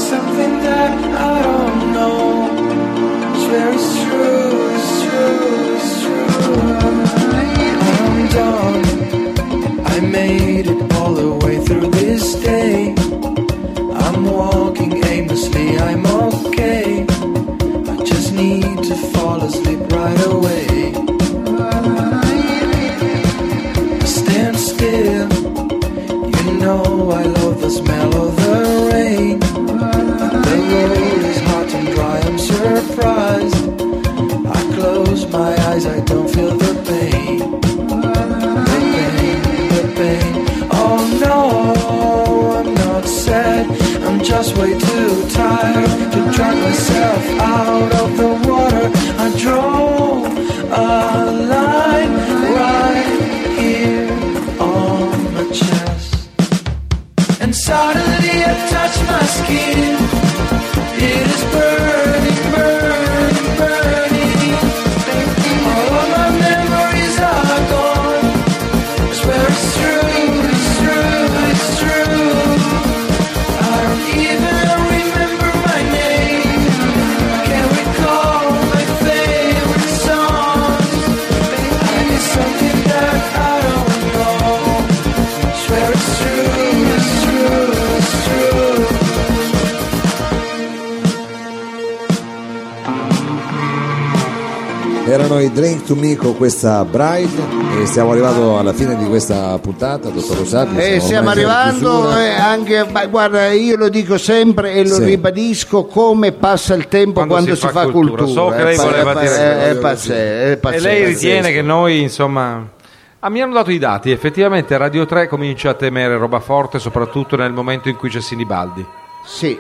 S5: Something that I don't know. It's very true, it's true, it's true. I'm done. I made it all the way through this day. I'm walking aimlessly, I'm okay. I just need to fall asleep right away. Stand still, you know I love the smell of the rain. The road is hot and dry, I'm surprised. I close my eyes, I don't feel the pain. The pain, the pain. Oh no, I'm not sad. I'm just way too tired to drag myself out of the water. I drove a line right here on my chest. And suddenly I touch my skin. It is burning, burning, burning. All of my memories are gone. I swear it's true, it's true, it's true. I don't even remember my name. I can't recall my favorite songs. I need something that I don't know. I swear it's true, it's true, it's true.
S2: Erano i Drink to Me con questa Bride e siamo arrivati alla fine di questa puntata, dottor Rosario.
S1: Eh, stiamo
S2: ormai in
S1: arrivando
S2: chiusura.
S1: eh, anche, ma guarda, io lo dico sempre e lo
S2: Sì.
S1: ribadisco come passa il tempo quando, si, fa, cultura.
S3: So che
S1: Eh,
S3: lei
S1: pa-
S3: voleva
S1: pa-
S3: dire
S1: eh,
S3: quello.
S1: è pazzesco, è
S3: E
S1: pazzesco.
S3: lei ritiene che noi, insomma. Ah, mi hanno dato i dati, effettivamente Radio 3 comincia a temere roba forte, soprattutto nel momento in cui c'è Sinibaldi.
S1: Sì.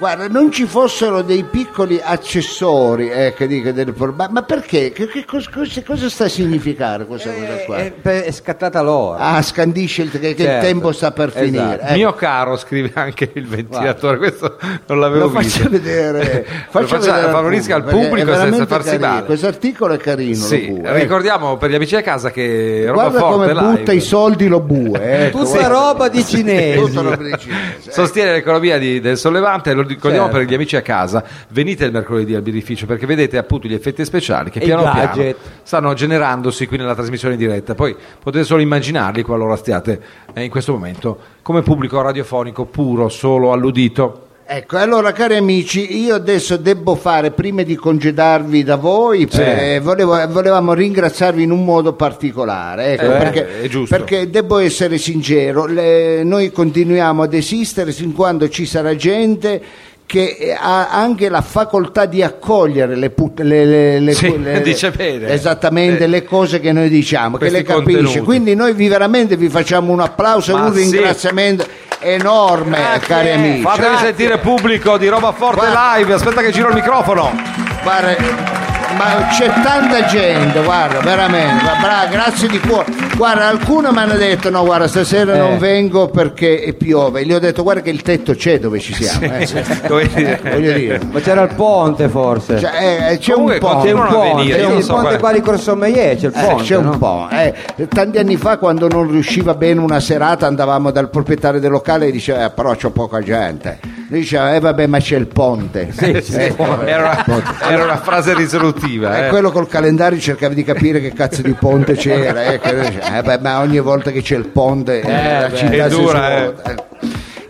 S1: Guarda, non ci fossero dei piccoli accessori eh, che dico, del problema. Ma perché? Che, che cos- cos- cosa sta a significare questa
S4: Eh,
S1: cosa qua?
S4: È, è scattata l'ora.
S1: ah, scandisce il, che, che il
S4: Certo.
S1: tempo sta per
S4: Esatto.
S1: finire. Ecco.
S3: Mio caro, scrive anche il ventilatore, questo non l'avevo
S1: lo faccia
S3: visto.
S1: vedere,
S3: Lo faccia-
S1: al
S3: favorisca il
S1: perché è
S3: pubblico senza
S1: veramente
S3: farsi
S1: carino.
S3: male.
S1: Questo articolo è carino.
S3: Sì,
S1: lo bue, ecco.
S3: ricordiamo per gli amici a casa che roba
S1: Guarda
S3: forte
S1: come
S3: live.
S1: butta i soldi lo bue. Ecco,
S4: Tutta
S1: guarda.
S4: roba di cinesi.
S1: Tutta roba di cinese.
S3: Eh, Sostiene l'economia di- del sollevante, lo ricordiamo
S4: Certo.
S3: per gli amici a casa, venite il mercoledì al birrificio perché vedete appunto gli effetti speciali che
S4: E i
S3: piano piano
S4: gadget.
S3: stanno generandosi qui nella trasmissione diretta, poi potete solo immaginarli qualora stiate eh, in questo momento come pubblico radiofonico puro, solo all'udito.
S1: Ecco, allora cari amici, io adesso devo fare, prima di congedarvi da voi, eh, volevo- volevamo ringraziarvi in un modo particolare, ecco,
S3: Eh,
S1: perché,
S3: è giusto.
S1: perché devo essere sincero, le- noi continuiamo ad esistere sin quando ci sarà gente che eh, ha anche la facoltà di accogliere le, put- le- le- le-
S3: Sì,
S1: le-
S3: dice bene.
S1: esattamente
S3: Eh,
S1: le cose che noi diciamo, che
S3: questi
S1: le capisce.
S3: contenuti.
S1: Quindi noi vi veramente vi facciamo un applauso e
S3: Ma
S1: un
S3: sì.
S1: ringraziamento enorme, cari amici.
S3: Fatemi sentire pubblico di roba forte
S1: Guarda.
S3: live, aspetta che giro il microfono.
S1: Guarda, ma c'è tanta gente, guarda, veramente, ma bra- grazie di cuore. Guarda, alcune mi hanno detto no, guarda, stasera non
S3: Eh.
S1: vengo perché piove. Gli ho detto guarda che il tetto c'è dove ci siamo. eh.
S3: Dove dire-
S1: Voglio dire.
S4: Ma c'era il ponte forse.
S1: Cioè, eh, eh, c'è
S3: Comunque,
S1: un po'.
S4: C'è
S3: continuano
S4: un
S3: a
S4: ponte,
S3: venire, io
S4: c'è
S3: non
S4: il
S3: so
S4: ponte
S3: quale-
S4: qua di Corso Meier, c'è il
S1: Eh,
S4: ponte.
S1: c'è un
S4: no?
S1: po'. eh. Tanti anni fa, quando non riusciva bene una serata, andavamo dal proprietario del locale e diceva: "Eh, Però c'ho poca gente. Lui diceva: Eh, vabbè, ma c'è il ponte. Eh,
S3: Era,
S1: Ecco.
S3: era una frase risolutiva.
S1: E
S3: eh.
S1: quello col calendario cercava di capire che cazzo di ponte c'era, eh, che- eh, beh, ma ogni volta che c'è il ponte eh, la
S3: beh,
S1: città
S3: è
S1: si
S3: dura, eh.
S1: svuota.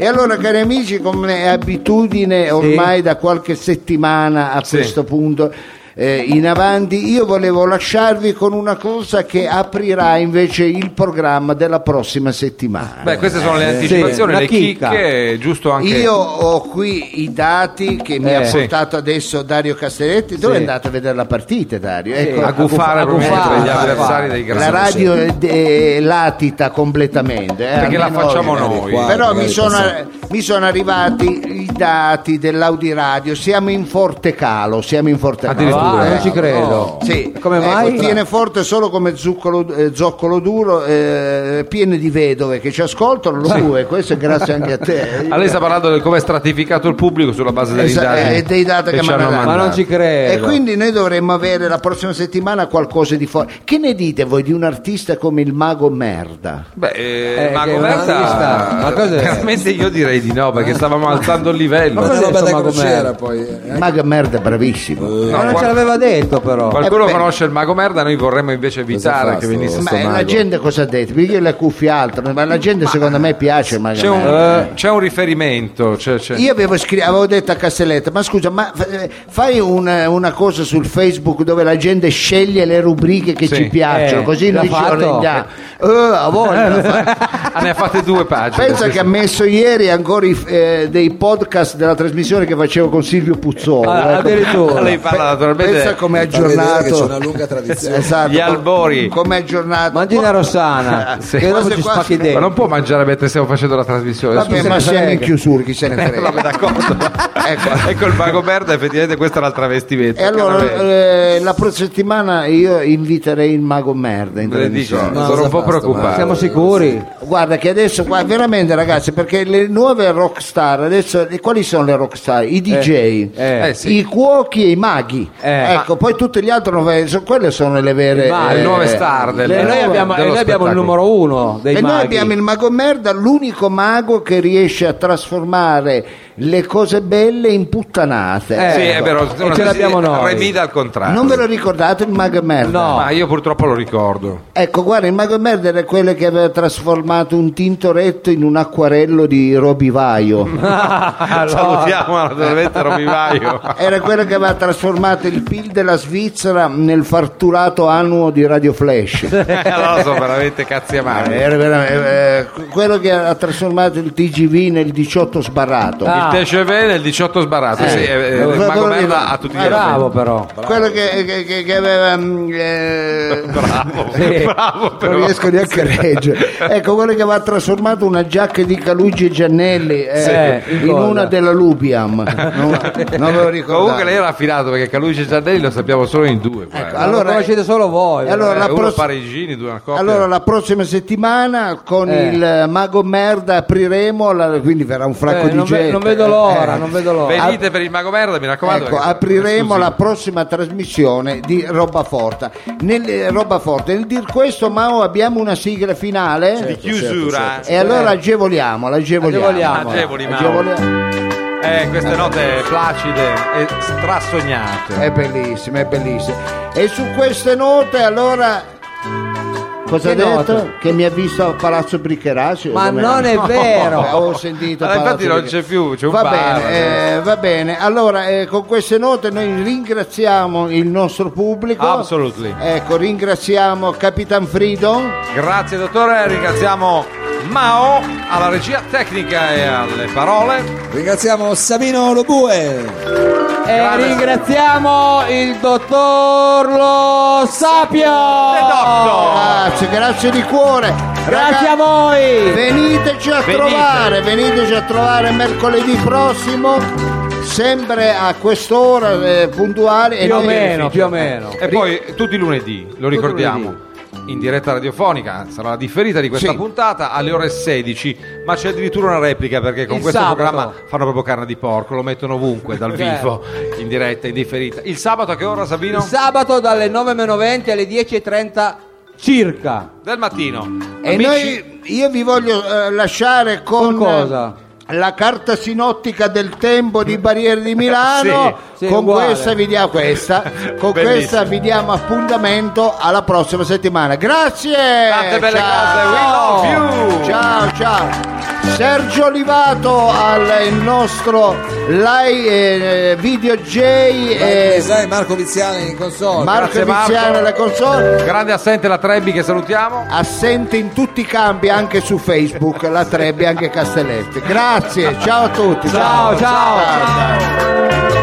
S1: E allora cari amici, come è abitudine ormai da qualche settimana a questo punto, eh, in avanti, io volevo lasciarvi con una cosa che aprirà invece il programma della prossima settimana.
S3: Beh, queste sono le
S1: Eh,
S3: anticipazioni,
S1: sì,
S3: le
S1: una chicca.
S3: chicche, giusto anche.
S1: Io ho qui i dati che mi
S3: Eh,
S1: ha
S3: sì.
S1: portato adesso Dario Castelletti. Dove
S3: Sì.
S1: è andato a vedere la partita, Dario? Ecco,
S3: Sì, a guffare probabilmente tra gli avversari dei grandi.
S1: La radio è- è- latita completamente. eh,
S3: Perché la
S1: almeno
S3: facciamo
S1: oggi.
S3: noi. Qua,
S4: eh,
S1: Però
S3: magari
S1: mi sono,
S3: passiamo.
S1: mi sono arrivati i dati dell'Audiradio. Siamo in forte calo. Siamo in forte calo.
S4: Addirittura. Ah, non ci credo.
S1: No. Oh, Sì. Eh,
S4: Come mai?
S1: tiene forte solo come zuccolo- eh, zoccolo duro, eh, piene di vedove che ci ascoltano. Lo due, questo è grazie anche a te.
S3: Ah, lei sta parlando di come è stratificato il pubblico sulla base delle
S1: Esa-
S3: indagini
S1: eh, dei dati che
S3: ci
S1: mi hanno
S3: hanno
S1: dato.
S3: mandato.
S1: E quindi noi dovremmo avere la prossima settimana qualcosa di forte. Che ne dite voi di un artista come il mago merda?
S3: Beh, eh,
S1: Eh,
S3: ma
S1: che è
S3: Gomerta,
S1: un'artista, ma cos'è?
S3: veramente io direi di no perché stavamo alzando il livello.
S1: Ma Ma è una cos'è roba sto da Mago crociera,
S2: Merda? poi, eh.
S1: Il mago merda è bravissimo.
S3: No, non ce qual-
S1: l'aveva detto però.
S3: Qualcuno conosce il mago merda, noi vorremmo invece evitare che venisse
S1: ma
S3: sto mago.
S1: la gente cosa ha detto? Perché io le cuffie altro, ma la gente secondo me piace il mago
S3: C'è un,
S1: merda.
S3: c'è un riferimento. c'è- c'è-
S1: Io avevo, scri- avevo detto a Castelletta, ma scusa, ma fa- eh, fai una, una cosa sul Facebook dove la gente sceglie le rubriche che
S3: Sì.
S1: ci piacciono,
S3: Eh,
S1: così
S3: l'ha
S1: noi ci
S3: fatto?
S1: arrendiamo. Eh, a voglia, l'ha fatto.
S3: Ah, ne ha fatte due pagine.
S1: Pensa
S3: sì,
S1: che
S3: sì.
S1: ha messo ieri ancora i- eh, dei podcast della trasmissione che facevo con Silvio Puzzolo.
S3: Ah,
S1: ecco.
S3: addirittura. Lei parla naturalmente-
S1: Pensa come ha
S3: Fa vedere
S1: aggiornato.
S3: che c'è una lunga tradizione.
S1: Esatto.
S3: Gli albori.
S1: Come ha aggiornato.
S4: Mangina rossana,
S3: Sì.
S4: che dopo ci
S1: Queste qua-
S4: spacchi
S3: Ma
S4: dentro.
S3: non può mangiare mentre stiamo facendo la trasmissione.
S1: Vabbè,
S3: scusa.
S1: ma siamo in chiusura, chi se ne
S3: Eh,
S1: frega.
S3: vabbè, d'accordo. ecco. il mago merda, effettivamente questo era il travestimento.
S1: E allora
S3: Chiaramente.
S1: eh, la prossima settimana io inviterei il mago merda in
S3: Le dico,
S1: trasmissione.
S3: sono un po' preoccupato.
S4: Siamo sicuri?
S1: Guarda che adesso qua, veramente ragazzi, perché le nuove rockstar adesso e quali sono le rockstar? I DJ,
S3: eh, sì.
S1: i cuochi e i maghi.
S3: Eh.
S1: ecco, poi tutte le altre nuove- so- quelle sono le vere
S3: Ma le
S1: eh,
S3: nuove star del-
S1: le
S4: E noi
S1: nuove-
S4: abbiamo, e
S1: dello
S4: noi abbiamo il
S1: spettacolo.
S4: numero uno dei
S1: E noi
S4: maghi.
S1: abbiamo il mago merda, l'unico mago che riesce a trasformare le cose belle in puttanate.
S3: Sì, Eh, è
S1: Ecco.
S3: vero, una specie di remida al contrario.
S1: Non ve lo ricordate il mago merda?
S3: Ma io purtroppo lo ricordo.
S1: Ecco, guarda, il mago merda era quello che aveva trasformato un tintoretto in un acquarello di robivaio.
S4: Ah,
S3: Salutiamo naturalmente Robivaio.
S1: Era quello che aveva trasformato il PIL della Svizzera nel fatturato annuo di Radio Flash.
S3: allora sono veramente cazzi amari.
S1: Era vera- eh, quello che ha trasformato il TGV nel 18 sbarrato.
S3: Il TCV nel 18 sbarato, sì, eh, eh,
S1: Dove-
S3: il mago
S1: dove-
S3: merda a tutti gli
S4: Ah, Bravo
S3: effetti.
S4: però.
S1: Quello che, che- che- che aveva. mm, eh,
S3: Bravo,
S1: Sì.
S3: bravo però.
S1: Non riesco neanche a reggere. Ecco, quello che aveva trasformato una giacca di Calugi e Giannelli eh,
S4: Sì, in
S1: in
S4: cosa?
S1: una della Lubiam. Non, non ve lo ricordavo.
S3: Eh, Comunque lei era affidato perché Calucci e Giardelli lo sappiamo solo in due. guarda.
S1: allora- eh,
S4: lo conoscete solo voi.
S1: Allora,
S3: Eh,
S1: la
S3: uno
S1: pross-
S3: parigini, due una coppia.
S1: Allora, la prossima settimana con
S4: Eh.
S1: il Mago Merda apriremo, la- quindi verrà un
S4: Eh,
S1: fracco ecco, di
S4: non, ve-
S1: gente.
S4: non vedo l'ora,
S1: Eh.
S4: non vedo l'ora.
S3: Venite per il mago merda, mi raccomando.
S1: Ecco,
S3: perché-
S1: apriremo
S3: scusi.
S1: la prossima trasmissione di Roba Forte. Nel, eh, Roba Forte, nel dir questo, Mao, abbiamo una sigla finale
S3: Di chiusura.
S1: e allora agevoliamola, agevoliamo.
S4: Agevoliamola.
S3: certo, Agevoli, Mao.
S1: Agevoliamo.
S3: Eh, queste note placide e strassognate.
S1: È bellissima, è bellissima. E su queste note, allora. Cosa
S4: Che
S1: ha detto?
S4: note?
S1: Che mi ha visto a Palazzo Briccheraccio.
S4: Ma
S1: Come-
S4: non è vero.
S1: Ho sentito.
S3: Allora, infatti
S1: Palazzo
S3: non
S1: Bricche-
S3: c'è più, c'è un
S1: va
S3: bar.
S1: bene, eh, va bene. Allora, eh, con queste note noi ringraziamo il nostro pubblico.
S3: Absolutely.
S1: Ecco, ringraziamo Capitan Freedom.
S3: Grazie dottore, ringraziamo Mao alla regia tecnica e alle parole.
S2: Ringraziamo Samino Lobue.
S4: E ringraziamo il dottor Lo Sapio.
S1: Eh,
S3: Oh.
S1: Grazie, grazie di cuore.
S4: Grazie a
S1: Ragazzi,
S4: voi.
S1: Veniteci a
S3: Venite.
S1: trovare, veniteci a trovare mercoledì prossimo, sempre a quest'ora eh, puntuale.
S4: Più o
S1: noi-
S4: meno, più o meno.
S3: E poi tutti i lunedì, lo ricordiamo. In diretta radiofonica sarà la differita di questa
S1: Sì.
S3: puntata alle ore 16, ma c'è addirittura una replica perché con
S4: Il
S3: questo
S4: sabato.
S3: programma fanno proprio carne di porco, lo mettono ovunque, dal vivo, in diretta, in differita. Il sabato a che ora Sabino?
S4: Il sabato dalle 9 meno 20 alle 10.30 circa.
S3: Del mattino.
S1: E
S3: Amici,
S1: noi, io vi voglio eh, lasciare con,
S4: Con cosa?
S1: la carta sinottica del tempo di Barriere di Milano.
S4: Sì, sì,
S1: con
S4: uguale.
S1: questa vi diamo questa, con
S3: Bellissimo.
S1: questa vi diamo appuntamento alla prossima settimana. Grazie!
S3: Tante belle
S1: ciao.
S3: cose, we love you!
S1: Ciao ciao! Sergio Olivato al il nostro live, eh, video J eh,
S2: sai Marco Viziani in console.
S1: Marco
S3: Grazie, Marco.
S1: Viziano alla console
S3: Grande assente la Trebbi che salutiamo.
S1: assente in tutti i campi anche su Facebook la Trebbi anche Castelletti grazie ciao a tutti
S4: ciao, ciao.
S1: ciao.